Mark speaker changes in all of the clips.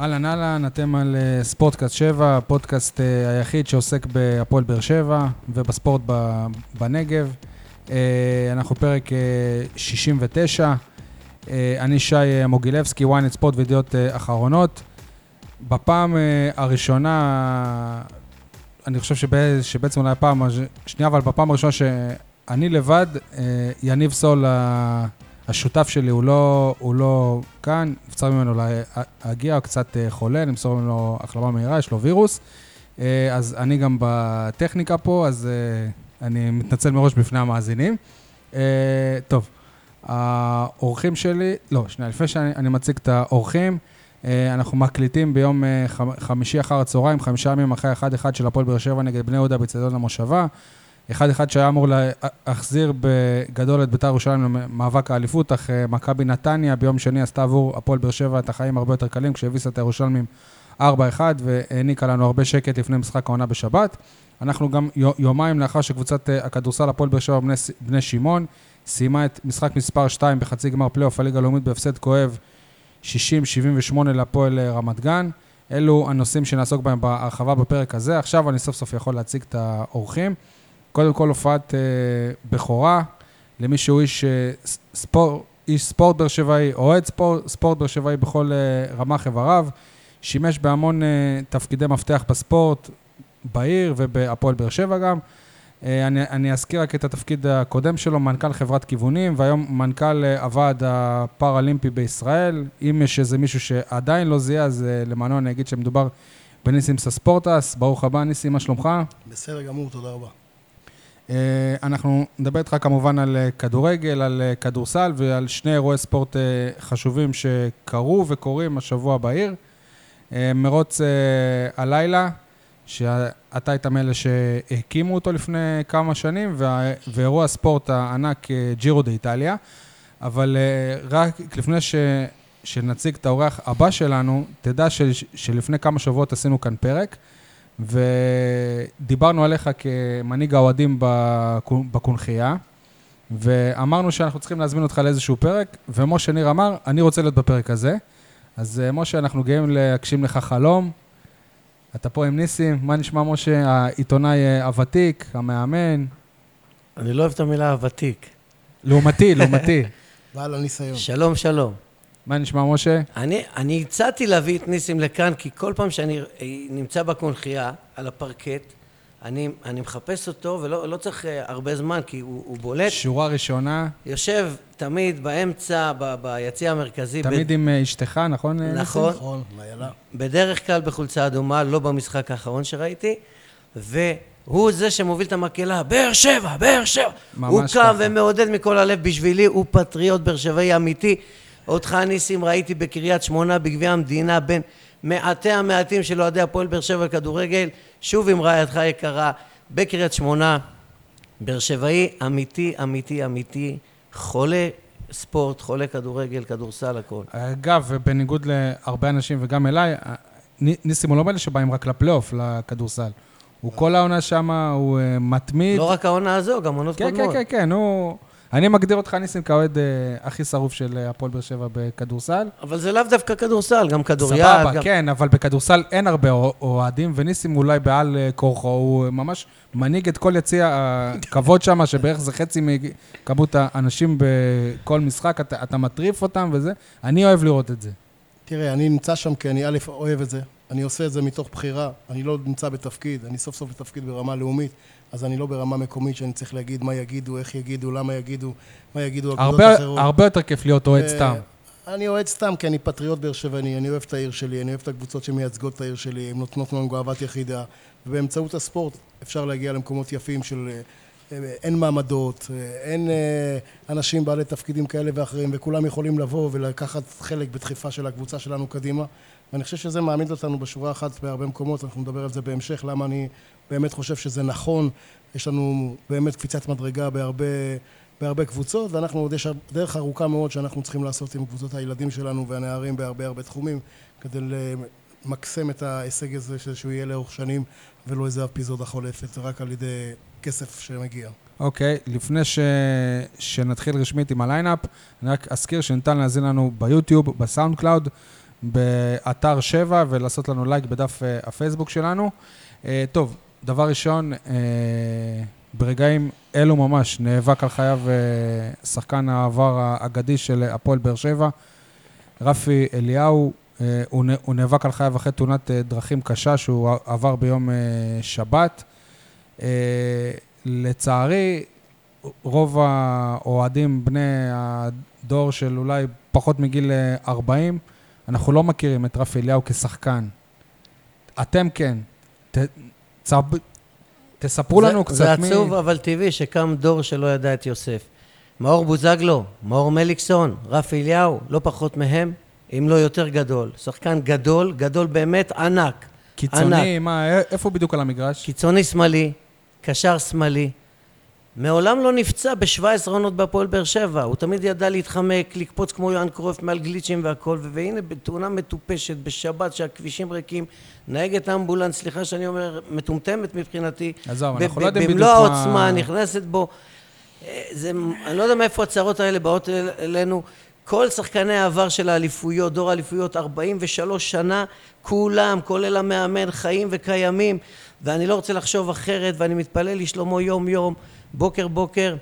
Speaker 1: אהלן אהלן, אתם על אה, ספורטקאסט 7, הפודקאסט אה, היחיד שעוסק בהפועל באר שבע ובספורט ב- בנגב. אה, אנחנו פרק אה, 69. אה, אני שי אה, מוגילבסקי, ynet ספורט וידיעות אה, אחרונות. בפעם אה, הראשונה, אני חושב שבא- שבעצם אולי הפעם הש- השנייה, אבל בפעם הראשונה שאני לבד, אה, יניב סול, ה- השותף שלי, הוא לא, הוא לא כאן, נבצר ממנו לה- להגיע, הוא קצת אה, חולה, נמסור ממנו החלמה מהירה, יש לו וירוס. אה, אז אני גם בטכניקה פה, אז אה, אני מתנצל מראש בפני המאזינים. אה, טוב, האורחים שלי, לא, שנייה, לפני שאני אני מציג את האורחים, אה, אנחנו מקליטים ביום אה, חמ- חמישי אחר הצהריים, חמישה ימים אחרי 1-1 של הפועל באר שבע נגד בני יהודה בצדון המושבה. 1-1 שהיה אמור להחזיר בגדול את בית"ר ירושלים למאבק האליפות, אך אה, מכבי נתניה ביום שני עשתה עבור הפועל באר שבע את החיים הרבה יותר קלים כשהביסה את הירושלמים 4-1 והעניקה לנו הרבה שקט לפני משחק העונה בשבת. אנחנו גם יו- יומיים לאחר שקבוצת אה, הכדורסל הפועל באר שבע בני, ס- בני שמעון סיימה את משחק מספר 2 בחצי גמר פלייאוף הליגה הלאומית בהפסד כואב 60-78 להפועל אה, רמת גן. אלו הנושאים שנעסוק בהם בהרחבה בפרק הזה. עכשיו אני סוף סוף יכול להציג את האורחים. קודם כל הופעת אה, בכורה למי שהוא איש, אה, ס- ספור, איש ספורט באר שבעי, אוהד ספורט, ספורט באר שבעי בכל אה, רמ"ח איבריו, שימש בהמון אה, תפקידי מפתח בספורט בעיר ובהפועל באר שבע גם. אה, אני, אני אזכיר רק את התפקיד הקודם שלו, מנכ"ל חברת כיוונים, והיום מנכ"ל אה, הוועד הפראלימפי בישראל. אם יש איזה מישהו שעדיין לא זיהה, אז אה, למענו אני אגיד שמדובר בניסים סספורטס. ברוך הבא, ניסים, מה שלומך?
Speaker 2: בסדר גמור, תודה רבה.
Speaker 1: אה, אנחנו נדבר איתך כמובן על אה, כדורגל, על אה, כדורסל ועל שני אירועי ספורט אה, חשובים שקרו וקורים השבוע בעיר. אה, מרוץ אה, הלילה, שאתה היית מאלה שהקימו אותו לפני כמה שנים, וה- ואירוע הספורט הענק אה, ג'ירו דה איטליה. אבל אה, רק לפני ש... שנציג את האורח הבא שלנו, תדע ש... שלפני כמה שבועות עשינו כאן פרק, ודיברנו עליך כמנהיג האוהדים בקו- בקונכייה, ואמרנו שאנחנו צריכים להזמין אותך לאיזשהו פרק, ומשה ניר אמר, אני רוצה להיות בפרק הזה. אז אה, משה, אנחנו גאים להגשים לך חלום. אתה פה עם ניסים, מה נשמע משה, העיתונאי אה, הוותיק, המאמן?
Speaker 3: אני לא אוהב את המילה הוותיק.
Speaker 1: לעומתי, לעומתי.
Speaker 2: בעל הניסיון.
Speaker 3: שלום, שלום.
Speaker 1: מה נשמע משה?
Speaker 3: אני, אני הצעתי להביא את ניסים לכאן, כי כל פעם שאני אה, נמצא בקונכייה, על הפרקט, אני, אני מחפש אותו, ולא לא צריך אה, הרבה זמן, כי הוא, הוא בולט. ש...
Speaker 1: שורה ראשונה,
Speaker 3: יושב תמיד באמצע, ב, ביציע המרכזי.
Speaker 1: תמיד עם אה, אשתך, נכון? אה, ניסים?
Speaker 3: נכון.
Speaker 2: נכון, איילה.
Speaker 3: בדרך כלל בחולצה אדומה, לא במשחק האחרון שראיתי, והוא זה שמוביל את המקהלה, באר שבע, באר שבע.
Speaker 1: ממש
Speaker 3: הוא
Speaker 1: ככה.
Speaker 3: קם ומעודד מכל הלב בשבילי, הוא פטריוט באר שבעי אמיתי. אותך, ניסים, ראיתי בקריית שמונה, בגביע המדינה, בין מעטי המעטים של אוהדי הפועל באר שבע לכדורגל, שוב עם רעייתך היקרה, בקריית שמונה. באר שבעי אמיתי, אמיתי, אמיתי, חולה ספורט, חולה כדורגל, כדורסל, הכל.
Speaker 1: אגב, בניגוד להרבה אנשים וגם אליי, אה, ני- ניסים הוא לא מאלה שבאים רק לפלייאוף, לכדורסל. הוא כל העונה שם, הוא אה, מתמיד.
Speaker 3: לא רק העונה הזו, גם עונות
Speaker 1: כן,
Speaker 3: קודמות.
Speaker 1: כן, כן, כן, הוא... אני מגדיר אותך, ניסים, כאוהד אה, הכי שרוף של אה, הפועל באר שבע בכדורסל.
Speaker 3: אבל זה לאו דווקא כדורסל, גם כדוריד.
Speaker 1: סבבה,
Speaker 3: גם...
Speaker 1: כן, אבל בכדורסל אין הרבה אוה- אוהדים, וניסים אולי בעל אה, כורחו, הוא ממש מנהיג את כל יציע הכבוד שם, שבערך זה חצי מכמות האנשים בכל משחק, אתה, אתה מטריף אותם וזה. אני אוהב לראות את זה.
Speaker 2: תראה, אני נמצא שם כי אני א', אוהב את זה. אני עושה את זה מתוך בחירה. אני לא נמצא בתפקיד. אני סוף סוף בתפקיד ברמה לאומית, אז אני לא ברמה מקומית שאני צריך להגיד מה יגידו, איך יגידו, למה יגידו, מה יגידו אגודות
Speaker 1: הרבה,
Speaker 2: אחרות.
Speaker 1: הרבה יותר כיף להיות אוהד
Speaker 2: אה,
Speaker 1: סתם.
Speaker 2: אני אוהד סתם כי אני פטריוט באר שבעני, אני אוהב את העיר שלי, אני אוהב את הקבוצות שמייצגות את העיר שלי, הן נותנות לנו גאוות יחידה, ובאמצעות הספורט אפשר להגיע למקומות יפים של אה, אה, אין מעמדות, אה, אין אה, אנשים בעלי תפקידים כאלה ואחרים, וכולם יכולים לבוא ולקחת חלק בדחיפה של הקבוצה שלנו קדימה, ואני חושב שזה מעמיד אותנו בשורה אחת בהרבה מקומות, אנחנו נדבר על זה בהמשך, למה אני באמת חושב שזה נכון, יש לנו באמת קפיצת מדרגה בהרבה... בהרבה קבוצות, ואנחנו עוד יש דרך ארוכה מאוד שאנחנו צריכים לעשות עם קבוצות הילדים שלנו והנערים בהרבה הרבה תחומים, כדי למקסם את ההישג הזה, ש- שהוא יהיה לאורך שנים, ולא איזה אפיזודה חולפת, רק על ידי כסף שמגיע.
Speaker 1: אוקיי, לפני ש... שנתחיל רשמית עם הליינאפ, אני רק אזכיר שניתן להזין לנו ביוטיוב, בסאונד קלאוד באתר 7 ולעשות לנו לייק בדף אה, הפייסבוק שלנו. אה, טוב, דבר ראשון, אה, ברגעים אלו ממש נאבק על חייו אה, שחקן העבר האגדי של הפועל באר שבע, רפי אליהו. אה, הוא נ- הוא נאבק על חייו אחרי תאונת אה, דרכים קשה שהוא עבר ביום אה, שבת. אה, לצערי, רוב האוהדים בני הדור של אולי פחות מגיל אה, 40, אנחנו לא מכירים את רפי אליהו כשחקן. אתם כן. ת, צב, תספרו
Speaker 3: זה-
Speaker 1: לנו קצת
Speaker 3: זה
Speaker 1: מי...
Speaker 3: עצוב, אבל טבעי שקם דור שלא ידע את יוסף. מאור בוזגלו, מאור מליקסון, רפי אליהו, לא פחות מהם, אם לא יותר גדול. שחקן גדול, גדול באמת ענק.
Speaker 1: קיצוני, מה, אה, איפה בדיוק על המגרש?
Speaker 3: קיצוני שמאלי, קשר שמאלי. מעולם לא נפצע ב-17 עונות בהפועל באר שבע. הוא תמיד ידע להתחמק, לקפוץ כמו יוהאן קרויף מעל גליצ'ים והכל, ו- והנה בתאונה מטופשת בשבת שהכבישים ריקים, נהגת אמבולנס, סליחה שאני אומר, מטומטמת מבחינתי.
Speaker 1: עזוב,
Speaker 3: ב-
Speaker 1: אנחנו
Speaker 3: ב-
Speaker 1: לא יודעים
Speaker 3: במלוא
Speaker 1: בדיוק מה-
Speaker 3: העוצמה, נכנסת בו. אה, זה, אני לא יודע מאיפה הצרות האלה באות אל- אלינו. כל שחקני העבר של האליפויות, דור האליפויות, 43 שנה, כולם, כולל המאמן, חיים וקיימים, ואני לא רוצה לחשוב אחרת, ואני מתפלל לשלומו יום-יום, בוקר-בוקר,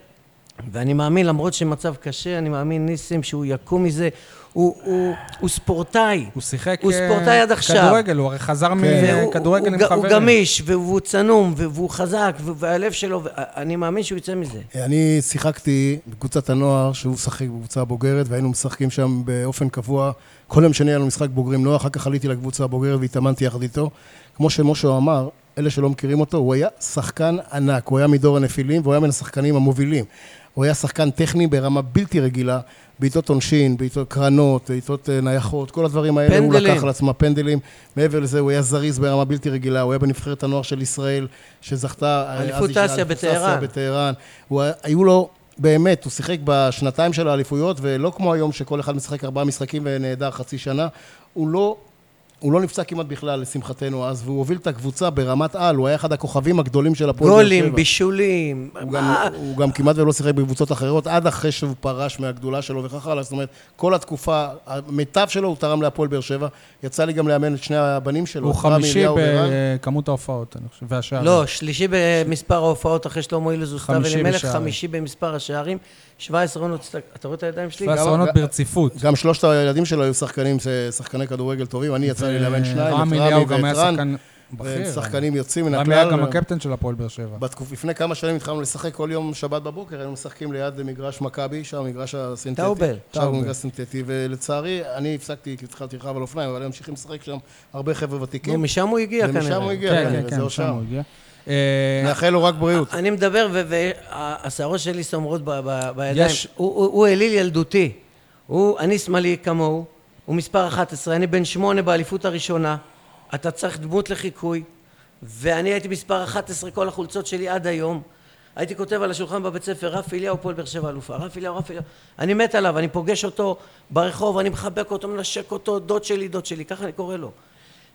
Speaker 3: ואני מאמין, למרות שמצב קשה, אני מאמין, ניסים, שהוא יקום מזה. הוא, הוא, הוא ספורטאי.
Speaker 1: הוא שיחק
Speaker 3: הוא
Speaker 1: אה,
Speaker 3: ספורטאי עד עכשיו.
Speaker 1: כדורגל, הוא הרי
Speaker 2: כן.
Speaker 1: חזר
Speaker 3: והוא-
Speaker 1: מכדורגל
Speaker 3: הוא-
Speaker 1: עם
Speaker 3: הוא-
Speaker 1: חברים.
Speaker 3: הוא גמיש, והוא והוא צנום, והוא- והוא חזק, והוא- והלב שלו, אני מאמין שהוא יצא מזה.
Speaker 2: אה, אני שיחקתי בקבוצת הנוער, שהוא שחק בקבוצה הבוגרת, והיינו משחקים שם באופן קבוע. כל יום שני היה לנו משחק בוגרים נוער, אחר כך עליתי לקבוצה הבוגרת והתאמנתי יחד איתו. כמו שמשה אמר, אלה שלא מכירים אותו, הוא היה שחקן ענק, הוא היה מדור הנפילים והוא היה מן השחקנים המובילים. הוא היה שחקן טכני ברמה בלתי רגילה, בעיטות עונשין, בעיטות קרנות, בעיטות אה, נייחות, כל הדברים האלה הוא
Speaker 3: פנדלים.
Speaker 2: לקח על עצמו פנדלים. מעבר לזה, הוא היה זריז ברמה בלתי רגילה, הוא היה בנבחרת הנוער של ישראל, שזכתה... אה, אז
Speaker 3: אליפות
Speaker 2: היא-
Speaker 3: אסיה
Speaker 2: אליפות
Speaker 3: בטהרן.
Speaker 2: בטהרן. הוא היה- היו לו, באמת, הוא שיחק בשנתיים של האליפויות, ולא כמו היום שכל אחד משחק ארבעה משחקים ונעדר חצי שנה. הוא לא... הוא לא נפצע כמעט בכלל, לשמחתנו אז, והוא הוביל את הקבוצה ברמת על, הוא היה אחד הכוכבים הגדולים של הפועל באר שבע.
Speaker 3: גולים, בישולים.
Speaker 2: הוא גם, הוא גם כמעט ולא שיחק בקבוצות אחרות, עד אחרי שהוא פרש מהגדולה שלו וכך הלאה. זאת אומרת, כל התקופה, המיטב שלו הוא תרם להפועל באר שבע. יצא לי גם לאמן את שני הבנים שלו.
Speaker 1: הוא
Speaker 2: רמי
Speaker 1: חמישי
Speaker 2: אליהו ורן.
Speaker 1: בכמות ההופעות, אני חושב, והשאר.
Speaker 3: לא, סליחה. שלישי במספר ההופעות אחרי שלמה אילוז וסתיו
Speaker 1: חמישי
Speaker 3: אלימלך,
Speaker 1: בשערים.
Speaker 3: חמישי במספר השערים, 17 עונות, סת- אתה רואה את הידיים שלי?
Speaker 1: ואז עונות
Speaker 2: גם-
Speaker 1: ברציפות.
Speaker 2: גם שלושת הילדים שלו היו שחקנים, שחקני כדורגל טובים. אני יצא לי לאמן שניים, את
Speaker 1: רמי
Speaker 2: רמי
Speaker 1: אליהו גם היה
Speaker 2: ואת רן.
Speaker 1: שחקן
Speaker 2: והם
Speaker 1: בכיר.
Speaker 2: שחקנים יוצאים מן
Speaker 1: רמי היה
Speaker 2: הכלל.
Speaker 1: גם הקפטן של הפועל באר שבע.
Speaker 2: בתקופ... לפני כמה שנים התחלנו לשחק כל יום שבת בבוקר, היינו משחקים ליד מגרש מכבי, שם המגרש הסינתטי.
Speaker 3: טאובל.
Speaker 2: שם
Speaker 1: טאובל.
Speaker 2: המגרש הסינתטי, ולצערי, אני הפסקתי כי התחלתי לרכב על אופניים, אבל הם ממשיכים לשחק שם הרבה חבר'ה
Speaker 3: נו,
Speaker 2: ותיקים.
Speaker 3: משם הוא הגיע כנראה.
Speaker 2: ומשם הוא הגיע,
Speaker 1: כן,
Speaker 2: כנראה,
Speaker 1: כן,
Speaker 2: זה
Speaker 1: כן,
Speaker 2: או
Speaker 1: שם
Speaker 2: שם.
Speaker 1: הוא הגיע. אה,
Speaker 2: נאחל לו רק בריאות.
Speaker 3: אני מדבר והשערות שלי סומרות ב- ב- בידיים.
Speaker 1: יש-
Speaker 3: הוא- הוא הוא אליל ילדותי. הוא, אני שמאלי כמוהו, הוא מספר 11, אני בן שמונה באליפות הראשונה. אתה צריך דמות לחיקוי, ואני הייתי מספר 11 כל החולצות שלי עד היום. הייתי כותב על השולחן בבית ספר, רפי אליהו, פועל באר שבע אלופה, רפי אליהו, רפי אליהו. אני מת עליו, אני פוגש אותו ברחוב, אני מחבק אותו, מנשק אותו, דוד שלי, דוד שלי, ככה אני קורא לו.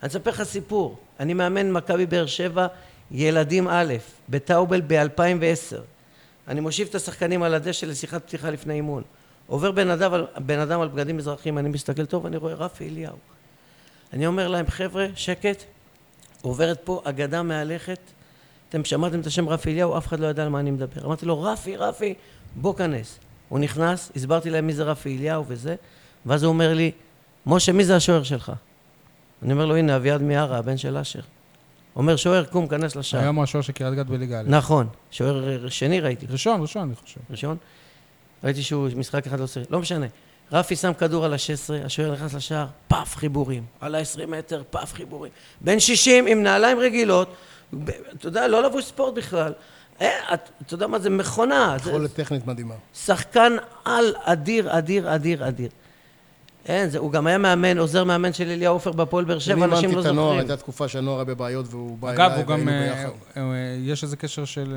Speaker 3: אני אספר לך סיפור. אני מאמן מכבי באר שבע, ילדים א', בטאובל ב-2010. אני מושיב את השחקנים על הדשא לשיחת פתיחה לפני אימון. עובר בן אדם, על- בן אדם על בגדים מזרחיים, אני מסתכל טוב, אני רואה רפי אליהו. אני אומר להם, חבר'ה, שקט, עוברת פה אגדה מהלכת. אתם שמעתם את השם רפי אליהו, אף אחד לא ידע על מה אני מדבר. אמרתי לו, רפי, רפי, בוא כנס. הוא נכנס, הסברתי להם מי זה רפי אליהו וזה, ואז הוא אומר לי, משה, מי זה השוער שלך? אני אומר לו, הנה, אביעד מיארה, הבן של אשר. אומר, שוער, קום, כנס לשער.
Speaker 1: היום הוא השוער של קריית גת בליגה א'.
Speaker 3: נכון, שוער שני ראיתי.
Speaker 1: ראשון, ראשון, אני חושב.
Speaker 2: אה,
Speaker 3: ראשון. ראיתי שהוא משחק אחד לא עושה, לא משנה. רפי שם כדור על ה-16, השוער נכנס לשער, פאף חיבורים. על ה-20 מטר, פאף חיבורים. בן 60 עם נעליים רגילות, ב- אתה יודע, לא לבוש ספורט בכלל. אה, את- אתה יודע מה זה מכונה. זה-
Speaker 2: יכולת טכנית מדהימה.
Speaker 3: שחקן על אדיר, אדיר, אדיר, אדיר. אין, זה, הוא גם היה מאמן, עוזר מאמן של אליהו עופר בהפועל באר
Speaker 2: אני
Speaker 3: שבע,
Speaker 2: אימנתי
Speaker 3: אנשים לא
Speaker 2: את הנוער,
Speaker 3: זוכרים.
Speaker 2: הייתה תקופה שהנוער היה בבעיות והוא בא
Speaker 1: אגב,
Speaker 2: אליי,
Speaker 1: הוא גם...
Speaker 2: והיינו
Speaker 1: אה,
Speaker 2: ביחד.
Speaker 1: אה, יש איזה קשר של...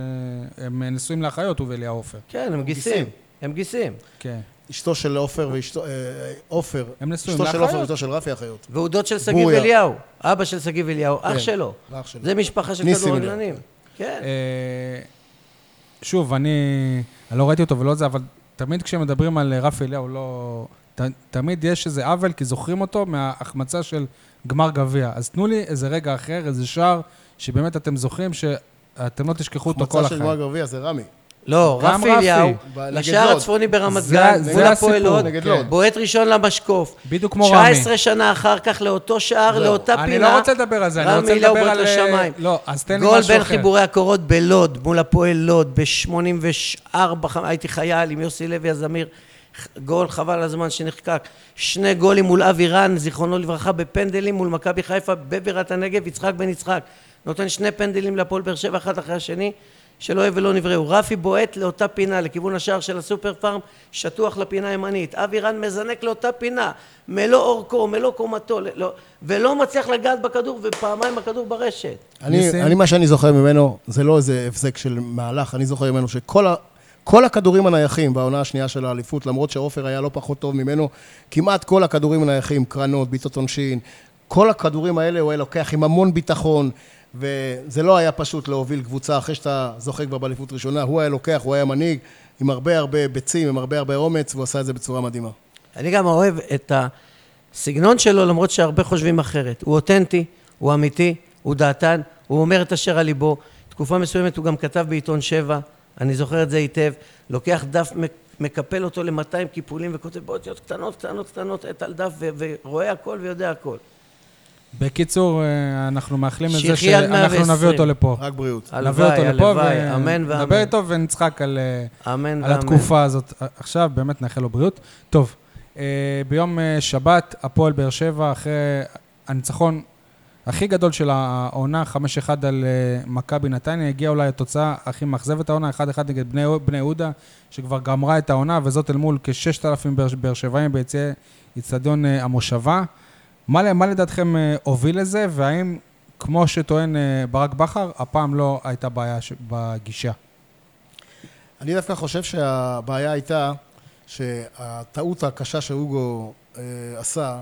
Speaker 1: אה, הם נשואים לאחיות, הוא ואליה עופר.
Speaker 3: כן, הם גיסים.
Speaker 2: גיסים.
Speaker 3: הם גיסים.
Speaker 1: כן.
Speaker 2: אשתו של עופר ואשתו... אה, עופר.
Speaker 1: הם נשואים
Speaker 2: אשתו של עופר
Speaker 1: לאחיות.
Speaker 2: ואשתו של רפי אחיות.
Speaker 3: והוא דוד של שגיב
Speaker 2: בוריה.
Speaker 3: אליהו, אבא של שגיב אליהו, אח
Speaker 2: כן,
Speaker 3: שלו.
Speaker 2: אח שלו.
Speaker 3: זה משפחה של
Speaker 2: ניסים
Speaker 3: כדורגלנים. כן.
Speaker 1: אה, שוב, אני, אני לא ראיתי אותו ולא זה, אבל תמיד כשמדברים על אה, רפי אליהו, לא... ת, תמיד יש איזה עוול, כי זוכרים אותו מההחמצה של גמר גביע. אז תנו לי איזה רגע אחר, איזה שער, שבאמת אתם זוכרים שאתם לא תשכחו אותו כל
Speaker 2: מצב
Speaker 1: החיים.
Speaker 2: של גמר גביע זה רמי.
Speaker 3: לא,
Speaker 1: גם
Speaker 3: רפי
Speaker 1: רפי.
Speaker 3: אליהו,
Speaker 2: ב- נגד
Speaker 3: לשער
Speaker 2: לוד.
Speaker 3: הצפוני ברמת
Speaker 1: זה-
Speaker 3: גן,
Speaker 1: זה
Speaker 3: מול
Speaker 1: הסיפור,
Speaker 3: הפועל לוד,
Speaker 2: נגד
Speaker 1: כן.
Speaker 2: לוד.
Speaker 3: בועט ראשון למשקוף.
Speaker 1: בדיוק כמו
Speaker 3: 19
Speaker 1: רמי.
Speaker 3: שנה אחר כך לאותו שער, לאותה פינה.
Speaker 1: אני לא רוצה לדבר על זה, אני
Speaker 3: רמי
Speaker 1: רוצה
Speaker 3: אליהו
Speaker 1: לדבר
Speaker 3: בועט
Speaker 1: על, אה,
Speaker 3: לשמיים.
Speaker 1: לא, אז תן לי
Speaker 3: גול
Speaker 1: משהו
Speaker 3: בין
Speaker 1: אחר.
Speaker 3: חיבורי הקורות בלוד, מול הפועל לוד, ב-84, הייתי חייל עם יוסי לוי הזמיר. ח- גול חבל על הזמן שנחקק. שני גולים מול אבי רן, זיכרונו לברכה, בפנדלים מול מכבי חיפה בבירת הנגב, יצחק בן יצחק. נותן שני פנדלים להפועל באר שבע, אחד אחרי השני, שלא יהיה ולא נבראו. רפי בועט לאותה פינה, לכיוון השער של הסופר פארם, שטוח לפינה הימנית. אבי רן מזנק לאותה פינה, מלוא אורכו, מלוא קומתו, לא, ולא מצליח לגעת בכדור, ופעמיים הכדור ברשת.
Speaker 2: אני,
Speaker 1: ניסים?
Speaker 2: אני, מה שאני זוכר ממנו, זה לא איזה הפסק של מהלך, אני זוכר ממנו שכל ה, כל הכדורים הנייחים בעונה השנייה של האליפות, למרות שעופר היה לא פחות טוב ממנו, כמעט כל הכדורים הנייחים, קרנות, בעיטות עונשין, כל הכדורים האלה הוא היה לוקח עם המון ביטחון, וזה לא היה פשוט להוביל קבוצה אחרי שאתה זוכה כבר באליפות ראשונה, הוא היה לוקח, הוא היה מנהיג, עם הרבה הרבה ביצים, עם הרבה הרבה אומץ, והוא עשה את זה בצורה מדהימה.
Speaker 3: אני גם אוהב את הסגנון שלו, למרות שהרבה חושבים אחרת. הוא אותנטי, הוא אמיתי, הוא דעתן, הוא אומר את אשר על ליבו. תקופה מסוימת הוא גם כתב בעיתון שבע, אני זוכר את זה היטב, לוקח דף, מק- מקפל אותו ל-200 קיפולים וכותב באותיות קטנות, קטנות, קטנות, את על דף, ו- ורואה הכל ויודע הכל.
Speaker 1: בקיצור, אה, אנחנו מאחלים לזה
Speaker 3: שיחיה עד
Speaker 1: שאנחנו נביא
Speaker 3: 120.
Speaker 1: אותו לפה.
Speaker 2: רק בריאות.
Speaker 1: נביא
Speaker 3: הלוואי,
Speaker 1: אותו לפה,
Speaker 3: הלוואי, אמן
Speaker 1: ונדבר
Speaker 3: ואמן.
Speaker 1: איתו ונצחק על... אה, על
Speaker 3: אמן ואמן.
Speaker 1: התקופה הזאת. אה, עכשיו באמת נאחל לו בריאות. טוב, אה, ביום אה, שבת, הפועל באר שבע, אחרי הניצחון הכי גדול של העונה, 5-1 על אה, מכבי נתניה, הגיעה אולי התוצאה הכי מאכזבת העונה, 1-1 נגד בני, בני יהודה, שכבר גמרה את העונה, וזאת אל מול כ-6,000 באר- באר שבעים ביציעי אצטדיון אה, המושבה. מה, ל- מה לדעתכם אה, הוביל לזה, והאם, כמו שטוען אה, ברק בכר, הפעם לא הייתה בעיה ש- בגישה?
Speaker 2: אני דווקא חושב שהבעיה הייתה שהטעות הקשה שהוגו אה, עשה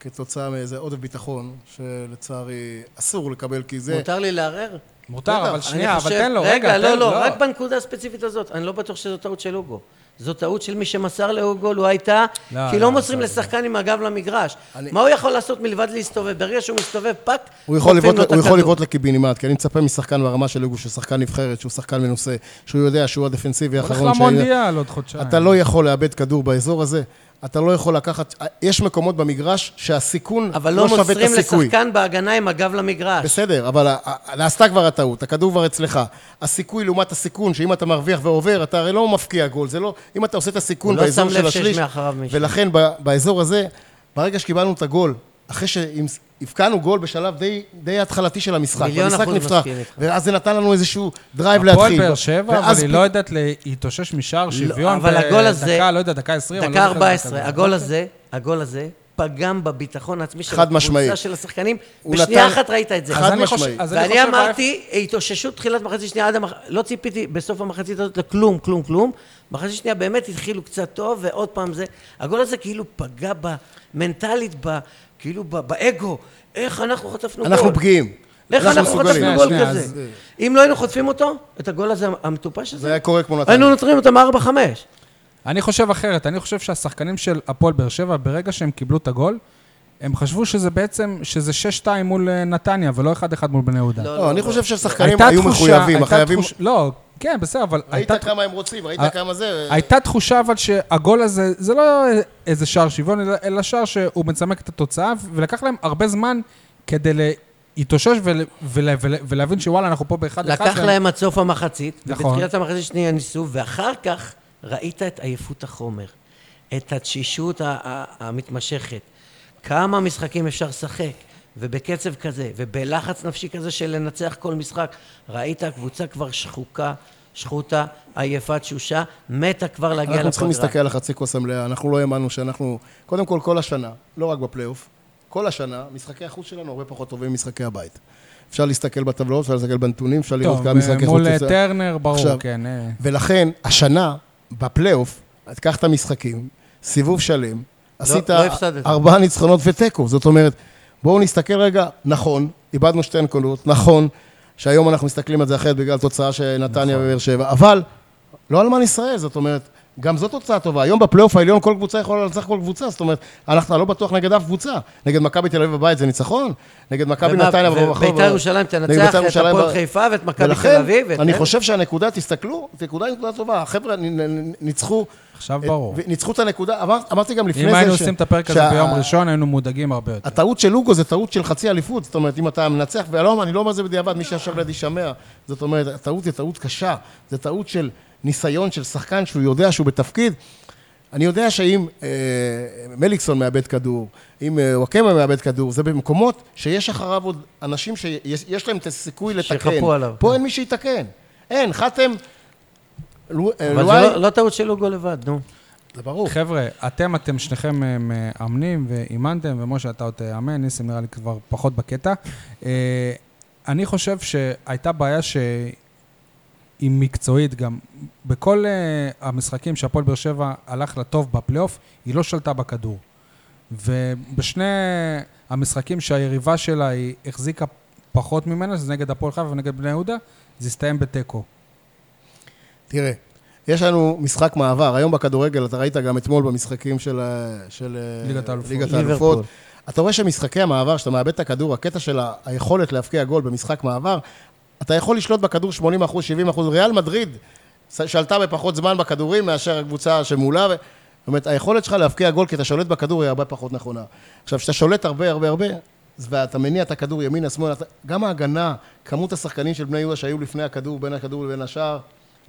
Speaker 2: כתוצאה מאיזה עודף ביטחון, שלצערי אסור לקבל כי זה...
Speaker 3: מותר לי לערער?
Speaker 1: מותר,
Speaker 2: בטח,
Speaker 1: אבל
Speaker 2: אני
Speaker 1: שנייה,
Speaker 3: אני
Speaker 1: אבל
Speaker 3: חושב-
Speaker 1: תן לו, רגע,
Speaker 3: רגע,
Speaker 1: תן
Speaker 3: לא, לא, רק בנקודה הספציפית הזאת. אני לא בטוח שזו טעות של הוגו. זו טעות של מי שמסר להוגו, לו הייתה,
Speaker 1: לא,
Speaker 3: כי
Speaker 1: לא,
Speaker 3: לא מוסרים
Speaker 1: בסדר.
Speaker 3: לשחקן עם הגב למגרש.
Speaker 2: אני-
Speaker 3: מה הוא יכול לעשות מלבד להסתובב? ברגע שהוא מסתובב, פאק,
Speaker 2: הוא יכול
Speaker 3: חוטפים
Speaker 2: לבעוט-
Speaker 3: לו את
Speaker 2: הוא יכול
Speaker 3: הכדור.
Speaker 2: לבעוט לקיבינימט, כי אני מצפה משחקן ברמה של הוגו, שהוא שחקן נבחרת, שהוא שחקן מנוסה, שהוא יודע שהוא הדפנסיבי
Speaker 1: הולך
Speaker 2: האחרון. שהיו-
Speaker 1: למונדיאל עוד חודשיים.
Speaker 2: אתה לא יכול לאבד כדור באזור הזה, אתה לא יכול לקחת... יש מקומות במגרש שהסיכון
Speaker 3: אבל
Speaker 2: לא
Speaker 3: לא
Speaker 2: שווה את הסיכוי.
Speaker 3: מוסרים לשחקן בהגנה עם הגב למגרש.
Speaker 2: בסדר, אבל ה- ה- נעשתה כבר הטעות, הכדור כבר אצלך. הסיכוי לעומת הסיכון, שאם אתה מרוויח ועובר, אתה הרי לא מפקיע גול, זה לא... אם אתה עושה את הסיכון
Speaker 3: הוא לא
Speaker 2: באזור
Speaker 3: שם
Speaker 2: של
Speaker 3: לב שיש
Speaker 2: השליש,
Speaker 3: מאחוריו מישהו.
Speaker 2: ולכן ב- באזור הזה, ברגע שקיבלנו את הגול, אחרי שהבקענו גול בשלב די, די התחלתי של המשחק,
Speaker 3: מיליון
Speaker 2: והמשחק
Speaker 3: אחוז
Speaker 2: נפתח,
Speaker 3: מסכים איתך.
Speaker 2: ואז זה נתן לנו איזשהו דרייב להתחיל.
Speaker 1: הפועל באר שבע, אבל
Speaker 2: ואז
Speaker 1: היא
Speaker 2: פ-
Speaker 1: לא יודעת להתאושש משער שוויון.
Speaker 3: לא, אבל
Speaker 1: ב-
Speaker 3: הגול הזה-
Speaker 1: דקה, לא יודע, דקה 20. אני לא
Speaker 3: דקה
Speaker 1: זוכר את זה
Speaker 3: 14,
Speaker 1: כזה.
Speaker 3: הגול הזה, הגול הזה, פגם בביטחון העצמי של
Speaker 2: חד משמעי.
Speaker 3: של השחקנים.
Speaker 2: הוא
Speaker 3: בשנייה
Speaker 2: נתן-
Speaker 3: אחת ראית את זה.
Speaker 1: אז
Speaker 2: חד
Speaker 1: אני חושב-
Speaker 2: משמעי.
Speaker 1: אז אני
Speaker 3: ואני
Speaker 1: חושב-
Speaker 3: אמרתי, התאוששות תחילת מחצית שנייה עד המח... לא ציפיתי בסוף המחצית הזאת לכלום, כלום, כלום. מחצית שנייה באמת התחילו קצת טוב, ועוד פעם זה... הגול הזה כאילו פגע ב... מנטלית, ב... כאילו ב... באגו. איך אנחנו חטפנו גול?
Speaker 2: אנחנו פגיעים.
Speaker 3: איך אנחנו
Speaker 2: מסוגלים.
Speaker 1: שנייה,
Speaker 3: חטפנו גול
Speaker 1: שנייה,
Speaker 3: כזה?
Speaker 1: אז-
Speaker 3: אם לא היינו חוטפים אותו, את הגול הזה המטופש הזה,
Speaker 2: זה היה קורה כמו נתן.
Speaker 3: היינו נותנים אותם 4-5.
Speaker 1: אני חושב אחרת, אני חושב שהשחקנים של הפועל באר שבע, ברגע שהם קיבלו את הגול, הם חשבו שזה בעצם, שזה 6-2 מול אה, נתניה, ולא 1-1 מול בני יהודה.
Speaker 2: לא, אני חושב שהשחקנים
Speaker 1: הייתה
Speaker 2: היו
Speaker 1: תחושה-
Speaker 2: מחויבים,
Speaker 1: הייתה
Speaker 2: החייבים...
Speaker 1: תחוש- לא, כן, בסדר, אבל
Speaker 2: ראית
Speaker 1: הייתה
Speaker 2: כמה הם רוצים, ראית
Speaker 1: אה,
Speaker 2: כמה זה...
Speaker 1: הייתה תחושה אבל שהגול הזה, זה לא איזה שער שוויון, אלא- אלא שער שהוא מצמק את התוצאה, ולקח להם הרבה זמן כדי להתאושש ול, ול, ול, ולהבין שוואלה, אנחנו פה באחד אחד.
Speaker 3: לקח
Speaker 1: והם-
Speaker 3: להם עד סוף המחצית,
Speaker 1: נכון.
Speaker 3: ובתחילת המחצית שנייה ניסו, ואחר כך ראית את עייפות החומר, את התשישות ה- ה- המתמשכת. כמה משחקים אפשר לשחק, ובקצב כזה, ובלחץ נפשי כזה של לנצח כל משחק. ראית הקבוצה כבר שחוקה, שחוטה, עייפה, תשושה, מתה כבר להגיע לפגרה.
Speaker 2: אנחנו צריכים להסתכל על החצי כוס המלאה, אנחנו לא האמנו שאנחנו, קודם כל, כל השנה, לא רק בפלייאוף, כל השנה, משחקי החוץ שלנו הרבה פחות טובים ממשחקי הבית. אפשר להסתכל בטבלאות, אפשר להסתכל בנתונים, אפשר לראות
Speaker 1: טוב,
Speaker 2: כמה משחקי חוץ.
Speaker 1: מול אה,
Speaker 2: הפסד.
Speaker 1: טרנר, ברור,
Speaker 2: עכשיו,
Speaker 1: כן. אה.
Speaker 2: ולכן, השנה, בפלייאוף, אז קח את המשחקים, סיבוב שלם, עשית
Speaker 3: לא הפסדת.
Speaker 2: ארבעה ניצחונות ותיקו. זאת אומרת, בואו נסתכל רגע, נכון, איבדנו שתי נקודות, נכון,
Speaker 3: נכון.
Speaker 2: שהיום אנחנו מסתכלים על זה אחרת בגלל תוצאה של נתניה ובאר שבע, אבל לא אלמן ישראל, זאת אומרת, גם זאת תוצאה טובה. היום בפלייאוף העליון כל קבוצה יכולה לנצח כל קבוצה, זאת אומרת, אנחנו לא בטוח נגד אף קבוצה. נגד מכבי תל אביב בבית זה ניצחון, נגד מכבי
Speaker 3: ומה-
Speaker 2: נתניה
Speaker 3: ובית"ר
Speaker 2: ברחוב-
Speaker 3: ירושלים תנצח
Speaker 2: נגד בית"ר
Speaker 3: את
Speaker 2: ירושלים
Speaker 3: הפועל
Speaker 2: ב-
Speaker 3: חיפה ואת מכבי
Speaker 2: ולכן,
Speaker 3: תל אביב ואת-
Speaker 2: אני חושב שהנקודה, תסתכלו, הנקודה היא נקודה טובה. החבר'ה נ- נ- ניצחו...
Speaker 1: עכשיו
Speaker 2: את-
Speaker 1: ברור.
Speaker 2: ניצחו את הנקודה, אמר- אמרתי גם לפני זה...
Speaker 1: אם היינו
Speaker 2: ש-
Speaker 1: עושים את הפרק הזה
Speaker 2: שה-
Speaker 1: ביום ראשון, היינו מודאגים הרבה יותר.
Speaker 2: הטעות של לוגו זה טעות של חצי אליפות, זאת אומרת, אם אתה מנצח, ולא, אני לא אומר זה בדיעבד, מי שישב לידי שמע, זאת אומרת, הטעות היא טעות קשה, זו טעות של ניסיון של שחקן שהוא יודע שהוא בתפקיד. אני יודע שאם אה, מליקסון מאבד כדור, אם אה, וואקמה מאבד כדור, זה במקומות שיש אחריו עוד אנשים שיש להם את הסיכוי לתקן.
Speaker 3: שיחפו עליו. כן.
Speaker 2: פה אין מי שיתקן. אין, חתם... לו- אה,
Speaker 3: אבל
Speaker 2: לואי-
Speaker 3: זה לא- לא טעות של לוגו לבד, נו.
Speaker 2: זה ברור.
Speaker 1: חבר'ה, אתם, אתם שניכם אה, מאמנים ואימנתם, ומשה, אתה עוד תאמן, ניסים נראה לי כבר פחות בקטע. אה, אני חושב שהייתה בעיה שהיא מקצועית גם. בכל אה, המשחקים שהפועל באר שבע הלך לטוב בפלייאוף, היא לא שלטה בכדור. ובשני המשחקים שהיריבה שלה היא החזיקה פחות ממנה, שזה נגד הפועל חיפה ונגד בני יהודה, זה הסתיים בתיקו.
Speaker 2: תראה, יש לנו משחק מעבר. היום בכדורגל, אתה ראית גם אתמול במשחקים של, ה- של אה,
Speaker 1: ליגת האלופות.
Speaker 2: ליגת
Speaker 3: ליברפול.
Speaker 2: האלופות. אתה רואה שמשחקי המעבר, שאתה מאבד את הכדור, הקטע של ה- היכולת להבקיע גול במשחק מעבר, אתה יכול לשלוט בכדור 80 אחוז, 70 אחוז. ריאל מדריד ש- שלטה בפחות זמן בכדורים מאשר הקבוצה שמולה. ו... זאת אומרת, היכולת שלך להבקיע גול כי אתה שולט בכדור היא הרבה פחות נכונה. עכשיו, כשאתה שולט הרבה הרבה הרבה, אז ואתה מניע את הכדור ימינה, שמאלה, אתה- גם ההגנה, כמות השחקנים של בני יהודה שהיו לפני הכדור, בין הכדור לבין השער,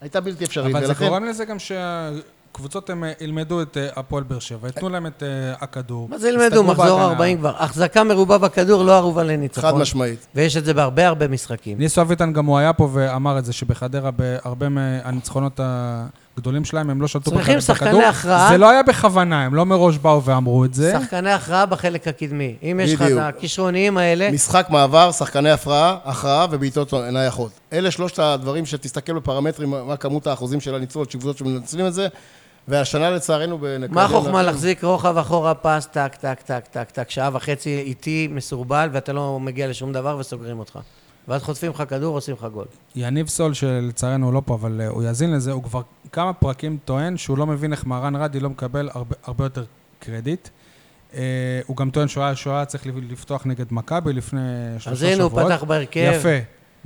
Speaker 2: הייתה בלתי אפשרית.
Speaker 1: אבל זה
Speaker 2: ולכן-
Speaker 1: גורם לזה גם שהקבוצות הם אה, ילמדו את אה, הפועל באר שבע, יתנו להם את אה, הכדור.
Speaker 3: מה זה ילמדו?
Speaker 1: יסתגרו
Speaker 3: מחזור
Speaker 1: בהגנה.
Speaker 3: 40 כבר. החזקה מרובה בכדור לא ערובה לניצחון.
Speaker 2: חד
Speaker 1: נכון.
Speaker 2: משמעית.
Speaker 3: ויש את זה בהרבה הרבה משחקים.
Speaker 1: ניסו אביטן גם הוא היה פה ואמר את זה, שבחדרה בהרבה מהניצחונות הגדולים שלהם, הם לא שלטו בכלל את
Speaker 3: צריכים
Speaker 1: הכדור.
Speaker 3: שחקני הכרעה.
Speaker 1: זה לא היה בכוונה, הם לא מראש באו ואמרו את זה.
Speaker 3: שחקני הכרעה בחלק הקדמי. אם יש לך את
Speaker 2: בדיוק.
Speaker 3: הכישרוניים האלה,
Speaker 2: משחק מעבר, שחקני הפרעה, הכרעה ובעיטות נייחות. אלה שלושת הדברים שתסתכל בפרמטרים, מה כמות האחוזים של הניצול, של קבוצות שמנצלים את זה, והשנה לצערנו... בנקדם-
Speaker 3: מה החוכמה להחזיק רוחב אחורה פס, טק, טק, טק, טק, טק, שעה וחצי איטי, מסורבל, ואתה לא מגיע לשום דבר וסוגרים אותך. ואז חוטפים לך כדור, עושים לך גול.
Speaker 1: יניב סול, שלצערנו הוא לא פה, אבל אה, הוא יאזין לזה, הוא כבר כמה פרקים טוען שהוא לא מבין איך מהרן רדי לא מקבל הרבה, הרבה יותר קרדיט. אה, הוא גם טוען שהוא היה, שהוא היה צריך לפתוח נגד מכבי לפני שלושה שבועות.
Speaker 3: הנה, הוא פתח בהרכב.
Speaker 1: יפה.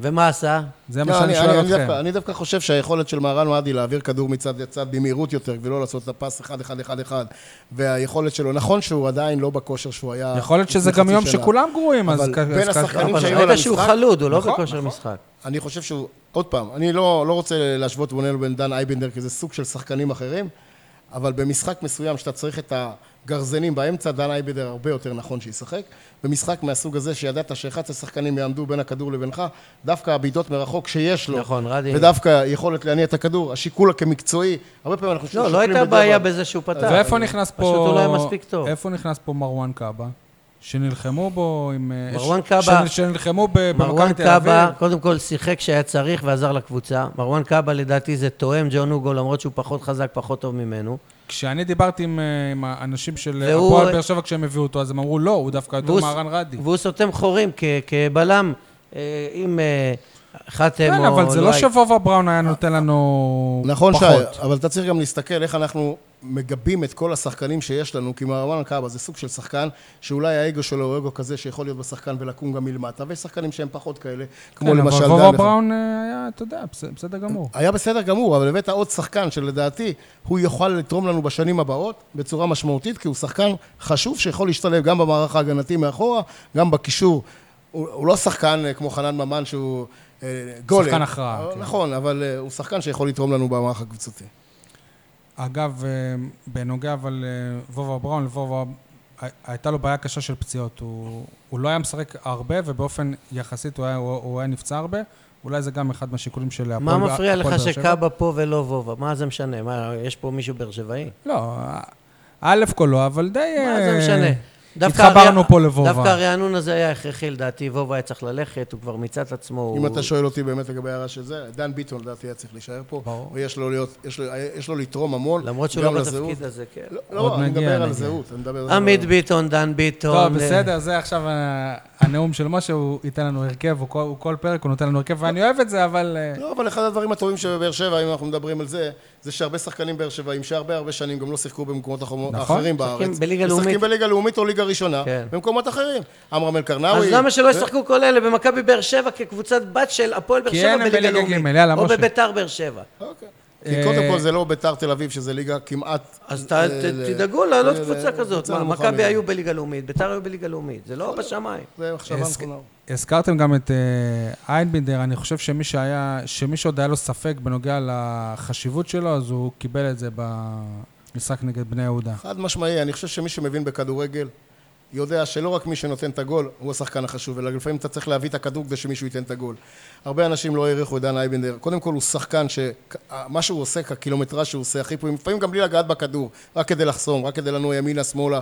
Speaker 3: ומה עשה?
Speaker 1: זה
Speaker 2: לא,
Speaker 1: מה שאני
Speaker 2: אני-
Speaker 1: שואל
Speaker 2: אני- אני
Speaker 1: אתכם.
Speaker 2: דווקא- אני דווקא חושב שהיכולת של מהרן אוהדי להעביר כדור מצד לצד במהירות יותר, ולא לעשות את הפס אחד, אחד, אחד, אחד, והיכולת שלו, נכון שהוא עדיין לא בכושר שהוא היה...
Speaker 1: יכול להיות שזה
Speaker 2: לפני
Speaker 1: גם
Speaker 2: חצי
Speaker 1: יום
Speaker 2: שנה.
Speaker 1: שכולם גרועים, אז...
Speaker 2: אבל
Speaker 1: כ-
Speaker 2: בין
Speaker 1: אז כ-
Speaker 2: השחקנים
Speaker 1: אבל-
Speaker 2: שהיו
Speaker 3: אבל
Speaker 2: על
Speaker 3: ראית שהוא
Speaker 2: המשחק?
Speaker 3: חלוד, הוא לא
Speaker 1: נכון,
Speaker 3: בכושר
Speaker 1: נכון.
Speaker 3: משחק.
Speaker 2: אני חושב שהוא, עוד פעם, אני לא, לא רוצה להשוות בינינו לבין דן אייבנדר, כי זה סוג של שחקנים אחרים, אבל במשחק מסוים שאתה צריך את הגרזנים באמצע, דן אייבנדר הרבה יותר נכון שישחק. במשחק מהסוג הזה שידעת ש-11 שחקנים יעמדו בין הכדור לבינך, דווקא הבעיטות מרחוק שיש לו,
Speaker 3: נכון, רדי.
Speaker 2: ודווקא יכולת להניע את הכדור, השיקול כמקצועי, הרבה פעמים אנחנו
Speaker 3: לא,
Speaker 2: שוקלים
Speaker 3: לא הייתה
Speaker 2: בדיעבד.
Speaker 3: בעיה בזה שהוא פתח.
Speaker 1: ואיפה נכנס פה...
Speaker 3: פשוט הוא לא היה מספיק טוב.
Speaker 1: איפה נכנס פה מרואן קאבה? שנלחמו בו עם... אה,
Speaker 3: מרואן
Speaker 1: ש-
Speaker 3: קאבה-
Speaker 1: שנ- שנלחמו ב-
Speaker 3: מרואן
Speaker 1: במכבי תל אביב.
Speaker 3: קאבה, קודם כל שיחק כשהיה צריך ועזר לקבוצה. מרואן קאבה לדעתי זה תואם ג'ון הוגו, למרות שהוא פחות חזק, פחות טוב ממנו.
Speaker 1: כשאני דיברתי עם, אה, עם האנשים של
Speaker 3: והוא-
Speaker 1: הפועל באר שבע כשהם הביאו אותו, אז הם אמרו, לא, הוא דווקא יותר
Speaker 3: והוא-
Speaker 1: מהרן רדי.
Speaker 3: והוא סותם חורים כ- כבלם, אה, אם אה, חתם
Speaker 1: כן,
Speaker 3: או...
Speaker 1: אבל זה לא
Speaker 3: לואי.
Speaker 1: שוובה בראון היה נותן לנו
Speaker 2: נכון, שי,
Speaker 1: פחות.
Speaker 2: אבל אתה צריך גם להסתכל איך אנחנו מגבים את כל השחקנים שיש לנו, כי מרואן קאבה זה סוג של שחקן שאולי האגו שלו הוא אגו כזה שיכול להיות בשחקן ולקום גם מלמטה, ויש שחקנים שהם פחות כאלה, כמו
Speaker 1: כן, אבל
Speaker 2: למשל
Speaker 1: וובה
Speaker 2: דן.
Speaker 1: בראון אה, היה, אתה יודע, בס- בסדר גמור.
Speaker 2: היה בסדר גמור, אבל הבאת עוד שחקן שלדעתי הוא יוכל לתרום לנו בשנים הבאות בצורה משמעותית, כי הוא שחקן חשוב שיכול להשתלב גם במערך ההגנתי מאחורה, גם בקישור. הוא, הוא לא שחקן אה, כמו חנן ממן שהוא אה, גולם.
Speaker 1: שחקן הכרעה,
Speaker 2: אה,
Speaker 1: כן.
Speaker 2: נכון, אבל אה, הוא שחקן שיכול לתרום לנו במערך הקבוצתי.
Speaker 1: אגב, אה, בנוגע אבל אה, וובה בראון, וובה, הי- הייתה לו בעיה קשה של פציעות. הוא, הוא לא היה משחק הרבה, ובאופן יחסית הוא היה, הוא, הוא היה נפצע הרבה. אולי זה גם אחד מהשיקולים של הפועל
Speaker 3: מה מפריע
Speaker 1: הפועל
Speaker 3: לך
Speaker 1: באר שבע.
Speaker 3: שקאבה פה ולא וובה? מה זה משנה? מה, יש פה מישהו באר שבעי?
Speaker 1: לא, א' כל לא, אבל די...
Speaker 3: מה זה
Speaker 1: אה,
Speaker 3: משנה? דווקא
Speaker 1: התחברנו
Speaker 3: הרע-
Speaker 1: פה לוובה.
Speaker 3: דווקא הרענון הזה היה הכרחי לדעתי, וובה היה צריך ללכת, הוא כבר מיצה את עצמו.
Speaker 2: אם
Speaker 3: הוא-
Speaker 2: אתה שואל אותי באמת לגבי ההערה של זה, דן ביטון לדעתי היה צריך להישאר פה.
Speaker 1: ברור.
Speaker 2: ויש לו להיות, יש לו, יש לו לתרום המון.
Speaker 3: למרות שהוא
Speaker 2: גם
Speaker 3: לא
Speaker 2: לזהות.
Speaker 3: בתפקיד הזה, כן.
Speaker 2: לא,
Speaker 1: עוד
Speaker 2: לא, אני
Speaker 1: נגיע,
Speaker 2: מדבר על
Speaker 1: נגיע.
Speaker 2: זהות, אני מדבר על
Speaker 3: עמית ביטון, דן ביטון.
Speaker 1: טוב,
Speaker 3: אה,
Speaker 1: לא, בסדר, זה עכשיו אה, הנאום של משה, הוא ייתן לנו הרכב, הוא כל- הוא כל פרק הוא נותן לנו הרכב, ואני אוהב את זה, אבל... אה,
Speaker 2: לא, אבל אחד הדברים הטובים שבבאר שבע, אם אנחנו מדברים על זה, זה שהרבה שחקנים באר שבעים, שהרבה הרבה שנים גם לא שיחקו במקומות החומו-
Speaker 1: נכון.
Speaker 2: האחרים
Speaker 3: משחקים
Speaker 2: בארץ.
Speaker 3: בליגה לאומית.
Speaker 2: משחקים בליגה לאומית או ליגה ראשונה,
Speaker 3: כן.
Speaker 2: במקומות אחרים. עמרם אלקרנאווי.
Speaker 3: אה, אז למה שלא
Speaker 2: ו-
Speaker 3: ישחקו כל אלה במכבי באר שבע כקבוצת בת של הפועל באר
Speaker 1: כי
Speaker 3: שבע
Speaker 1: אין להם
Speaker 3: בליגה
Speaker 1: בליגה
Speaker 3: לאומית?
Speaker 1: ג', יאללה,
Speaker 3: או
Speaker 1: משה.
Speaker 3: בביתר באר שבע.
Speaker 2: אוקיי.
Speaker 1: אה,
Speaker 2: כי קודם כל זה לא ביתר תל אביב, שזה ליגה כמעט...
Speaker 3: אז ת-
Speaker 2: אה,
Speaker 3: ת-
Speaker 2: ל-
Speaker 3: תדאגו להעלות
Speaker 2: ל-
Speaker 3: קבוצה
Speaker 2: ל-
Speaker 3: כזאת.
Speaker 2: קבוצה
Speaker 3: מה,
Speaker 2: נמוכה
Speaker 3: מכבי
Speaker 2: מזה.
Speaker 3: היו בליגה לאומית, ביתר היו בליגה לאומית, זה לא בשמיים.
Speaker 2: זה מחשבה
Speaker 1: הסק-
Speaker 2: נכונה.
Speaker 1: הזכרתם גם את אה, איינבינדר, אני חושב שמי שהיה, שמי שעוד היה לו ספק בנוגע לחשיבות שלו, אז הוא קיבל את זה במשחק נגד בני
Speaker 3: לא
Speaker 1: יהודה.
Speaker 2: חד משמעי, אני חושב שמי שמבין בכדורגל יודע שלא רק מי שנותן את הגול הוא השחקן החשוב, אלא לפעמים אתה צריך להביא את הכדור כדי שמישהו ייתן את הגול. הרבה אנשים לא העריכו את דן אייבנדר. קודם כל הוא שחקן שמה שהוא עושה, הקילומטרז' שהוא עושה, החיפויים, לפעמים גם בלי לגעת בכדור, רק כדי לחסום, רק כדי לנוע ימינה, שמאלה.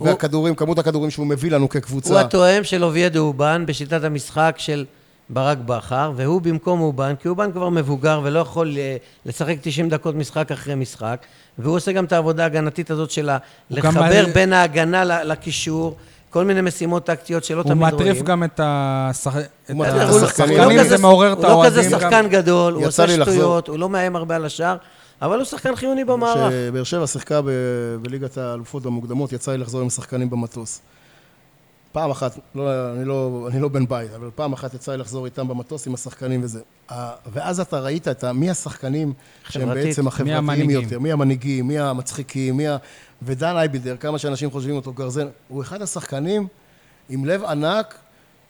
Speaker 2: והכדורים, כמות הכדורים שהוא מביא לנו
Speaker 3: הוא
Speaker 2: כקבוצה.
Speaker 3: התואם של אוביידו אובן בשיטת המשחק של ברק בכר, והוא במקום אובן, כי אובן כבר מבוגר ולא יכול אה, לשחק 90 דקות משחק אחרי משחק, והוא עושה גם את העבודה ההגנתית הזאת של ה-
Speaker 1: הוא גם
Speaker 3: לחבר
Speaker 1: מ-
Speaker 3: בין ההגנה ל- לקישור, כל מיני משימות טקטיות שלא
Speaker 1: הוא
Speaker 3: תמיד רואים. אה, לא-
Speaker 1: מטריף גם את השח- את
Speaker 2: מטריף את השחקנים.
Speaker 1: השחקנים,
Speaker 3: כזה-
Speaker 1: זה מעורר את
Speaker 3: הוא לא כזה
Speaker 1: האוהדים גם.
Speaker 3: שחקן גדול, הוא
Speaker 2: יצא
Speaker 3: עושה
Speaker 2: לי לחזור.
Speaker 3: שטויות, הוא לא מאיים הרבה על השאר, אבל הוא שחקן חיוני במערך.
Speaker 2: שבאר שבע שיחקה ב- בליגת האלופות במוקדמות, יצא לי לחזור עם שחקנים במטוס. פעם אחת, לא, אני, לא, אני לא בן בית, אבל פעם אחת יצא לי לחזור איתם במטוס עם השחקנים וזה. ה- ואז אתה ראית את ה- מי השחקנים שהם
Speaker 3: חברתית,
Speaker 2: בעצם
Speaker 3: מי
Speaker 2: החברתיים
Speaker 1: המנהיגים.
Speaker 2: יותר, מי המנהיגים, מי המצחיקים, מי ה... ודן אייבידר, כמה שאנשים חושבים אותו גרזן, הוא אחד השחקנים עם לב ענק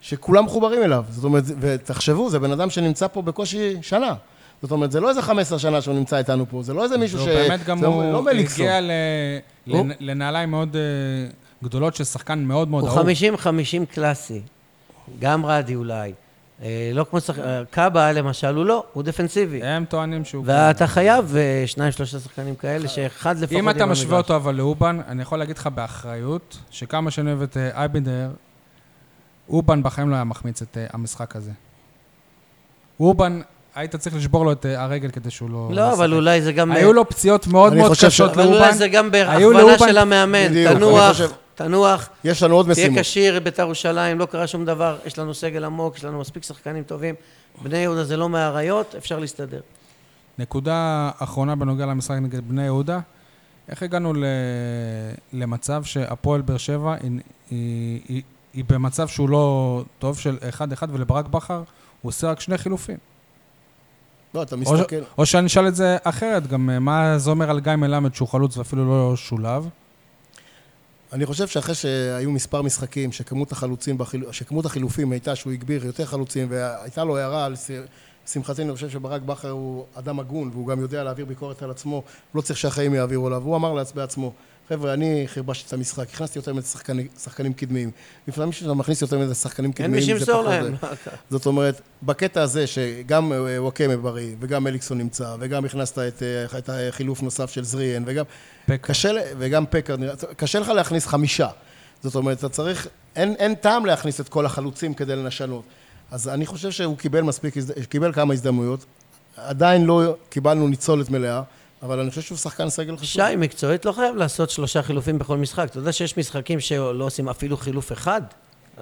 Speaker 2: שכולם מחוברים אליו. זאת אומרת, ותחשבו, זה בן אדם שנמצא פה בקושי שנה. זאת אומרת, זה לא איזה 15 שנה שהוא נמצא איתנו פה, זה לא איזה מישהו ש...
Speaker 1: הוא באמת גם
Speaker 2: זה לא
Speaker 1: הוא
Speaker 2: מליקסון.
Speaker 1: הגיע ל-
Speaker 3: הוא-
Speaker 1: לנ- לנעליים מאוד אה, גדולות של שחקן מאוד מאוד
Speaker 3: הוא
Speaker 1: אהוב.
Speaker 3: 50-50 קלאסי. גם רדי אולי. אה, לא כמו שחק... אה, קאבה למשל, הוא לא, הוא דפנסיבי.
Speaker 1: הם טוענים שהוא...
Speaker 3: ואתה חייב אה, שניים, שלושה שחקנים כאלה, שאחד לפחות...
Speaker 1: אה, אם
Speaker 3: עם
Speaker 1: אתה משווה
Speaker 3: המגרש.
Speaker 1: אותו אבל לאובן, אני יכול להגיד לך באחריות, שכמה שאני אוהב את אה, אייבנדר, אובן בחיים לא היה מחמיץ את אה, המשחק הזה. אובן, היית צריך לשבור לו את אה, הרגל כדי שהוא לא...
Speaker 3: לא, אבל
Speaker 1: ישחק.
Speaker 3: אולי זה גם... אה,
Speaker 1: היו לו פציעות מאוד
Speaker 2: אני
Speaker 1: מאוד
Speaker 2: חושב ש-
Speaker 1: קשות
Speaker 3: אבל
Speaker 1: לאובן.
Speaker 3: אולי זה גם
Speaker 1: היו
Speaker 3: בהכוונה
Speaker 1: לאובן-
Speaker 3: של המאמן.
Speaker 2: בדיוק, אני
Speaker 3: תנוח,
Speaker 2: חושב-
Speaker 3: תנוח,
Speaker 2: יש לנו עוד
Speaker 3: תהיה
Speaker 2: משימות.
Speaker 3: כשיר, בית"ר ירושלים, לא קרה שום דבר, יש לנו סגל עמוק, יש לנו מספיק שחקנים טובים. בני יהודה זה לא מהאריות, אפשר להסתדר.
Speaker 1: נקודה אחרונה בנוגע למשחק נגד בני יהודה. איך הגענו ל... למצב שהפועל באר שבע היא... היא... היא... היא במצב שהוא לא טוב של 1-1 ולברק בכר הוא עושה רק שני חילופים?
Speaker 2: לא, אתה
Speaker 1: או ש-
Speaker 2: מסתכל.
Speaker 1: או שאני אשאל את זה אחרת, גם אה, מה זה אומר על גיא מלמד שהוא חלוץ ואפילו לא שולב?
Speaker 2: אני חושב שאחרי שהיו מספר משחקים, שכמות החלוצים, בחיל- שכמות החילופים הייתה שהוא הגביר יותר חלוצים, והייתה לו הערה על... ס- לשמחתי, אני חושב שברק בכר הוא אדם הגון, והוא גם יודע להעביר ביקורת על עצמו, לא צריך שהחיים יעבירו עליו. הוא אמר לעצ- בעצמו, חבר'ה, אני חרבשתי את המשחק, הכנסתי יותר מדי שחקני- שחקנים קדמיים. לפעמים שאתה מכניס יותר מדי שחקנים
Speaker 3: אין
Speaker 2: קדמיים,
Speaker 3: מי
Speaker 2: זה
Speaker 3: שימסור
Speaker 2: פחות
Speaker 3: להם.
Speaker 2: זה. זאת אומרת, בקטע הזה שגם אה, וואקמה בריא, וגם אליקסון נמצא, וגם הכנסת את, אה, את החילוף נוסף של זריאן, וגם...
Speaker 1: פקארד.
Speaker 2: קשה, ל- וגם פקארד, נראה- קשה לך להכניס חמישה. זאת אומרת, אתה צריך... אין, אין טעם להכניס את כל החלוצים כדי לשנות. אז אני חושב שהוא קיבל מספיק, הזד- קיבל כמה הזדמנויות. עדיין לא קיבלנו ניצולת מלאה, אבל אני חושב שהוא שחקן סגל חשוב.
Speaker 3: שי, מקצועית לא חייב לעשות שלושה חילופים בכל משחק. אתה יודע שיש משחקים שלא עושים אפילו חילוף אחד?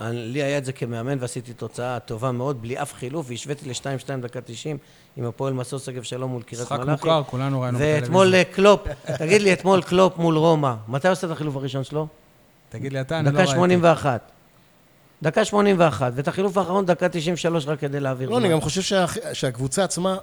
Speaker 3: אני- לי היה את זה כמאמן ועשיתי תוצאה טובה מאוד, בלי אף חילוף, והשוויתי לשתיים-שתיים דקה תשעים עם הפועל מסוס שגב שלום מול קריית
Speaker 1: משחק
Speaker 3: מלאכי.
Speaker 1: מוכר, כולנו ראינו
Speaker 3: ואתמול אה, קלופ, תגיד לי, אתמול קלופ מול רומא, מתי עושה את החילוף הראשון שלו?
Speaker 1: תגיד לי אתה, אני לא
Speaker 3: אה, דקה
Speaker 1: ראיתי.
Speaker 3: 81. דקה 81, ואת החילוף האחרון דקה 93 רק כדי להעביר.
Speaker 2: לא, אני
Speaker 3: זמן.
Speaker 2: גם חושב שהח- שהקבוצה עצמה,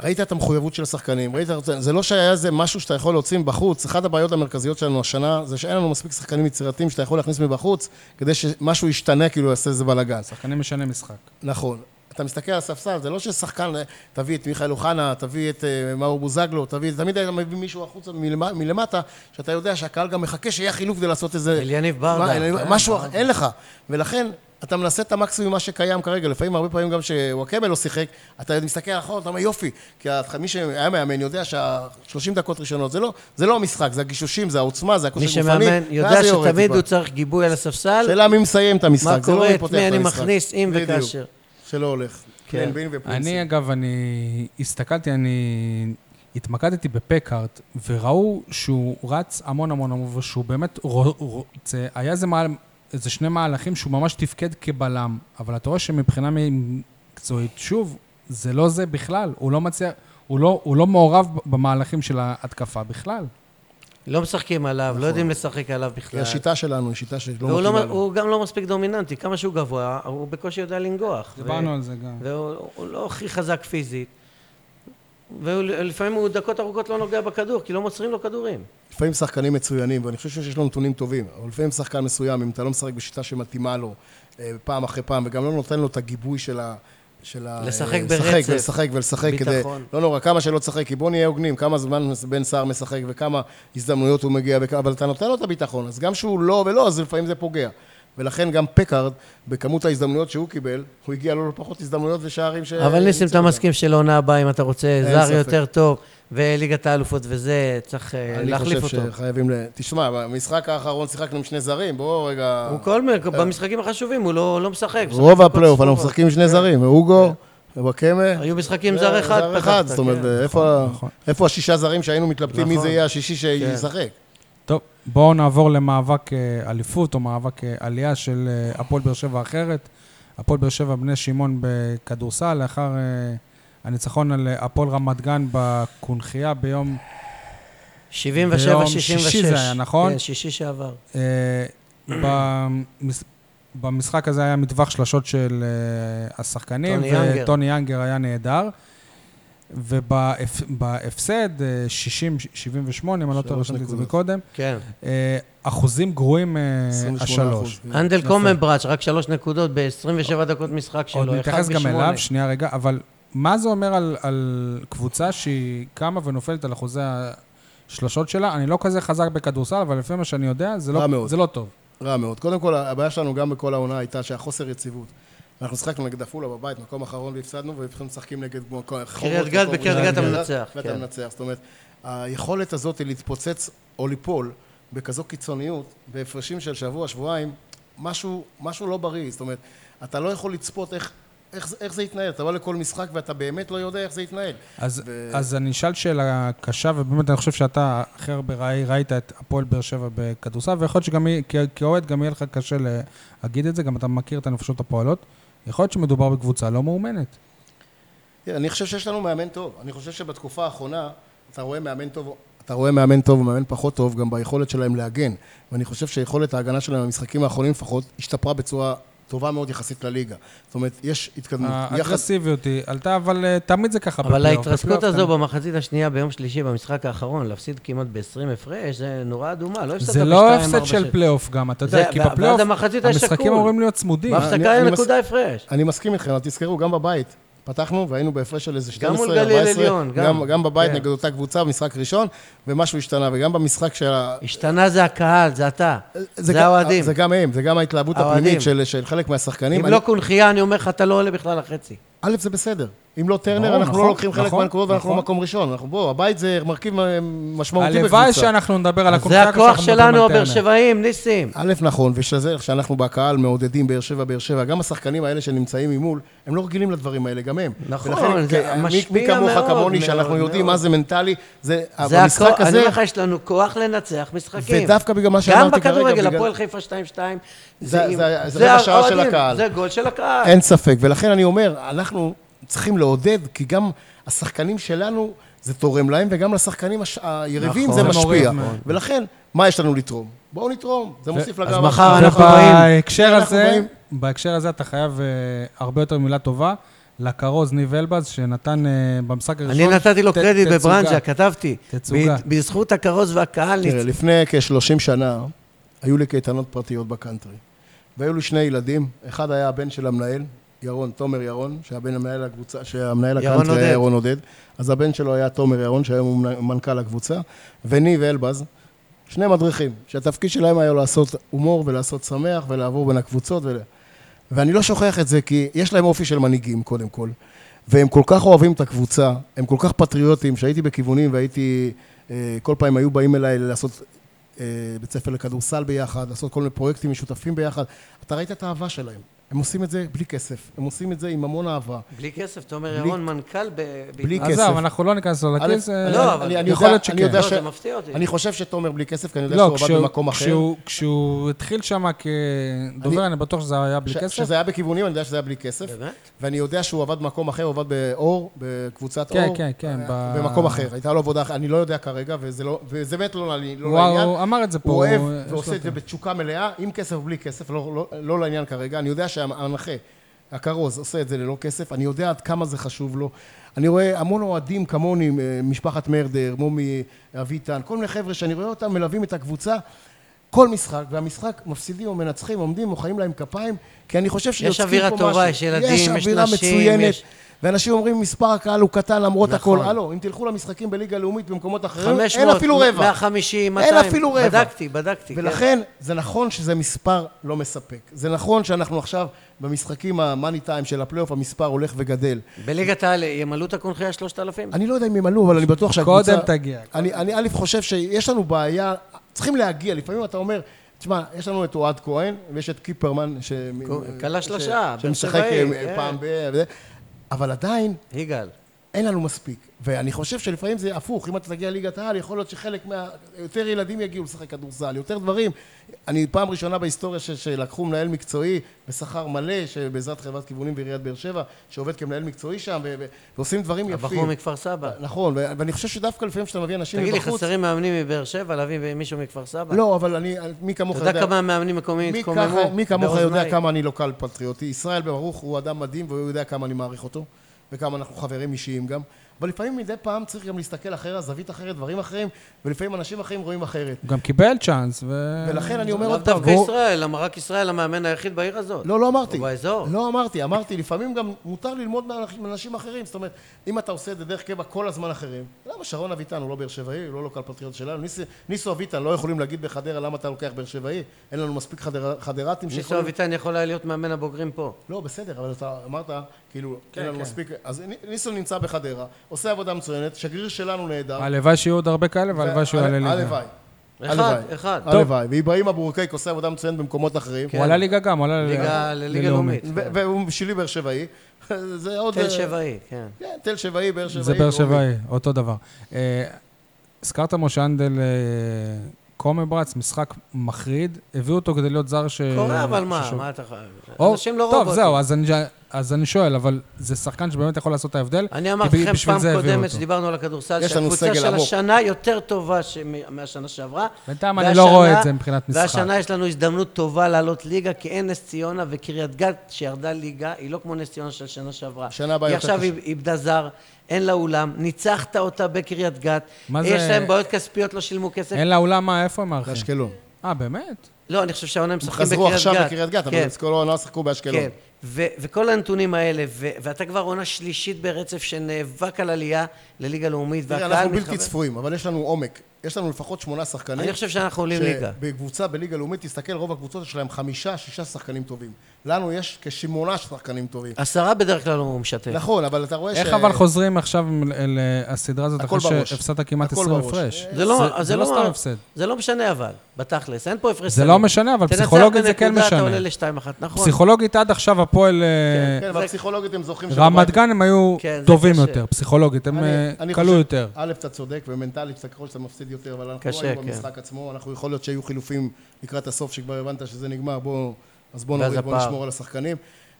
Speaker 2: ראית את המחויבות של השחקנים, ראית... את- זה לא שהיה איזה משהו שאתה יכול להוציא מבחוץ, אחת הבעיות המרכזיות שלנו השנה זה שאין לנו מספיק שחקנים יצירתיים שאתה יכול להכניס מבחוץ, כדי שמשהו ישתנה, כאילו יעשה איזה בלאגן.
Speaker 1: שחקנים משנה משחק.
Speaker 2: נכון. אתה מסתכל על הספסל, זה לא ששחקן, אה, תביא את מיכאל אוחנה, תביא את אה, מאור בוזגלו, תביא, תמיד היית מביא מישהו החוצה מלמ- מלמטה, שאתה יודע שהקהל גם מחכה שיהיה חילוף כדי לעשות איזה...
Speaker 3: אליניב
Speaker 2: מה,
Speaker 3: ברדה.
Speaker 2: אין- משהו אחר, אין לך. ולכן, אתה מנסה את המקסימום ממה שקיים כרגע. לפעמים, הרבה פעמים גם שוואקמה לא שיחק, אתה מסתכל אחורה, אתה אומר יופי. כי ה- מי שהיה מאמן יודע שה-30 דקות ראשונות, זה לא, זה לא המשחק, זה הגישושים, זה העוצמה, זה
Speaker 3: מי
Speaker 2: הכושר גופני,
Speaker 3: שמאמן יודע
Speaker 2: ואז זה יורד
Speaker 3: שתמיד
Speaker 2: טיפה.
Speaker 3: הוא צריך גיבוי על הספסל.
Speaker 2: שאלה מי מסיים את המשחק,
Speaker 3: מה
Speaker 2: זה לא
Speaker 3: קורה,
Speaker 2: מי
Speaker 3: את
Speaker 2: פותח
Speaker 3: מי
Speaker 2: את
Speaker 3: אני
Speaker 2: המשחק.
Speaker 3: מכניס, אם
Speaker 2: בדיוק.
Speaker 3: וכאשר.
Speaker 2: שלא הולך.
Speaker 3: כן.
Speaker 2: כן, בין ופונסי.
Speaker 1: אני, אגב, אני הסתכלתי, אני התמקדתי בפקארט, וראו שהוא רץ המון המון המון, ושהוא באמת רוצה, היה איזה מהל... איזה שני מהלכים שהוא ממש תפקד כבלם, אבל אתה רואה שמבחינה מקצועית, שוב, זה לא זה בכלל, הוא לא מצליח, הוא לא, הוא לא מעורב במהלכים של ההתקפה בכלל.
Speaker 3: לא משחקים עליו,
Speaker 2: נכון.
Speaker 3: לא יודעים לשחק עליו
Speaker 2: כי
Speaker 3: בכלל.
Speaker 2: השיטה שלנו היא שיטה שלא
Speaker 3: והוא לא-
Speaker 2: מתאימה לנו.
Speaker 3: הוא גם לא מספיק דומיננטי, כמה שהוא גבוה, הוא בקושי יודע לנגוח. ו-
Speaker 1: דיברנו על זה גם.
Speaker 3: והוא הוא לא הכי חזק פיזית. ולפעמים הוא דקות ארוכות לא נוגע בכדור, כי לא מוסרים לו כדורים.
Speaker 2: לפעמים שחקנים מצוינים, ואני חושב שיש לנו נתונים טובים, אבל לפעמים שחקן מסוים, אם אתה לא משחק בשיטה שמתאימה לו אה, פעם אחרי פעם, וגם לא נותן לו את הגיבוי של ה... של ה...
Speaker 3: לשחק
Speaker 2: אה,
Speaker 3: ברצף.
Speaker 2: ולשחק ולשחק כדי...
Speaker 3: ביטחון.
Speaker 2: לא נורא, כמה שלא תשחק, כי בוא נהיה הוגנים, כמה זמן בן סער משחק וכמה הזדמנויות הוא מגיע, וכ- אבל אתה נותן לו את הביטחון, אז גם שהוא לא ולא, אז לפעמים זה פוגע. ולכן גם פקארד, בכמות ההזדמנויות שהוא קיבל, הוא הגיע לו לפחות הזדמנויות ושערים ש...
Speaker 3: אבל ניסים, אתה מסכים שלעונה הבאה, אם אתה רוצה
Speaker 2: אין
Speaker 3: זר
Speaker 2: ספק.
Speaker 3: יותר טוב, וליגת האלופות וזה, צריך אה, להחליף
Speaker 2: אני
Speaker 3: אותו.
Speaker 2: חושב שחייבים ל... תשמע, במשחק האחרון שיחקנו עם שני זרים, בואו רגע...
Speaker 3: הוא כל מיני, במשחקים החשובים הוא לא לא משחק. משחק
Speaker 2: רוב
Speaker 3: דקות
Speaker 2: הפלייאוף, לא אנחנו
Speaker 3: ספורות.
Speaker 2: משחקים עם שני זרים, ואוגו, וואקמה.
Speaker 3: היו משחקים כן. זר אחד,
Speaker 2: זר אחד,
Speaker 3: פתחת,
Speaker 2: זאת אומרת, אה,
Speaker 3: כן.
Speaker 2: איפה ה-
Speaker 1: נכון.
Speaker 2: איפה השישה זרים שהיינו מתלבטים מי
Speaker 3: נכון.
Speaker 2: זה יהיה השישי שישחק?
Speaker 1: אה, טוב, בואו נעבור למאבק אה, אליפות או מאבק אה, עלייה של אה, הפועל באר שבע אחרת. הפועל באר שבע בני שמעון בכדורסל, לאחר אה, הניצחון על אה, הפועל רמת גן בקונכייה ביום...
Speaker 3: 77,
Speaker 1: ביום
Speaker 3: 66.
Speaker 1: שישי זה היה, נכון?
Speaker 3: כן, שישי שעבר.
Speaker 1: אה, במס- במשחק הזה היה מטווח שלשות של אה, השחקנים,
Speaker 3: טוני יאנגר.
Speaker 1: וטוני יאנגר היה נהדר. ובהפסד, 60-78, אם אני לא טועה,
Speaker 2: שלוש
Speaker 1: רשמתי את זה
Speaker 2: נקודות.
Speaker 1: מקודם,
Speaker 3: כן.
Speaker 1: אה, אחוזים גרועים אה,
Speaker 2: 28%.
Speaker 1: השלוש. אה,
Speaker 3: אנדל קומנבראץ', רק שלוש נקודות ב-27 דקות משחק שלו,
Speaker 1: עוד
Speaker 3: אחד
Speaker 1: נתייחס גם
Speaker 3: בשמונה.
Speaker 1: אליו, שנייה רגע, אבל מה זה אומר על, על קבוצה שהיא קמה ונופלת על אחוזי השלשות שלה? אני לא כזה חזק בכדורסל, אבל לפי מה שאני יודע, זה
Speaker 2: רע
Speaker 1: לא,
Speaker 2: מאוד.
Speaker 1: זה לא טוב.
Speaker 2: רע מאוד. קודם כל, הבעיה שלנו גם בכל העונה הייתה שהחוסר יציבות. אנחנו שיחקנו נגד עפולה בבית, מקום אחרון והפסדנו, ואנחנו משחקים נגד כמו- חומות,
Speaker 3: גת,
Speaker 2: מקום
Speaker 3: בקריית
Speaker 2: ראשון.
Speaker 3: גת אתה מנצח,
Speaker 2: ואתה
Speaker 3: כן.
Speaker 2: מנצח. זאת אומרת, היכולת הזאת היא להתפוצץ או ליפול בכזו קיצוניות, בהפרשים של שבוע, שבועיים, משהו, משהו לא בריא. זאת אומרת, אתה לא יכול לצפות איך, איך, זה- איך זה יתנהל. אתה בא לכל משחק ואתה באמת לא יודע איך זה יתנהל.
Speaker 1: אז,
Speaker 2: ו-
Speaker 1: אז אני אשאל שאלה קשה, ובאמת אני חושב שאתה הכי הרבה ראי- ראית את הפועל באר שבע בכדורסל, ויכול להיות שגם יהיה- כ- כאוהד גם יהיה לך קשה להגיד את זה, גם אתה מכיר את הנפשות הפועלות. יכול להיות שמדובר בקבוצה לא מאומנת.
Speaker 2: תראה, אני חושב שיש לנו מאמן טוב. אני חושב שבתקופה האחרונה אתה רואה מאמן טוב, אתה רואה מאמן טוב ומאמן פחות טוב גם ביכולת שלהם להגן. ואני חושב שיכולת ההגנה שלהם במשחקים האחרונים לפחות השתפרה בצורה טובה מאוד יחסית לליגה. זאת אומרת, יש התקדמות.
Speaker 1: אה,
Speaker 2: יחס...
Speaker 1: האגרסיביות היא עלתה, אבל אה, תמיד זה ככה.
Speaker 3: אבל
Speaker 1: בפלייאוף.
Speaker 3: ההתרסקות
Speaker 1: בפלייאוף כן.
Speaker 3: הזו
Speaker 1: אתה-
Speaker 3: במחצית השנייה ביום שלישי במשחק האחרון, להפסיד כמעט ב-20 הפרש, זה נורא אדומה, לא הפסדת
Speaker 1: זה
Speaker 3: ב-2-4-6.
Speaker 1: לא הפסד של פלייאוף גם, אתה
Speaker 3: זה-
Speaker 1: יודע, כי
Speaker 3: ועד
Speaker 1: בפלייאוף
Speaker 3: המחצית היה שקול.
Speaker 1: המשחקים אמורים להיות צמודים.
Speaker 3: בהפסקה
Speaker 2: אני-
Speaker 3: היה
Speaker 2: אני
Speaker 3: נקודה הפרש.
Speaker 2: אני מסכים איתכם, אבל תזכרו, גם בבית. פתחנו והיינו בהפרש של איזה 12-14,
Speaker 3: גם מול גליל עליון, גם.
Speaker 2: גם, גם בבית
Speaker 3: כן.
Speaker 2: נגד אותה קבוצה במשחק ראשון, ומשהו השתנה, וגם במשחק של ה...
Speaker 3: השתנה זה הקהל, זה אתה,
Speaker 2: גם-
Speaker 3: זה האוהדים.
Speaker 2: זה גם הם, זה גם ההתלהבות
Speaker 3: האוהדים.
Speaker 2: הפנימית של, של חלק מהשחקנים.
Speaker 3: אם
Speaker 2: אני-
Speaker 3: לא קונכייה, אני אומר לך, אתה לא עולה בכלל לחצי.
Speaker 2: א', זה בסדר. אם לא טרנר,
Speaker 1: ברור,
Speaker 2: אנחנו
Speaker 1: נכון,
Speaker 2: לא לוקחים חלק
Speaker 1: נכון,
Speaker 2: מהנקודות ואנחנו
Speaker 1: נכון.
Speaker 2: לא מקום ראשון. אנחנו בואו, הבית זה מרכיב אה, משמעותי בקבוצה.
Speaker 1: הלוואי שאנחנו נדבר על
Speaker 3: אז זה
Speaker 1: הקונצרט
Speaker 3: הכוח
Speaker 1: שאנחנו מדברים
Speaker 3: שלנו,
Speaker 1: על
Speaker 3: הבאר
Speaker 1: טרנר.
Speaker 3: שבעים, ניסים.
Speaker 2: א', נכון, ושזה שאנחנו בקהל מעודדים באר שבע, באר שבע, גם השחקנים האלה שנמצאים ממול, הם לא רגילים לדברים האלה, גם הם.
Speaker 3: נכון,
Speaker 2: ולכן,
Speaker 3: זה
Speaker 2: כ- מי-
Speaker 3: משפיע
Speaker 2: מי
Speaker 3: מאוד,
Speaker 2: כמוך, כמוני, שאנחנו
Speaker 3: מאוד,
Speaker 2: יודעים
Speaker 3: מאוד.
Speaker 2: מה זה מנטלי, זה...
Speaker 3: זה הכוח,
Speaker 2: במשחק
Speaker 3: אני
Speaker 2: הזה,
Speaker 3: אומר לך, יש לנו כוח לנצח משחקים.
Speaker 2: ודווקא בגלל מה שאמרתי
Speaker 3: גם
Speaker 2: כרגע,
Speaker 3: בכדורגל,
Speaker 2: בגלל-
Speaker 3: הפועל חיפה 2-2.
Speaker 2: זה-
Speaker 3: עם-
Speaker 2: זה- זה רבע שעה של
Speaker 3: האוהדים,
Speaker 2: הקהל.
Speaker 3: זה גול של הקהל.
Speaker 2: אין ספק. ולכן אני אומר, אנחנו צריכים לעודד, כי גם השחקנים שלנו, זה תורם להם, וגם לשחקנים הש- היריבים
Speaker 3: נכון,
Speaker 2: זה
Speaker 1: זה
Speaker 2: משפיע.
Speaker 1: מוריד מאוד.
Speaker 2: ולכן, מה יש לנו לתרום? בואו נתרום, זה מוסיף לגב.
Speaker 3: מחר
Speaker 2: השחקנים.
Speaker 3: אנחנו באים.
Speaker 1: ובהקשר
Speaker 2: אנחנו
Speaker 1: הזה,
Speaker 2: באים.
Speaker 1: בהקשר הזה אתה חייב אה, הרבה יותר מילה טובה לכרוז ניב אלבז, שנתן אה, במשחק הראשון...
Speaker 3: אני נתתי לו
Speaker 1: ת-
Speaker 3: קרדיט
Speaker 1: תצוגה.
Speaker 3: בברנז'ה, כתבתי.
Speaker 1: תצוגה.
Speaker 3: ב- בזכות הכרוז והקהל
Speaker 2: תראה,
Speaker 3: ניצח.
Speaker 2: לפני כ-30 שנה, היו לי קייטנות פרטיות בקאנטרי. והיו לי שני ילדים, אחד היה הבן של המנהל, ירון, תומר ירון, שהיה בן המנהל הקבוצה, שהמנהל
Speaker 3: ירון
Speaker 2: הקאנטרי היה
Speaker 3: עודד.
Speaker 2: ירון עודד. אז הבן שלו היה תומר ירון, שהיום הוא מנ- מנכ"ל הקבוצה, וניב אלבז, שני מדריכים, שהתפקיד שלהם היה לעשות הומור ולעשות שמח ולעבור בין הקבוצות. ול... ואני לא שוכח את זה, כי יש להם אופי של מנהיגים, קודם כל. והם כל כך אוהבים את הקבוצה, הם כל כך פטריוטים, שהייתי בכיוונים והייתי... אה, כל פעם היו באים אליי לעשות אה, בית ספר לכדורסל ביחד, לעשות כל מיני פרויקטים משותפים ביחד. אתה ראית את האהבה שלהם. הם עושים את זה בלי כסף, הם עושים את זה עם המון אהבה.
Speaker 3: בלי כסף, תומר
Speaker 2: בלי-
Speaker 3: ירון, מנכ"ל ב...
Speaker 2: בלי
Speaker 3: ב-
Speaker 2: כסף.
Speaker 1: עזוב, אנחנו לא ניכנס לו
Speaker 2: א',
Speaker 1: לכיס. אה,
Speaker 3: לא, אבל-
Speaker 1: יכול
Speaker 2: אני יודע-
Speaker 1: להיות שכן.
Speaker 2: אני יודע
Speaker 3: לא,
Speaker 2: ש-
Speaker 3: זה מפתיע אותי.
Speaker 2: אני חושב שתומר בלי כסף, כי אני יודע
Speaker 1: לא,
Speaker 2: שהוא עבד
Speaker 1: כשהוא-
Speaker 2: במקום אחר.
Speaker 1: כשהוא- כשהוא התחיל שם כדובר, אני בטוח שזה היה בלי
Speaker 2: ש-
Speaker 1: כסף.
Speaker 2: שזה היה בכיוונים, אני יודע שזה היה בלי כסף.
Speaker 3: באמת?
Speaker 2: ואני יודע שהוא עבד במקום אחר, הוא עבד באור, בקבוצת
Speaker 1: כן,
Speaker 2: אור.
Speaker 1: כן, כן,
Speaker 2: אה,
Speaker 1: ב-
Speaker 2: במקום אחר. הייתה לו עבודה אחרת, אני לא יודע כרגע, וזה לא- וזה באמת לא לעניין.
Speaker 1: הוא הוא אמר את זה פה.
Speaker 2: הוא אוהב
Speaker 1: יש לו
Speaker 2: ועושה את זה בתשוקה מלאה, עם כסף או בלי כסף, לא, לא, לא לעניין כרגע. אני יודע שהמנחה, הכרוז, עושה את זה ללא כסף, אני יודע עד כמה זה חשוב לו. אני רואה המון אוהדים כמוני, אה, משפחת מרדר, מומי אביטן, כל מיני חבר'ה שאני רואה אותם מלווים את הקבוצה. כל משחק, והמשחק מפסידים או מנצחים, עומדים, מוחאים להם כפיים, כי אני חושב שיוצקים פה משהו.
Speaker 3: אווירה טובה, יש ילדים, יש
Speaker 2: אווירה
Speaker 3: נשים,
Speaker 2: מצוינת,
Speaker 3: יש-
Speaker 2: ואנשים אומרים, מספר הקהל הוא קטן למרות
Speaker 3: נכון.
Speaker 2: הכל. הלו, אם תלכו למשחקים בליגה לאומית במקומות אחרים,
Speaker 3: 500,
Speaker 2: אה? אין אפילו רבע.
Speaker 3: 150, 200.
Speaker 2: אין אפילו רבע.
Speaker 3: בדקתי, בדקתי. כן.
Speaker 2: ולכן, זה נכון שזה מספר לא מספק. זה נכון שאנחנו עכשיו במשחקים המאני טיים של הפלייאוף, המספר הולך וגדל.
Speaker 3: בליגת העל ימלאו את הקונחייה 3,000?
Speaker 2: אני לא יודע אם ימלאו, אבל אני בטוח שהקבוצה...
Speaker 1: קודם תגיע.
Speaker 2: אני, אני א' חושב שיש לנו בעיה, צריכים להגיע. לפעמים אתה אומר, תשמע, יש לנו את אוהד כהן, ויש את קיפרמן, ש...
Speaker 3: כלה
Speaker 2: ש-
Speaker 3: שלושה, באר
Speaker 2: שמשחק
Speaker 3: שבעי,
Speaker 2: אה,
Speaker 3: כן.
Speaker 2: פעם ב... וזה. אבל עדיין,
Speaker 3: יגאל.
Speaker 2: אין לנו מספיק. ואני חושב שלפעמים זה הפוך, אם אתה תגיע לליגת העל, יכול להיות שחלק מה... יותר ילדים יגיעו לשחק כדורסל, יותר דברים. אני פעם ראשונה בהיסטוריה ש... שלקחו מנהל מקצועי בשכר מלא, שבעזרת חברת כיוונים בעיריית באר שבע, שעובד כמנהל מקצועי שם, ו... ו... ועושים דברים יפים.
Speaker 3: הבחור מכפר סבא.
Speaker 2: נכון, ו... ואני חושב שדווקא לפעמים כשאתה מביא אנשים
Speaker 3: תגיד לי,
Speaker 2: מבחוץ...
Speaker 3: חסרים מאמנים מבאר שבע להביא מישהו מכפר סבא?
Speaker 2: לא, אבל אני... מי כמוך
Speaker 3: אתה יודע כמה מאמנים מקומיים
Speaker 2: מי
Speaker 3: התקוממו?
Speaker 2: ככה- מי כמוך יודע
Speaker 3: באוזניי.
Speaker 2: כמה אני לוקל פטריוטי. ישראל ברוך הוא אדם מדהים והוא יודע כמה אני מעריך אותו, וכמה אנחנו חברים אישיים גם. אבל לפעמים מדי פעם צריך גם להסתכל אחרת, זווית אחרת, דברים אחרים, ולפעמים אנשים אחרים רואים אחרת.
Speaker 1: הוא גם קיבל צ'אנס, ו...
Speaker 2: ולכן אני אומר
Speaker 3: לאו
Speaker 2: עוד פעם...
Speaker 3: דווקא
Speaker 2: בוא-
Speaker 3: ישראל, למה רק ישראל המאמן היחיד בעיר הזאת?
Speaker 2: לא, לא אמרתי.
Speaker 3: או באזור.
Speaker 2: לא אמרתי, אמרתי, לפעמים גם מותר ללמוד מאנ- מאנשים אחרים. זאת אומרת, אם אתה עושה את זה דרך קבע כל הזמן אחרים, למה שרון אביטן הוא לא באר שבעי, הוא לא לוקל פטריוט שלנו? ניסו, ניסו אביטן, לא יכולים להגיד בחדרה למה אתה לוקח באר שבעי? אין לנו מספיק חדר, חדרתים
Speaker 3: ניסו אביטן יכול היה להיות מאמן הבוגרים פה.
Speaker 2: לא, בסדר, אבל אתה אמרת, כאילו,
Speaker 3: כן,
Speaker 2: אין לנו מספיק... אז נ- ניסו נמצא בחדרה, עושה עבודה מצוינת, שגריר שלנו נהדר. אה,
Speaker 1: הלוואי שיהיו עוד הרבה כאלה, והלוואי שהוא יעלה ליגה.
Speaker 2: הלוואי.
Speaker 3: אחד, אחד.
Speaker 1: טוב.
Speaker 2: הלוואי. אה, ואיברהים אבו רקייק עושה עבודה מצוינת במקומות אחרים.
Speaker 1: כן. הוא עלה ליגה גם, הוא עלה
Speaker 3: כן. ליגה- לליגה לאומית.
Speaker 2: אה, ו- והוא שלי באר שבעי. זה עוד...
Speaker 3: תל שבעי, כן.
Speaker 2: כן, תל שבעי, באר שבעי.
Speaker 1: זה באר
Speaker 2: דרומי.
Speaker 1: שבעי, אותו דבר. אה, הזכרת משה אנדל אה, קומברץ, משחק מחריד, הביאו אותו כדי להיות זר ש...
Speaker 2: אה,
Speaker 3: קורה, אבל מה,
Speaker 1: ששוב.
Speaker 3: מה אתה חייב?
Speaker 1: או,
Speaker 3: אנשים לא
Speaker 1: טוב,
Speaker 3: רובוטים.
Speaker 1: זהו, אז אני- אז אני שואל, אבל זה שחקן שבאמת יכול לעשות את ההבדל?
Speaker 3: אני
Speaker 1: כי
Speaker 3: אמרתי
Speaker 1: ב-
Speaker 3: לכם
Speaker 1: בשביל
Speaker 3: פעם
Speaker 1: זה הביאו
Speaker 3: קודמת
Speaker 1: אותו.
Speaker 3: שדיברנו על הכדורסל,
Speaker 2: יש לנו
Speaker 3: שהקבוצה
Speaker 2: סגל
Speaker 3: של
Speaker 2: עמוק.
Speaker 3: השנה יותר טובה ש- מהשנה שעברה.
Speaker 1: בינתיים אני
Speaker 3: והשנה-
Speaker 1: לא רואה את זה מבחינת משחק.
Speaker 3: והשנה יש לנו הזדמנות טובה לעלות ליגה, כי אין נס ציונה וקריית גת שירדה ליגה, היא לא כמו נס ציונה של שנה שעברה.
Speaker 2: שנה הבאה
Speaker 3: היא
Speaker 2: יותר
Speaker 3: עכשיו
Speaker 2: קשה.
Speaker 3: איב- איבדה זר, אין לה אולם, ניצחת אותה בקריית גת.
Speaker 1: מה
Speaker 3: יש
Speaker 1: זה-
Speaker 3: להם בעיות כספיות, לא שילמו כסף.
Speaker 1: אין לה אולם, מה, איפה הם מארחים?
Speaker 2: באשקלון.
Speaker 1: אה, באמת?
Speaker 3: לא, אני חושב שהעונה הם משחקים בקריית גת.
Speaker 2: חזרו עכשיו לקריית גת, אבל לא
Speaker 3: כן.
Speaker 2: הם כל העונה שיחקו באשקלון.
Speaker 3: כן, ו- וכל הנתונים האלה, ו- ואתה כבר עונה שלישית ברצף שנאבק על עלייה לליגה לאומית,
Speaker 2: תראה,
Speaker 3: והקהל
Speaker 2: אנחנו
Speaker 3: מתחבר.
Speaker 2: בלתי צפויים, אבל יש לנו עומק. יש לנו לפחות שמונה שחקנים.
Speaker 3: אני חושב שאנחנו עולים ליגה.
Speaker 2: שבקבוצה בליגה לאומית, תסתכל, רוב הקבוצות יש להם חמישה, שישה שחקנים טובים. לנו יש כשמונה שחקנים טובים.
Speaker 3: עשרה בדרך כלל הוא משתף.
Speaker 2: נכון, אבל אתה רואה ש...
Speaker 1: אה. איך אבל חוזרים עכשיו לסדרה הזאת,
Speaker 2: הכל
Speaker 1: אחרי
Speaker 2: בראש.
Speaker 1: שהפסדת כמעט
Speaker 2: הכל
Speaker 1: 20
Speaker 2: בראש.
Speaker 1: הפרש?
Speaker 3: זה לא, זה,
Speaker 1: זה לא סתם הפסד.
Speaker 3: זה לא משנה אבל, בתכלס, אין פה הפרש.
Speaker 1: זה
Speaker 3: סלים.
Speaker 1: לא משנה, אבל
Speaker 3: תנצח
Speaker 1: פסיכולוגית זה כן
Speaker 3: בנקודה,
Speaker 1: משנה.
Speaker 3: אתה עולה לשתיים אחת, נכון.
Speaker 1: פסיכולוגית עד עכשיו הפועל... אה,
Speaker 2: כן, אבל פסיכולוגית הם זוכרים...
Speaker 1: רמת
Speaker 2: שבבית-
Speaker 1: גן הם היו
Speaker 3: כן, זה
Speaker 1: טובים
Speaker 3: קשה.
Speaker 1: יותר, פסיכולוגית, הם
Speaker 2: אני-
Speaker 1: אה,
Speaker 2: אני
Speaker 1: כלו
Speaker 2: חושב-
Speaker 1: יותר.
Speaker 2: א', אתה צודק, ומנטלית, אתה ככל שאתה מפסיד יותר, אבל אנחנו לא
Speaker 3: קשה,
Speaker 2: היינו
Speaker 3: כן.
Speaker 2: במשחק עצמו, אנחנו יכול להיות שהיו חילופים לקראת הסוף, שכבר הבנת שזה נגמר, בוא, אז בוא
Speaker 3: ואז
Speaker 2: נוריד, בוא
Speaker 3: הפער.
Speaker 2: נשמור על השחקנים,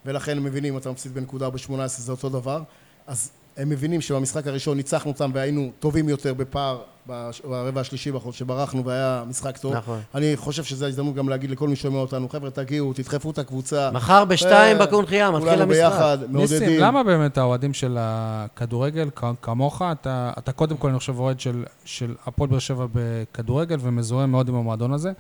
Speaker 2: ולכן הם מבינים, אתה מפסיד בנקודה ב-18, זה אותו דבר, אז הם מבינים שבמשחק הראשון ניצחנו אותם והיינו טובים יותר בפער. בש- ברבע השלישי בחוד שברחנו והיה משחק טוב.
Speaker 3: נכון.
Speaker 2: אני חושב שזו ההזדמנות גם להגיד לכל מי שומע אותנו, חבר'ה, תגיעו, תדחפו את הקבוצה.
Speaker 3: מחר בשתיים
Speaker 2: אה,
Speaker 3: בקונחייה, מתחיל
Speaker 2: כולנו
Speaker 3: המשחק.
Speaker 2: ביחד,
Speaker 1: ניסים,
Speaker 2: מעודדים.
Speaker 1: למה באמת האוהדים של הכדורגל כ- כמוך, אתה, אתה קודם כל, אני חושב, אוהד של, של הפועל באר שבע בכדורגל ומזוהה מאוד עם המועדון הזה,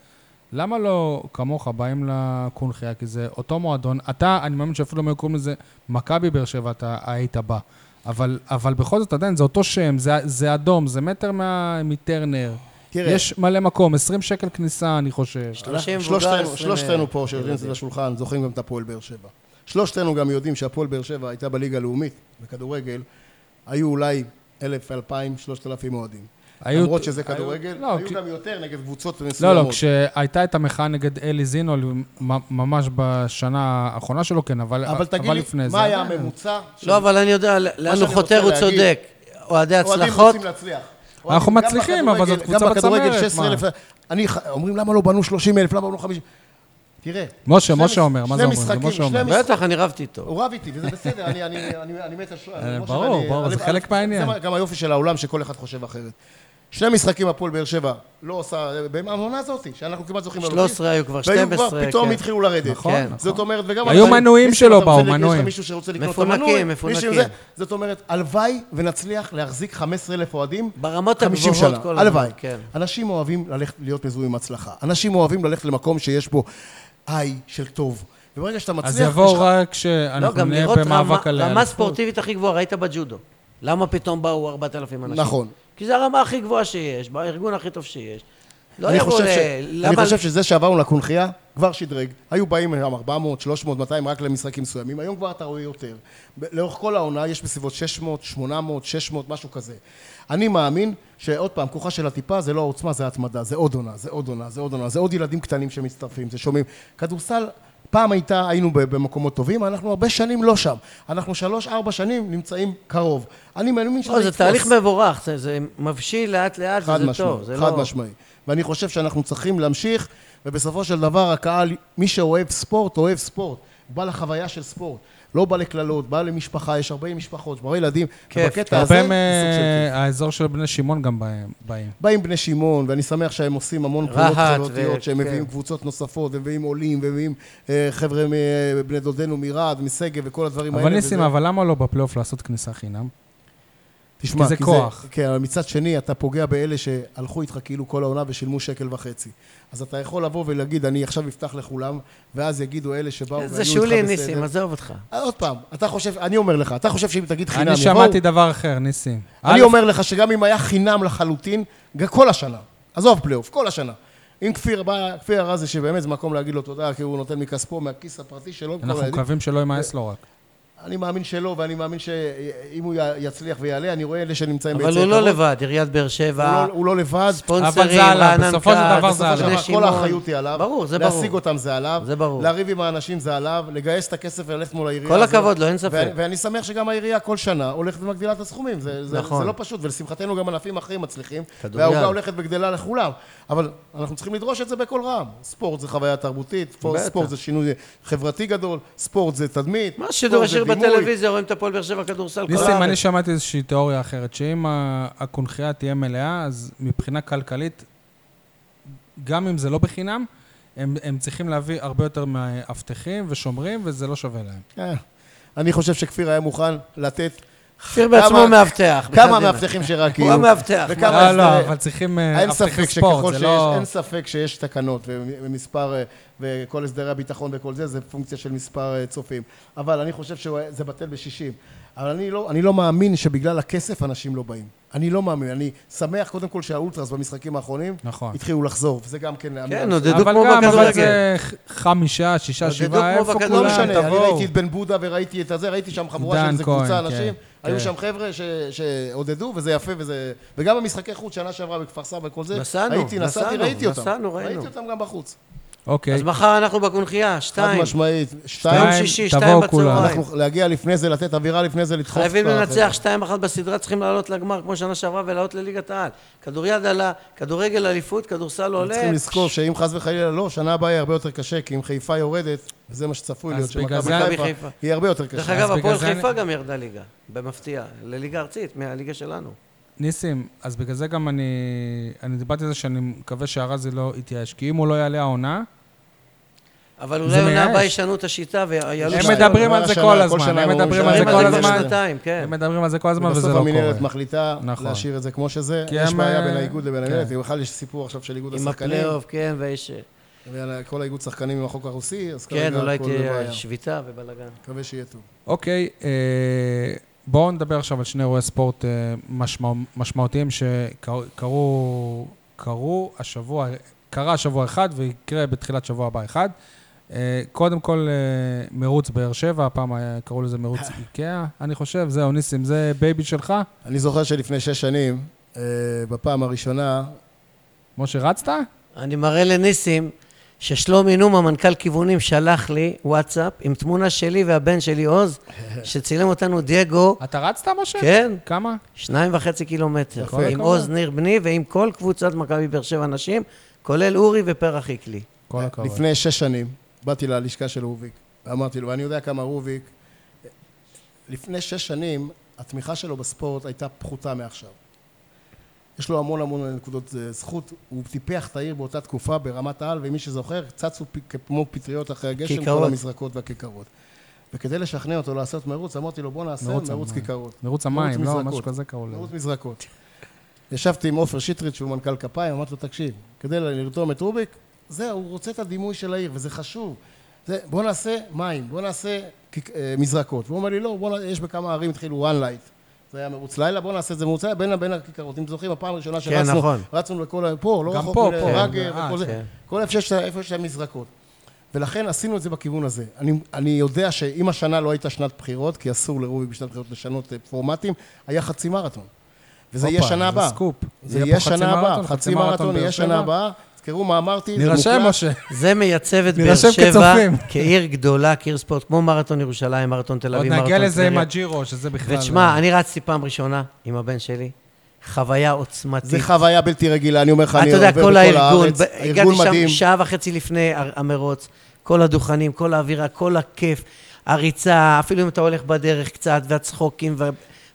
Speaker 1: למה לא כמוך באים לקונחייה? כי זה אותו מועדון. אתה, אני מאמין שאפילו אם היו קוראים לזה מכבי באר שבע, אתה היית בא. אבל, אבל בכל זאת, עדיין, זה אותו שם, זה, זה אדום, זה מטר מה, מטרנר.
Speaker 2: תראה.
Speaker 1: יש מלא מקום, 20 שקל כניסה, אני חושב.
Speaker 3: שלושים
Speaker 2: שלושתנו-
Speaker 3: מבוגר, עשרים- אה,
Speaker 2: שלושתנו פה שיושבים סביב השולחן זוכרים גם את הפועל באר שבע. שלושתנו גם יודעים שהפועל באר שבע הייתה בליגה הלאומית בכדורגל, היו אולי אלף, אלפיים, שלושת אלפים אוהדים.
Speaker 1: היו-
Speaker 2: למרות שזה
Speaker 1: היו-
Speaker 2: כדורגל,
Speaker 1: לא,
Speaker 2: היו
Speaker 1: כש-
Speaker 2: גם יותר נגד קבוצות
Speaker 1: לא,
Speaker 2: מסוימות.
Speaker 1: לא, כשהייתה את המחאה נגד אלי זינול, מ- ממש בשנה האחרונה שלו, כן, אבל,
Speaker 2: אבל תגיד לי,
Speaker 1: לפני זה...
Speaker 2: מה היה
Speaker 1: עדיין.
Speaker 2: הממוצע? של-
Speaker 3: אה, לא, אבל אני יודע, לאן הוא
Speaker 2: שאני
Speaker 3: חותר,
Speaker 2: רוצה
Speaker 3: הוא
Speaker 2: להגיד,
Speaker 3: צודק. אוהדי
Speaker 2: אוהדים
Speaker 3: הצלחות,
Speaker 2: רוצים להצליח.
Speaker 1: אנחנו
Speaker 2: אוהדים, גם
Speaker 1: מצליחים, אבל זאת
Speaker 2: בכדורגל-
Speaker 1: קבוצה
Speaker 2: גם בכדורגל
Speaker 1: בצמרת,
Speaker 2: 16,000, אני, ח- אומרים למה לא בנו 30 אלף, למה לא 50? תראה.
Speaker 1: משה,
Speaker 2: שני
Speaker 1: משה
Speaker 2: מש-
Speaker 1: אומר, מה
Speaker 2: שני
Speaker 1: זה אומרים? זה
Speaker 2: משחקים,
Speaker 1: משה
Speaker 2: שני
Speaker 1: אומר.
Speaker 2: משחקים.
Speaker 3: בטח, אני רבתי איתו.
Speaker 2: הוא רב איתי, וזה בסדר, אני- אני- אני אני מת על ש-
Speaker 1: אה,
Speaker 2: משה,
Speaker 1: ברור,
Speaker 2: ואני-
Speaker 1: ברור, זה
Speaker 2: אבל-
Speaker 1: חלק
Speaker 2: אבל-
Speaker 1: מהעניין.
Speaker 2: זה גם היופי של העולם, שכל אחד חושב אחרת. שני משחקים הפועל באר שבע לא עושה, בעונה הזאת, שאנחנו כמעט זוכים
Speaker 3: 13 היו כבר,
Speaker 2: והיו
Speaker 3: 12,
Speaker 2: כבר- פתאום
Speaker 3: כן.
Speaker 2: התחילו לרדת.
Speaker 1: נכון,
Speaker 3: כן.
Speaker 1: נכון.
Speaker 2: זאת אומרת, וגם...
Speaker 1: היו
Speaker 2: אבל-
Speaker 1: מנויים
Speaker 2: מישהו
Speaker 1: שלו
Speaker 2: אתה
Speaker 1: באו,
Speaker 2: רוצה לקנות-
Speaker 1: מנויים.
Speaker 2: יש לך מישהו שרוצה לקנות את
Speaker 3: מפונקים,
Speaker 2: המנוי?
Speaker 3: מפונקים.
Speaker 2: מישהו זה- זאת אומרת, הלוואי ונצליח להחזיק 15,000 אוהדים
Speaker 3: ברמות
Speaker 2: 50
Speaker 3: הגבוהות
Speaker 2: שנה.
Speaker 3: כל הזמן,
Speaker 2: הלוואי.
Speaker 3: כן.
Speaker 2: אנשים אוהבים ללכת להיות מזוהים עם הצלחה. אנשים אוהבים ללכת למקום שיש בו איי של טוב. וברגע שאתה מצליח...
Speaker 1: אז
Speaker 2: יש
Speaker 1: יבואו
Speaker 2: לך-
Speaker 1: רק
Speaker 3: לא,
Speaker 1: כשאנחנו
Speaker 3: גם
Speaker 1: נהיה
Speaker 3: לראות רמה-
Speaker 1: במאבק על
Speaker 3: רמה
Speaker 1: האליפות.
Speaker 3: ספורטיבית הכי גבוהה, ראית בג'ודו. למה פתאום באו 4,000 אנשים?
Speaker 2: נכון.
Speaker 3: כי זו הרמה הכי גבוהה שיש, בארגון הכי טוב שיש. לא
Speaker 2: אני
Speaker 3: יבואו
Speaker 2: חושב,
Speaker 3: ל...
Speaker 2: ש... אני
Speaker 3: למה- לא
Speaker 2: חושב שזה שעברנו לקונכייה, כבר שדרג. היו באים היום 400, 300, 200 רק למשחקים מסוימים, היום כבר אתה רואה יותר. ב- לאורך כל העונה יש בסביבות 600, 800, 600, משהו כזה. אני מאמין שעוד פעם, כוחה של הטיפה זה לא העוצמה, זה ההתמדה, זה עוד עונה, זה עוד עונה, זה עוד עונה, זה עוד ילדים קטנים שמצטרפים, זה שומעים. כדורסל, פעם הייתה, היינו ב- במקומות טובים, אנחנו הרבה שנים לא שם. אנחנו שלוש, ארבע שנים נמצאים קרוב. אני מאמין שזה
Speaker 3: לא, זה
Speaker 2: יתפוס.
Speaker 3: תהליך מבורך, זה- זה מבשיל לאט-לאט,
Speaker 2: חד
Speaker 3: וזה
Speaker 2: משמעי,
Speaker 3: טוב. זה
Speaker 2: חד
Speaker 3: לא-
Speaker 2: משמעי. ואני חושב שאנחנו צריכים להמשיך, ובסופו של דבר הקהל, מי שאוהב ספורט, אוהב ספורט. בא לחוויה של ספורט, לא בא לקללות, בא למשפחה, יש 40 משפחות, יש 40 ילדים,
Speaker 3: כיף.
Speaker 2: ובקטע הזה,
Speaker 1: הרבה
Speaker 2: זה סוג של כיף.
Speaker 1: מהאזור של בני שמעון גם באים- באים.
Speaker 2: באים בני שמעון, ואני שמח שהם עושים המון
Speaker 3: רהט
Speaker 2: פעולות חברתיות,
Speaker 3: ו-
Speaker 2: שהם
Speaker 3: כן.
Speaker 2: מביאים קבוצות נוספות, ומביאים עולים, ומביאים אה, חבר'ה מבני דודינו מרהט, משגב, וכל הדברים האלה.
Speaker 1: אבל ניסים,
Speaker 2: וזה-
Speaker 1: אבל למה לא בפלייאוף לעשות כניסה חינם?
Speaker 2: תשמע,
Speaker 1: כי זה כוח.
Speaker 2: כן, אבל מצד שני, אתה פוגע באלה שהלכו איתך כאילו כל העונה ושילמו שקל וחצי. אז אתה יכול לבוא ולהגיד, אני עכשיו אפתח לכולם, ואז יגידו אלה שבאו והיו איתך
Speaker 3: זה
Speaker 2: בסדר. אה,
Speaker 3: שולי, ניסים, עזוב אותך.
Speaker 2: עוד פעם, אתה חושב, אני אומר לך, אתה חושב שאם תגיד חינם
Speaker 1: אני
Speaker 2: יבואו...
Speaker 1: שמעתי דבר אחר, ניסים.
Speaker 2: אני
Speaker 1: א',
Speaker 2: אומר לך שגם אם היה חינם לחלוטין, גם כל השנה, עזוב פלייאוף, כל השנה. אם כפיר בא, כפיר ארזי, שבאמת זה מקום להגיד לו תודה, כי הוא נותן מכספו, מהכיס הפרטי שלו, כל
Speaker 1: אנחנו
Speaker 2: הילדים.
Speaker 1: מקווים שלא יימאס לו רק.
Speaker 2: אני מאמין שלא, ואני מאמין שאם הוא יצליח ויעלה, אני רואה אלה שנמצאים
Speaker 3: אבל
Speaker 2: ביציע
Speaker 3: הוא לא
Speaker 2: הכבוד.
Speaker 3: לבד, עיריית באר שבע,
Speaker 2: הוא לא- הוא לא לבד.
Speaker 1: אבל
Speaker 3: ספונסרים,
Speaker 1: זה עליו,
Speaker 3: רענן
Speaker 1: בסופו של דבר
Speaker 3: כץ,
Speaker 1: זה עליו.
Speaker 3: בני
Speaker 2: בסופו של דבר
Speaker 3: שמעון.
Speaker 2: כל האחריות היא עליו.
Speaker 3: ברור, זה
Speaker 2: להשיג
Speaker 3: ברור.
Speaker 2: אותם זה עליו.
Speaker 3: זה ברור.
Speaker 2: לריב עם האנשים זה עליו, לגייס את הכסף וללכת מול העירייה.
Speaker 3: כל
Speaker 2: הזאת.
Speaker 3: הכבוד לו, אין ספק.
Speaker 2: ו- ואני שמח שגם העירייה כל שנה הולכת ומגדילה את הסכומים. זה, זה,
Speaker 3: נכון.
Speaker 2: זה לא פשוט, ולשמחתנו גם ענפים אחרים מצליחים.
Speaker 3: כדוריד.
Speaker 2: והעוגה הולכת וגדלה לכולם. אבל אנחנו צריכים לדרוש את זה בכל רם. ספורט זה חוויה תרבותית, ספורט,
Speaker 3: בטח.
Speaker 2: ספורט זה שינוי חברתי גדול, ספורט זה תדמית.
Speaker 3: מה
Speaker 2: ספורט
Speaker 3: שידור
Speaker 2: זה
Speaker 3: ישיר
Speaker 2: דימוי.
Speaker 3: בטלוויזיה, רואים את הפועל באר שבע כדורסל כל
Speaker 1: ניסים, אני
Speaker 3: הארץ.
Speaker 1: שמעתי איזושהי תיאוריה אחרת, שאם ה- הקונכייה תהיה מלאה, אז מבחינה כלכלית, גם אם זה לא בחינם, הם, הם צריכים להביא הרבה יותר מאבטחים ושומרים, וזה לא שווה להם.
Speaker 2: אה, אני חושב שכפיר היה מוכן לתת...
Speaker 3: כפיר
Speaker 2: כמה-
Speaker 3: בעצמו מאבטח.
Speaker 2: כמה
Speaker 3: בקדימה.
Speaker 2: מאבטחים שרק
Speaker 3: הוא
Speaker 2: יהיו.
Speaker 3: המאבטח.
Speaker 2: וכמה
Speaker 1: לא, לא,
Speaker 2: הסדרי-
Speaker 1: אבל צריכים אה,
Speaker 2: אין
Speaker 1: אבטחי
Speaker 2: ספק
Speaker 1: ספורט,
Speaker 2: שככל שיש,
Speaker 1: זה לא...
Speaker 2: אין ספק שיש תקנות ו- ומספר, אה, וכל הסדרי הביטחון וכל זה, זה פונקציה של מספר אה, צופים. אבל אני חושב שזה בטל בשישים. אבל אני לא, אני לא מאמין שבגלל הכסף אנשים לא באים. אני לא מאמין. אני שמח קודם כל שהאולטרס במשחקים האחרונים
Speaker 1: נכון.
Speaker 2: התחילו לחזור, וזה גם כן... אמירה
Speaker 3: כן,
Speaker 2: של-
Speaker 3: עודדו
Speaker 1: אבל
Speaker 3: כמו
Speaker 1: גם, אבל
Speaker 3: בכדורגל.
Speaker 1: זה ח- חמישה, שישה,
Speaker 3: עודדו
Speaker 1: שבעה,
Speaker 3: כמו
Speaker 1: איפה
Speaker 3: בכדורגל.
Speaker 2: לא
Speaker 1: כולם?
Speaker 2: משנה, אני
Speaker 1: תבואו.
Speaker 2: ראיתי את בן בודה וראיתי את הזה, ראיתי שם חבורה
Speaker 1: דן
Speaker 2: של איזה קבוצה
Speaker 1: כהן,
Speaker 2: אנשים,
Speaker 1: כן,
Speaker 2: היו
Speaker 1: כן.
Speaker 2: שם חבר'ה ש- שעודדו, וזה יפה, וזה... וגם במשחקי חוץ שנה שעברה בכפר סבא וכל זה,
Speaker 3: נסענו,
Speaker 2: הייתי, נסעתי,
Speaker 3: נסענו,
Speaker 2: ראיתי אותם.
Speaker 3: נסענו, ראינו.
Speaker 2: ראיתי אותם גם בחוץ.
Speaker 1: אוקיי.
Speaker 3: אז מחר אנחנו בקונכייה,
Speaker 2: חד
Speaker 3: שתיים.
Speaker 2: משמעית.
Speaker 3: יום
Speaker 2: שתיים,
Speaker 3: שישי,
Speaker 1: תבואו
Speaker 3: שתיים
Speaker 1: כולם.
Speaker 3: בצהריים.
Speaker 2: אנחנו להגיע לפני זה, לתת אווירה לפני זה, לדחוף
Speaker 3: חייבים
Speaker 2: את ה-
Speaker 3: לנצח שתיים אחת בסדרה, צריכים לעלות לגמר כמו שנה שעברה ולעלות לליגת העל. כדוריד עלה, כדורגל אליפות, כדורסל עולה.
Speaker 2: צריכים לזכור שאם חס וחלילה לא, שנה הבאה יהיה הרבה יותר קשה, כי אם חיפה יורדת, זה מה שצפוי
Speaker 1: אז
Speaker 2: להיות,
Speaker 1: בגלל
Speaker 2: שמכבי
Speaker 1: זה-
Speaker 2: חיפה יהיה הרבה יותר
Speaker 3: דרך
Speaker 2: קשה.
Speaker 1: אז
Speaker 3: אגב,
Speaker 1: בגלל
Speaker 3: הפועל
Speaker 1: זה אני-
Speaker 3: חיפה גם ירדה ליגה, במפתיע, לליגה ארצית, מהליגה שלנו.
Speaker 1: ניסים, אז בגלל זה גם אני... אני דיברתי על זה שאני מקווה שארזי לא יתייאש, כי אם הוא לא יעלה העונה,
Speaker 3: אבל
Speaker 1: זה
Speaker 3: אולי עונה
Speaker 1: מייאש.
Speaker 3: הבאה ישנו את השיטה ויעלו
Speaker 1: הם
Speaker 2: שנה,
Speaker 3: שניים.
Speaker 1: מדברים על זה
Speaker 2: שנה,
Speaker 1: כל
Speaker 2: כל
Speaker 1: הזמן,
Speaker 2: שנה
Speaker 1: הם
Speaker 2: הם
Speaker 1: מדברים
Speaker 2: אומרים
Speaker 1: על זה
Speaker 3: מדברים
Speaker 1: כל
Speaker 3: על לא זה כבר
Speaker 1: הזמן.
Speaker 3: שנתיים, כן.
Speaker 1: הם מדברים על זה כל הזמן וזה
Speaker 2: בסוף
Speaker 1: לא קורה.
Speaker 2: המינהלת מחליטה
Speaker 1: נכון.
Speaker 2: להשאיר את זה כמו שזה.
Speaker 1: כי
Speaker 2: יש
Speaker 1: הם,
Speaker 2: בעיה בין
Speaker 1: אה,
Speaker 2: האיגוד לבין המינהלת. בכלל יש סיפור עכשיו של איגוד
Speaker 3: עם
Speaker 2: השחקנים.
Speaker 3: הפלייאוף, כן, ויש...
Speaker 2: וכל האיגוד שחקנים עם החוק הרוסי, אז
Speaker 3: כן,
Speaker 2: כרגע
Speaker 3: אולי
Speaker 2: הכל בבעיה.
Speaker 3: תהיה שביתה ובלאגן.
Speaker 2: מקווה שיהיה טוב.
Speaker 1: אוקיי, אה, בואו נדבר עכשיו על שני אירועי ספורט אה, משמע, משמעותיים שקרו קרו השבוע, קרה השבוע אחד ויקרה בתחילת שבוע הבא אחד. אה, קודם כל, אה, מרוץ באר שבע, הפעם היה- קראו לזה מרוץ איקאה, אני חושב. זהו, ניסים, זה בייבי שלך?
Speaker 2: אני זוכר שלפני שש שנים, אה, בפעם הראשונה,
Speaker 1: משה, רצת?
Speaker 3: אני מראה לניסים ששלומי נום, המנכ"ל כיוונים, שלח לי וואטסאפ עם תמונה שלי והבן שלי עוז, שצילם אותנו דייגו,
Speaker 1: אתה רצת, משה?
Speaker 3: כן,
Speaker 1: כמה?
Speaker 3: שניים וחצי קילומטר,
Speaker 1: יפה,
Speaker 3: עם
Speaker 1: כמובן.
Speaker 3: עוז ניר בני ועם כל קבוצת מכבי באר שבע נשים, כולל אורי ופרח איקלי.
Speaker 1: כל הכבוד.
Speaker 2: לפני שש שנים, באתי ללשכה של רוביק, ואמרתי לו, ואני יודע כמה רוביק, לפני שש שנים, התמיכה שלו בספורט הייתה פחותה מעכשיו. יש לו המון המון נקודות אה, זכות, הוא טיפח את העיר באותה תקופה ברמת העל, ומי שזוכר, צצו פ- כמו פטריות אחרי הגשם,
Speaker 3: כיכרות.
Speaker 2: כל המזרקות והכיכרות. וכדי לשכנע אותו לעשות מרוץ, אמרתי לו, בוא נעשה
Speaker 1: מרוץ
Speaker 2: מרוץ, מרוץ
Speaker 1: המים.
Speaker 2: כיכרות.
Speaker 1: מרוץ המים, לא?
Speaker 2: מזרקות.
Speaker 1: משהו כזה קראו לזה.
Speaker 2: מרוץ מזרקות. ישבתי עם עופר שטרית, שהוא מנכ"ל כפיים, אמרתי לו, תקשיב, כדי לרתום את רוביק, זהו, הוא רוצה את הדימוי של העיר, וזה חשוב. זה, בוא נעשה מים, בוא נעשה קיק- אה, מזרקות. והוא אומר לי, לא, בוא נ... יש בכמה ערים התחילו one light. זה היה מרוץ לילה, בוא נעשה את זה מרוץ לילה בין לבין הכיכרות. אם זוכרים, הפעם הראשונה
Speaker 3: כן,
Speaker 2: שרצנו,
Speaker 3: נכון.
Speaker 2: רצנו לכל ה... פה, לא
Speaker 1: גם
Speaker 2: רחוק
Speaker 1: פה, פה.
Speaker 2: מרגר
Speaker 1: אה,
Speaker 2: וכל
Speaker 3: כן.
Speaker 2: זה. כל איפה שיש- איפה שיש להם מזרקות. ולכן עשינו את זה בכיוון הזה. אני, אני יודע שאם השנה לא הייתה שנת בחירות, כי אסור לרובי בשנת בחירות לשנות אה, פורמטים, היה חצי מרתון. וזה יהיה
Speaker 1: הופה,
Speaker 2: שנה הבאה.
Speaker 1: זה סקופ.
Speaker 2: זה יהיה
Speaker 1: פה
Speaker 2: שנה הבאה.
Speaker 1: מרתון,
Speaker 2: חצי מרתון
Speaker 1: באר
Speaker 2: יהיה
Speaker 1: שבע.
Speaker 2: שנה הבאה. תזכרו מה אמרתי, זה
Speaker 1: נירשם,
Speaker 2: מוקלט.
Speaker 1: משה.
Speaker 3: זה מייצב את באר
Speaker 1: נירשם
Speaker 3: שבע
Speaker 1: כצופים.
Speaker 3: כעיר גדולה, כעיר ספורט, כמו מרתון ירושלים, מרתון תל
Speaker 1: עוד
Speaker 3: אביב, מרתון
Speaker 1: נגיע לזה עם
Speaker 3: טבריה.
Speaker 1: הג'ירו, שזה בכלל... לא-
Speaker 3: ותשמע, אני רצתי פעם ראשונה עם הבן שלי, חוויה עוצמתית.
Speaker 2: זה חוויה בלתי רגילה, אני אומר לך,
Speaker 3: אתה
Speaker 2: אני
Speaker 3: יודע,
Speaker 2: עובר
Speaker 3: כל
Speaker 2: בכל
Speaker 3: הארגון,
Speaker 2: הארץ.
Speaker 3: ב-
Speaker 2: הארגון
Speaker 3: הגעתי שם
Speaker 2: מדהים.
Speaker 3: שעה וחצי לפני הר- המרוץ, כל הדוכנים, כל האווירה, כל הכיף, הריצה, אפילו אם אתה הולך בדרך קצת, והצחוקים, וה-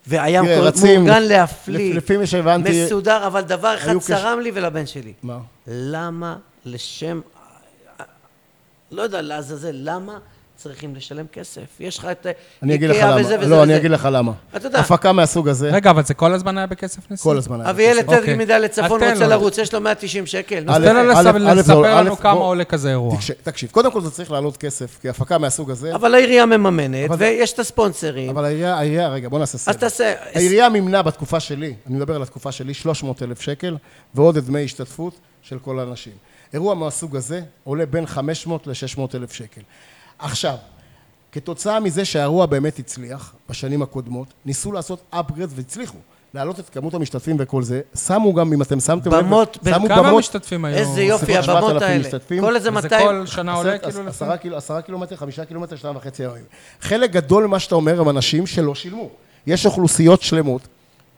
Speaker 3: והים
Speaker 2: תראה,
Speaker 3: כל-
Speaker 2: רצים,
Speaker 3: מאורגן
Speaker 2: לפ-
Speaker 3: להפליא,
Speaker 2: לפי מה שהבנתי...
Speaker 3: מסודר, אבל דבר אחד
Speaker 2: היו כש-
Speaker 3: צרם לי ולבן שלי.
Speaker 2: מה?
Speaker 3: למה לשם, לא יודע, לעזאזל, למה צריכים לשלם כסף? יש לך את
Speaker 2: אני אגיד לך
Speaker 3: איקאה
Speaker 2: למה.
Speaker 3: וזה וזה
Speaker 2: לא,
Speaker 3: וזה.
Speaker 2: אני אגיד לך למה.
Speaker 3: אתה יודע.
Speaker 2: הפקה מהסוג הזה,
Speaker 1: רגע, אבל זה כל הזמן היה בכסף ניסים?
Speaker 2: כל הזמן. היה
Speaker 3: אביאל
Speaker 2: כסף.
Speaker 3: אטד
Speaker 1: אוקיי.
Speaker 3: מדליה צפון
Speaker 1: אז תן
Speaker 3: רוצה
Speaker 1: לו.
Speaker 3: לרוץ, יש לו 190 שקל.
Speaker 1: אז
Speaker 2: א',
Speaker 1: תן לו
Speaker 2: א',
Speaker 1: לספר-
Speaker 2: א', א',
Speaker 1: לספר
Speaker 2: זהו,
Speaker 1: לנו
Speaker 2: א',
Speaker 1: כמה
Speaker 2: בוא-
Speaker 1: עולה כזה אירוע.
Speaker 2: תקש- תקשיב, קודם כל זה צריך לעלות כסף, כי הפקה מהסוג הזה,
Speaker 3: אבל העירייה מממנת,
Speaker 2: אבל-
Speaker 3: ויש את הספונסרים.
Speaker 2: אבל העירייה, העירייה, רגע, בוא נעשה סדר.
Speaker 3: אז תעשה...
Speaker 2: העירייה מימנה בתקופה שלי, אני מדבר על התקופה שלי, 300 אלף שקל, ועוד את דמי השתתפות של כל האנשים. אירוע מהסוג הזה עולה בין 500 ל-600 אלף שקל. עכשיו, כתוצאה מזה שהאירוע באמת הצליח בשנים הקודמות, ניסו לעשות upgrade והצליחו. להעלות את כמות המשתתפים וכל זה, שמו גם, אם אתם שמתם לב,
Speaker 3: במות,
Speaker 2: שמו
Speaker 1: כמה
Speaker 2: במות,
Speaker 1: משתתפים היו?
Speaker 3: איזה יופי,
Speaker 2: בסביבות
Speaker 3: הבמות
Speaker 2: 7,000
Speaker 3: האלה.
Speaker 2: משתתפים.
Speaker 3: כל איזה
Speaker 1: וזה
Speaker 3: 200...
Speaker 1: כל שנה עולה
Speaker 2: עשרת-
Speaker 1: כאילו לפי?
Speaker 2: עשרה קילו- עשרה קילומטר, חמישה קילומטר, שניים וחצי ימים. חלק גדול ממה שאתה אומר הם אנשים שלא שילמו. יש אוכלוסיות שלמות,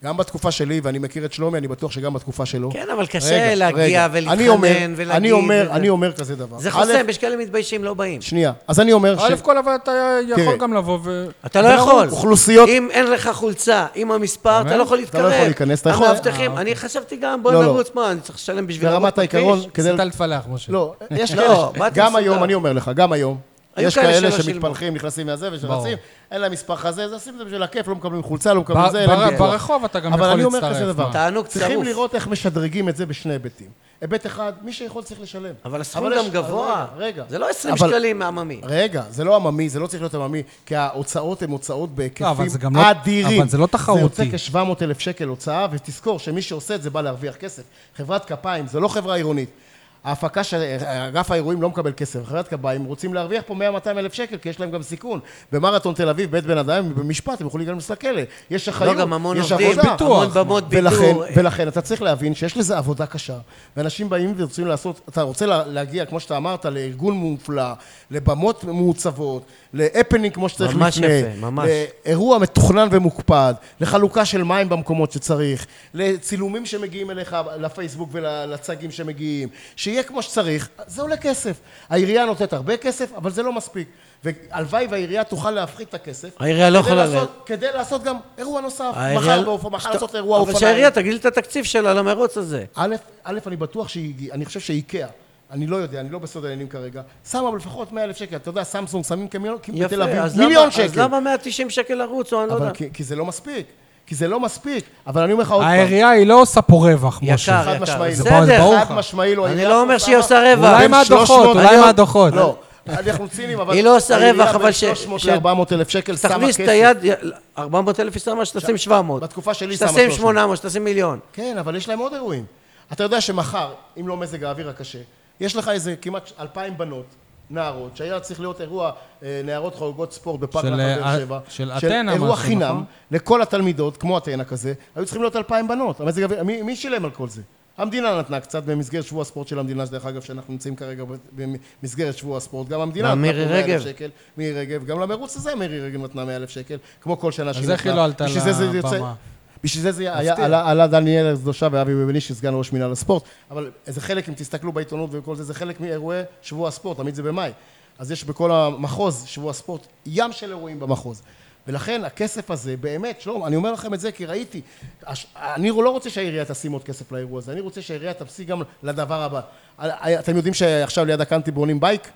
Speaker 2: גם בתקופה שלי, ואני מכיר את שלומי, אני בטוח שגם בתקופה שלו.
Speaker 3: כן, אבל קשה להגיע
Speaker 2: רגע. אני אומר-
Speaker 3: ולהתחנן
Speaker 2: אני
Speaker 3: ולהגיד...
Speaker 2: אומר,
Speaker 3: וזה.
Speaker 2: אני אומר כזה דבר.
Speaker 3: זה
Speaker 2: א',
Speaker 3: חוסם, יש כאלה מתביישים, לא באים.
Speaker 2: שנייה. אז אני אומר
Speaker 1: א' כל אבל אתה יכול
Speaker 2: תראה.
Speaker 1: גם לבוא ו...
Speaker 3: אתה לא
Speaker 2: זה לא
Speaker 3: יכול.
Speaker 2: אוכלוסיות-
Speaker 3: אם אין לך חולצה עם המספר, אתה
Speaker 1: באמת?
Speaker 3: לא יכול
Speaker 2: אתה לא
Speaker 3: להתקרב.
Speaker 2: יכול להיכנס, אתה יכול-
Speaker 3: המאבטחים,
Speaker 2: אה,
Speaker 3: אני חשבתי גם, בוא
Speaker 2: לא, לא.
Speaker 3: נרוץ, מה, אני צריך לשלם בשביל... לרוץ
Speaker 2: ברמת
Speaker 3: בכביש?
Speaker 2: העיקרון, כדי...
Speaker 1: סטל פלאח, משה.
Speaker 2: לא, יש
Speaker 3: לא,
Speaker 2: כאלה, ש-
Speaker 3: באתי
Speaker 2: גם
Speaker 3: מסודר.
Speaker 2: היום, אני אומר לך, גם היום.
Speaker 3: היו
Speaker 2: יש
Speaker 3: כאלה
Speaker 2: כאלה
Speaker 3: שלא שילמו.
Speaker 2: שמתפלחים, נכנסים מהזה
Speaker 1: ברור.
Speaker 2: ושרצים, אין להם מספר חזה, זה עושים את זה בשביל הכיף, לא מקבלים חולצה, לא
Speaker 1: ב-
Speaker 2: מקבלים זה, אין
Speaker 1: בר-
Speaker 2: להם ביטוח.
Speaker 1: ברחוב אתה גם
Speaker 2: אבל
Speaker 1: יכול
Speaker 2: אני אומר
Speaker 1: להצטרף,
Speaker 2: כזה דבר.
Speaker 1: מה?
Speaker 3: תענוג
Speaker 2: צריכים
Speaker 3: צרוף.
Speaker 2: לראות איך משדרגים את זה בשני היבטים. היבט אחד, מי שיכול צריך לשלם.
Speaker 3: אבל הסכום גם
Speaker 2: יש-
Speaker 3: גבוה.
Speaker 2: רגע, רגע.
Speaker 3: זה לא 20
Speaker 2: אבל-
Speaker 3: שקלים מעממי.
Speaker 2: רגע, זה לא עממי, זה לא צריך להיות עממי, כי ההוצאות הן הוצאות
Speaker 1: לא, אבל
Speaker 2: בהיקפים
Speaker 1: זה גם לא-
Speaker 2: אדירים.
Speaker 1: אבל זה לא תחרותי.
Speaker 2: זה יוצא כ-700 אלף שקל הוצאה, ותזכור שמי שעושה את זה בא להרוויח כסף. חברת כפיים, זה לא חברה עירונית. ההפקה של אגף האירועים לא מקבל כסף, חברת כבאים רוצים להרוויח פה 100-200 אלף שקל, כי יש להם גם סיכון. במרתון תל אביב, בית בן אדם, במשפט, הם יכולים להיכנס לכלא. יש אחריות,
Speaker 3: לא, גם המון
Speaker 2: יש
Speaker 3: עובדים,
Speaker 2: עבודה.
Speaker 1: ביטוח.
Speaker 3: המון במות
Speaker 2: ולכן,
Speaker 3: ביטור.
Speaker 2: ולכן אתה צריך להבין שיש לזה עבודה קשה, ואנשים באים ורוצים לעשות, אתה רוצה לה- להגיע, כמו שאתה אמרת, לארגון מופלא, לבמות מעוצבות, להפנינג כמו שצריך
Speaker 3: ממש
Speaker 2: לפני,
Speaker 3: יפה, ממש.
Speaker 2: לאירוע מתוכנן ומוקפד, לחלוקה של מים במקומות שצריך, לצילומים שמגיעים אליך לפייסבוק ולצגים שמגיעים, שיהיה כמו שצריך, זה עולה כסף. העירייה נותנת הרבה כסף, אבל זה לא מספיק. והלוואי והעירייה תוכל להפחית את הכסף.
Speaker 3: העירייה לא
Speaker 2: כדי
Speaker 3: יכולה
Speaker 2: לעשות- כדי לעשות גם אירוע נוסף.
Speaker 3: העירייה- לא-
Speaker 2: מחר באופ- מחר
Speaker 3: שת-
Speaker 2: לעשות אירוע אופניים.
Speaker 3: אבל שהעירייה תגדיל את התקציב שלה למרוץ הזה.
Speaker 2: א', א', אני בטוח שהיא, אני חושב שאיקאה, אני לא יודע, אני לא בסוד העניינים כרגע, שמה לפחות 100 אלף שקל, אתה יודע, סמסונג שמים כמיליון, כמיליון בתל אביב,
Speaker 3: אז
Speaker 2: מיליון
Speaker 3: למה-
Speaker 2: שקל.
Speaker 3: אז למה 190 שקל לרוץ, או אני לא
Speaker 2: אבל
Speaker 3: יודע.
Speaker 2: כי, כי זה לא מספיק, כי זה לא מספיק, אבל אני אומר לך עוד פעם,
Speaker 1: העירייה היא לא עושה פה רווח,
Speaker 3: יקר,
Speaker 1: משה.
Speaker 2: חד
Speaker 3: יקר.
Speaker 2: משמעי, לא.
Speaker 1: זה ברור, זה ברור לך.
Speaker 2: חד משמעי לא,
Speaker 3: אני
Speaker 2: העירייה
Speaker 3: לא
Speaker 2: פה
Speaker 3: אומר
Speaker 2: שמה-
Speaker 3: שהיא עושה רווח.
Speaker 1: אולי
Speaker 2: בין
Speaker 1: מהדוחות,
Speaker 2: 300
Speaker 1: אולי
Speaker 2: אני-
Speaker 1: מהדוחות.
Speaker 2: לא, אנחנו ציניים, אבל...
Speaker 3: היא לא עושה
Speaker 2: העירייה
Speaker 3: רווח,
Speaker 2: בין
Speaker 3: אבל ש-
Speaker 2: 300
Speaker 3: ש-
Speaker 2: ל-400 אלף שקל שמה
Speaker 3: תכניס את
Speaker 2: כסף.
Speaker 3: היד, 400 אלף היא שמה, שתשים 700.
Speaker 2: בתקופה שלי שמה
Speaker 3: שתשים
Speaker 2: 300.
Speaker 3: 800, שתשים מיליון.
Speaker 2: כן, אבל יש להם עוד אירועים. אתה יודע שמחר, אם לא מזג האוויר הקשה, יש לך איזה כמעט 2,000 בנות נערות, שהיה צריך להיות אירוע אה, נערות חוגגות ספורט בפארק
Speaker 1: של,
Speaker 2: נחל
Speaker 1: אה,
Speaker 2: באר שבע,
Speaker 1: של
Speaker 2: של
Speaker 1: אתנה
Speaker 2: אירוע
Speaker 1: משהו,
Speaker 2: חינם
Speaker 1: נכון?
Speaker 2: לכל התלמידות, כמו אתנה כזה, היו צריכים להיות אלפיים בנות. המזג האוויר- מי, מי שילם על כל זה? המדינה נתנה קצת במסגרת שבוע הספורט של המדינה, שדרך אגב, שאנחנו נמצאים כרגע במסגרת שבוע הספורט, גם המדינה
Speaker 3: גם
Speaker 2: נתנה
Speaker 3: מירי
Speaker 2: פה 100,000
Speaker 3: רגב.
Speaker 2: שקל, מירי רגב, גם למרוץ הזה מירי רגב נתנה 100,000 שקל, כמו כל שנה שהיא
Speaker 1: אז
Speaker 2: נתנה.
Speaker 1: איך היא לא עלתה
Speaker 2: בשביל זה זה יוצא-
Speaker 1: לבמה?
Speaker 2: בשביל זה זה היה,
Speaker 1: מפתיע.
Speaker 2: עלה, עלה דניאל הקדושה ואבי בבנישי, סגן ראש מינהל הספורט, אבל זה חלק, אם תסתכלו בעיתונות וכל זה, זה חלק מאירועי שבוע הספורט, תמיד זה במאי. אז יש בכל המחוז, שבוע הספורט, ים של אירועים במחוז. ולכן הכסף הזה, באמת, שלום, אני אומר לכם את זה כי ראיתי, הש- אני לא רוצה שהעירייה תשים עוד כסף לאירוע הזה, אני רוצה שהעירייה תפסיק גם לדבר הבא. אתם יודעים שעכשיו ליד הקאנטי בונים בייק?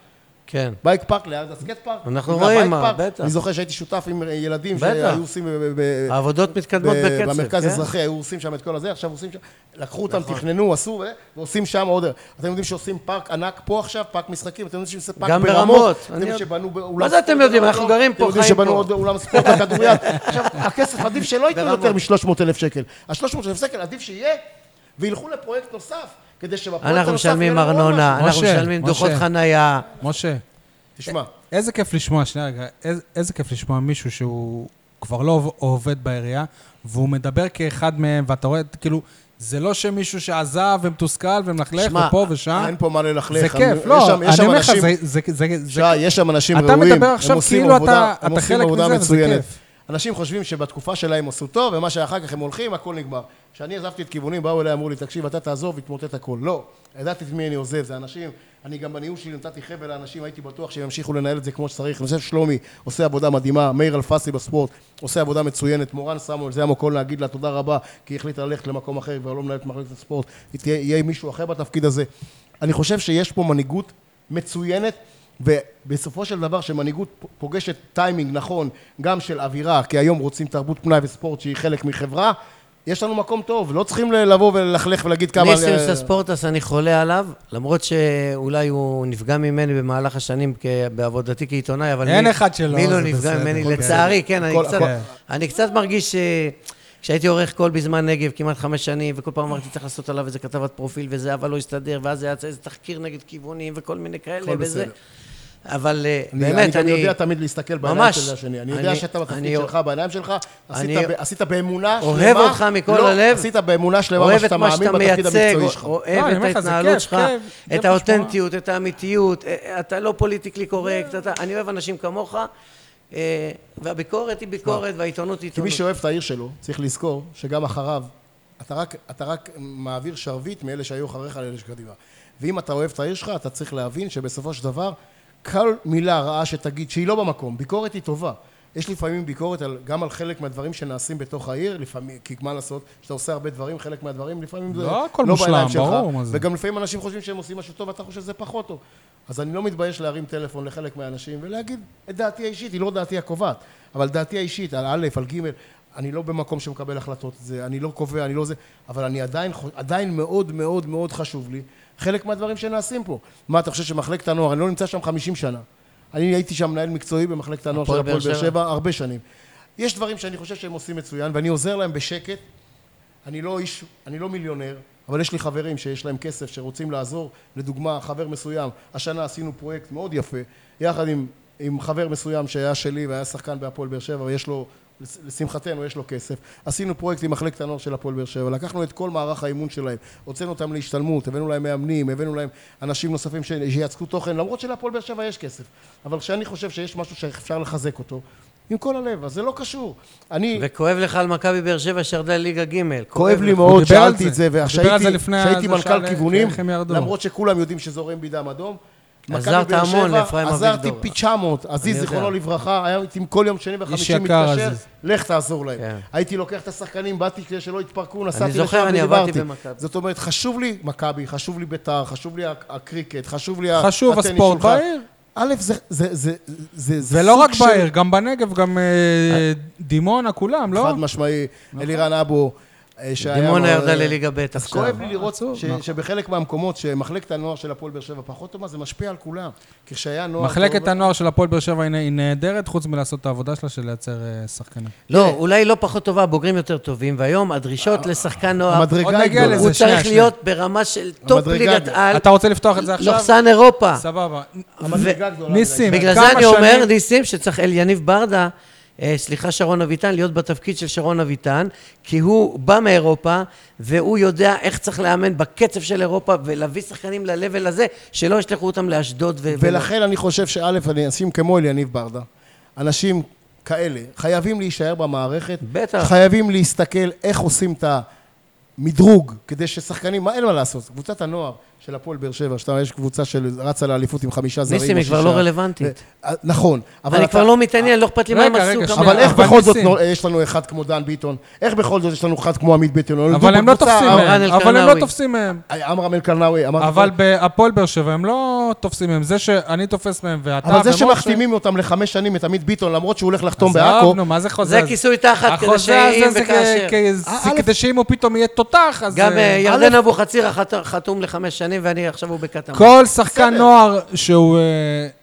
Speaker 3: כן.
Speaker 2: בייק פארק ליד הסקט פארק?
Speaker 3: אנחנו
Speaker 2: והבייק
Speaker 3: רואים, מה,
Speaker 2: פארק,
Speaker 3: בטח.
Speaker 2: אני זוכר שהייתי שותף עם אה, ילדים
Speaker 3: בטח.
Speaker 2: שהיו עושים... אה, ב- ב-
Speaker 3: העבודות מתקדמות
Speaker 2: ב-
Speaker 3: בקצב,
Speaker 2: במרכז
Speaker 3: כן? נכון.
Speaker 2: אזרחי, היו עושים שם את כל הזה, עכשיו עושים שם, לקחו אותם, תכננו, עשו, ו- ועושים שם עוד... אה, אתם יודעים שעושים פארק ענק פה עכשיו, פארק משחקים, אתם יודעים שעושים פארק
Speaker 3: גם
Speaker 2: ברמות.
Speaker 3: ברמות.
Speaker 2: אתם
Speaker 3: אני
Speaker 2: יודעים
Speaker 3: יודע.
Speaker 2: שבנו באולם...
Speaker 3: מה זה אתם
Speaker 2: ספורט,
Speaker 3: יודעים?
Speaker 2: אולם
Speaker 3: אנחנו
Speaker 2: ספורט,
Speaker 3: גרים פה,
Speaker 2: אתם יודעים
Speaker 3: חיים
Speaker 2: שבנו
Speaker 3: פה.
Speaker 2: עוד אולם ספורט בכדוריד. עכשיו, הכסף עדיף שלא ייתנו
Speaker 3: ברמות.
Speaker 2: יותר מ-300 אלף שקל. ה-300 אלף שקל עדיף שיהיה, וילכו לפרויקט נוסף, כדי שבפרויקט הנוסף...
Speaker 3: אנחנו
Speaker 2: יהיה
Speaker 3: משלמים
Speaker 2: להם עוד
Speaker 3: ארנונה,
Speaker 2: משהו.
Speaker 3: אנחנו
Speaker 1: משה,
Speaker 3: משלמים דוחות
Speaker 1: משה.
Speaker 3: חנייה.
Speaker 1: משה,
Speaker 2: תשמע,
Speaker 1: איזה כיף לשמוע, שנייה רגע, איזה, איזה כיף לשמוע מישהו שהוא כבר לא עוב- עובד בעירייה, והוא מדבר כאחד מהם, ואתה רואה, כאילו, זה לא שמישהו שעזב ומתוסכל ומלכלך
Speaker 3: שמע,
Speaker 1: ופה ושם.
Speaker 2: אין פה מה ללכלך.
Speaker 1: זה
Speaker 2: אני-
Speaker 1: כיף,
Speaker 2: יש
Speaker 1: לא,
Speaker 2: שם- יש שם
Speaker 1: אני אומר לך,
Speaker 2: אנשים-
Speaker 1: זה- זה... זה- זה-
Speaker 2: שי, יש שם אנשים
Speaker 1: אתה
Speaker 2: ראויים,
Speaker 1: מדבר עכשיו
Speaker 2: הם עושים
Speaker 1: כאילו אתה-
Speaker 2: עבודה,
Speaker 1: אתה
Speaker 2: הם עושים
Speaker 1: חלק
Speaker 2: עבודה
Speaker 1: מזה, וזה
Speaker 2: מצוינת.
Speaker 1: כיף.
Speaker 2: אנשים חושבים שבתקופה שלהם עשו טוב, ומה שאחר כך הם הולכים, הכל נגמר. כשאני עזבתי את כיוונים, באו אליי, אמרו לי, תקשיב, אתה תעזוב, יתמוטט הכל. לא, ידעתי את מי אני עוזב, זה אנשים, אני גם בניהול שלי נתתי חבל לאנשים, הייתי בטוח שהם ימשיכו לנהל את זה כמו שצריך. אני חושב ששלומי עושה עבודה מדהימה, מאיר אלפסי בספורט עושה עבודה מצוינת, מורן סמואל, זה המקום להגיד לה תודה רבה, כי היא החליטה ללכת למקום אחר, היא כבר לא מנהלת מחלקת הספורט, היא תהיה- יהיה מישהו אחר בתפקיד הזה. אני חושב שיש פה מנהיגות מצוינת, ובסופו של דבר שמנהיגות פ- פוגשת טיימינג נכון גם של אווירה, כי היום רוצים תרבות פנאי וספורט שהיא חלק מחברה, יש לנו מקום טוב, לא צריכים ל- לבוא וללכלך ולהגיד כמה... אה,
Speaker 3: ניסים סספורטס, אני חולה עליו, למרות שאולי הוא נפגע ממני במהלך השנים כ- בעבודתי כעיתונאי, אבל
Speaker 1: אין
Speaker 3: מי-
Speaker 1: אחד שלא,
Speaker 3: מי לא
Speaker 1: זה
Speaker 3: נפגע
Speaker 1: בסדר, אוקיי.
Speaker 3: ממני,
Speaker 1: הכל
Speaker 3: לצערי, כן, אני
Speaker 2: הכל-
Speaker 3: קצת-
Speaker 2: הכל-
Speaker 3: אני קצת מרגיש ש... כשהייתי עורך קול בזמן נגב כמעט חמש שנים, וכל פעם אמרתי צריך לעשות עליו איזה כתבת פרופיל וזה, אבל לא הסתדר, ואז היה איזה תחקיר נגד כיוונים וכל מיני כאלה
Speaker 2: הכל
Speaker 3: וזה.
Speaker 2: בסדר.
Speaker 3: אבל אה,
Speaker 2: אני,
Speaker 3: באמת,
Speaker 2: אני,
Speaker 3: אני...
Speaker 2: גם יודע תמיד להסתכל בעיניים
Speaker 3: ממש.
Speaker 2: של השני. אני, יודע
Speaker 3: אני-
Speaker 2: שאתה
Speaker 3: אני-
Speaker 2: בתפקיד שלך, בעיניים שלך, עשית,
Speaker 3: אני-
Speaker 2: ב, עשית באמונה שלמה.
Speaker 3: אוהב אותך מכל
Speaker 2: לא,
Speaker 3: הלב.
Speaker 2: עשית באמונה שלמה מה
Speaker 3: אוהב את
Speaker 2: שאתה
Speaker 3: מה שאתה
Speaker 2: מאמין בתפקיד
Speaker 3: מייצג,
Speaker 2: המקצועי שלך.
Speaker 1: לא, אני
Speaker 3: אוהב את
Speaker 1: אומר לך, זה
Speaker 3: ההתנהלות
Speaker 1: כיף,
Speaker 3: שלך,
Speaker 1: כיף, כיף
Speaker 3: את
Speaker 1: לשמוע.
Speaker 3: האותנטיות, את האמיתיות, אה, אתה לא פוליטיקלי קורקט, אתה- אני אוהב אנשים כמוך, אה, והביקורת היא ביקורת והעיתונות היא
Speaker 2: לא. כי מי
Speaker 3: עיתונות.
Speaker 2: שאוהב את העיר שלו, צריך לזכור שגם אחריו, אתה רק, אתה רק מעביר שרביט מאלה שהיו אחריך לאלה שקדימה. ואם אתה אוהב את העיר שלך, אתה צריך להבין שבסופו של דבר, כל מילה רעה שתגיד, שהיא לא במקום, ביקורת היא טובה. יש לפעמים ביקורת על, גם על חלק מהדברים שנעשים בתוך העיר, לפעמים, כי מה לעשות, כשאתה עושה הרבה דברים, חלק מהדברים לפעמים זה
Speaker 1: לא הכל מושלם,
Speaker 2: בעיניים שלך.
Speaker 1: ברור, מה זה.
Speaker 2: וגם לפעמים אנשים חושבים שהם עושים משהו טוב, ואתה חושב שזה פחות טוב. אז אני לא מתבייש להרים טלפון לחלק מהאנשים ולהגיד את דעתי האישית, היא לא דעתי הקובעת, אבל דעתי האישית על א', על ג', אני לא במקום שמקבל החלטות, זה, אני לא קובע, אני לא זה, אבל אני עדיין, חו- עדיין מאוד מאוד מאוד חשוב לי חלק מהדברים שנעשים פה. מה, אתה חושב שמחלקת הנוער, אני לא נמצא שם 50 שנה. אני הייתי שם מנהל מקצועי במחלקת הנוער של
Speaker 3: הפועל
Speaker 2: הפועל
Speaker 3: באר
Speaker 2: באר
Speaker 3: שבע.
Speaker 2: שבע הרבה שנים. יש דברים שאני חושב שהם עושים מצוין, ואני עוזר להם בשקט, אני לא איש, אני לא מיליונר, אבל יש לי חברים שיש להם כסף שרוצים לעזור. לדוגמה, חבר מסוים, השנה עשינו פרויקט מאוד יפה, יחד עם, עם חבר מסוים שהיה שלי והיה שחקן בהפועל באר שבע, ויש לו, לש- לשמחתנו יש לו כסף. עשינו פרויקט עם מחלקת הנוער של הפועל באר שבע, לקחנו את כל מערך האימון שלהם, הוצאנו אותם להשתלמות, הבאנו להם מאמנים, הבאנו להם אנשים נוספים ש- שיצקו תוכן, למרות שלהפועל באר שבע יש כסף. אבל כשאני חושב שיש משהו שאפשר לחזק אותו, עם כל הלב, אז זה לא קשור. אני...
Speaker 3: וכואב לך על מכבי באר שבע שירדה ליגה ג',
Speaker 2: כואב לי
Speaker 1: הוא
Speaker 2: מאוד,
Speaker 1: דיבר על
Speaker 2: שאלתי
Speaker 1: זה.
Speaker 2: את זה,
Speaker 1: הוא דיבר על זה לפני
Speaker 2: וכשהייתי
Speaker 1: זה
Speaker 2: מנכ"ל
Speaker 1: של-
Speaker 2: כיוונים,
Speaker 1: איך הם ירדו.
Speaker 2: למרות שכולם יודעים שזורם בדם אדום, מכבי
Speaker 3: עזרת
Speaker 2: באר
Speaker 3: המון
Speaker 2: שבע,
Speaker 3: לאפרים
Speaker 2: עזרתי
Speaker 3: אביגדור.
Speaker 2: פי 900, עזיז
Speaker 3: אני יודע.
Speaker 2: זיכרונו לברכה, היה איתי כל יום שני וחמישי
Speaker 1: יקר,
Speaker 2: מתקשר,
Speaker 1: עזיז.
Speaker 2: לך תעזור להם.
Speaker 3: כן.
Speaker 2: הייתי לוקח את השחקנים, באתי כדי שלא יתפרקו, נסעתי
Speaker 3: זוכר,
Speaker 2: לשם
Speaker 3: אני עבדתי
Speaker 2: ודיברתי.
Speaker 3: במכבי.
Speaker 2: זאת אומרת, חשוב לי מכבי, חשוב לי ביתר, חשוב לי הק- הקריקט, חשוב לי ה-
Speaker 1: חשוב
Speaker 2: הטניס
Speaker 1: הספורט
Speaker 2: שלך.
Speaker 1: בעיר.
Speaker 2: א', זה- זה- זה- זה- זה
Speaker 1: ולא
Speaker 2: סוג
Speaker 1: רק
Speaker 2: של-
Speaker 1: בעיר, גם בנגב, גם אה, דימונה, כולם, לא?
Speaker 2: חד משמעי, אלירן אבו. אה, שהיה
Speaker 3: דימונה
Speaker 2: לו,
Speaker 3: ירדה
Speaker 2: אה,
Speaker 3: לליגה ב'
Speaker 2: אז
Speaker 3: עכשיו.
Speaker 2: כואב לי לראות
Speaker 1: עצוב,
Speaker 2: ש-
Speaker 1: נכון.
Speaker 2: שבחלק מהמקומות שמחלקת הנוער של הפועל באר שבע פחות טובה, זה משפיע על כולם. כי כשהיה נוער...
Speaker 1: מחלקת
Speaker 2: טוב-
Speaker 1: הנוער של הפועל באר שבע היא נה- היא נהדרת, חוץ מלעשות את העבודה שלה של לייצר אה, שחקנים.
Speaker 3: לא, אולי לא פחות טובה, בוגרים יותר טובים, והיום הדרישות לשחקן נוער,
Speaker 1: עוד
Speaker 2: אה, המדרגה היא
Speaker 1: נגיע
Speaker 2: גדולה.
Speaker 1: לזה,
Speaker 3: הוא
Speaker 1: שנייה,
Speaker 3: צריך
Speaker 1: שנייה.
Speaker 3: להיות ברמה של טופ
Speaker 2: המדרגה
Speaker 3: ליגת
Speaker 2: הגדולה.
Speaker 3: על,
Speaker 1: אתה רוצה לפתוח את
Speaker 2: לא,
Speaker 1: זה עכשיו?
Speaker 3: לוחסן אירופה.
Speaker 1: סבבה.
Speaker 2: המדרגה הגדולה.
Speaker 1: ניסים,
Speaker 3: בגלל
Speaker 1: כמה
Speaker 3: זה אני אומר,
Speaker 1: שנים-
Speaker 3: ניסים, שצריך אל יניב ברדה, אה, סליחה, שרון אביטן, להיות בתפקיד של שרון אביטן, כי הוא בא מאירופה, והוא יודע איך צריך לאמן בקצב של אירופה, ולהביא שחקנים ל-level הזה, שלא ישלחו אותם לאשדוד ו...
Speaker 2: ולכן אני חושב שא', אנשים כמו אליניב ברדה, אנשים כאלה, חייבים להישאר במערכת,
Speaker 3: בטח.
Speaker 2: חייבים להסתכל איך עושים את המדרוג, כדי ששחקנים, מה אין מה לעשות, קבוצת הנוער של הפועל באר שבע, שאתה יש קבוצה שרצה לאליפות עם חמישה זרים.
Speaker 3: ניסים,
Speaker 2: או
Speaker 3: היא כבר
Speaker 2: שישה.
Speaker 3: לא רלוונטית.
Speaker 2: אה, נכון. אבל
Speaker 3: אני
Speaker 2: אתה-
Speaker 3: כבר לא מתעניין, לא אכפת לי מה הם
Speaker 1: רגע,
Speaker 3: עשו.
Speaker 1: רגע,
Speaker 3: כמה-
Speaker 2: אבל
Speaker 1: שנייה,
Speaker 2: איך
Speaker 1: אבל
Speaker 2: בכל זאת
Speaker 1: ניסים.
Speaker 2: נור- יש לנו אחד כמו דן ביטון? איך בכל זאת יש לנו אחד כמו עמית ביטון? נולדו
Speaker 1: אבל הם לא
Speaker 2: בקבוצה,
Speaker 1: תופסים
Speaker 2: אמר-
Speaker 3: אברהם
Speaker 1: מהם, אבל הם
Speaker 3: אלקרנאווי.
Speaker 1: לא תופסים מהם.
Speaker 2: אה, עמרם אלקרנאווי, אמרתי לך.
Speaker 1: אבל בהפועל באר שבע הם לא תופסים מהם. זה שאני תופס מהם ואתה
Speaker 2: אבל זה
Speaker 1: ומשה-
Speaker 2: שמחתימים אותם לחמש שנים את עמית ביטון, למרות שהוא הולך לחתום
Speaker 1: לא עזוב,
Speaker 2: בעכו,
Speaker 1: נו, מה זה חוזה?
Speaker 3: זה
Speaker 1: הזה?
Speaker 3: כיסוי תחת, כדי
Speaker 1: החוזה
Speaker 3: שאם
Speaker 1: הזה זה
Speaker 3: וכאשר.
Speaker 1: כ- כ-
Speaker 2: אה,
Speaker 1: כדי שאם הוא פתאום יהיה תותח, אז...
Speaker 3: גם
Speaker 1: אה,
Speaker 3: אה, ירדן אבוחצירא חת- חתום לחמש שנים, ואני עכשיו הוא בקטמון.
Speaker 1: כל שחקן נוער שהוא אה,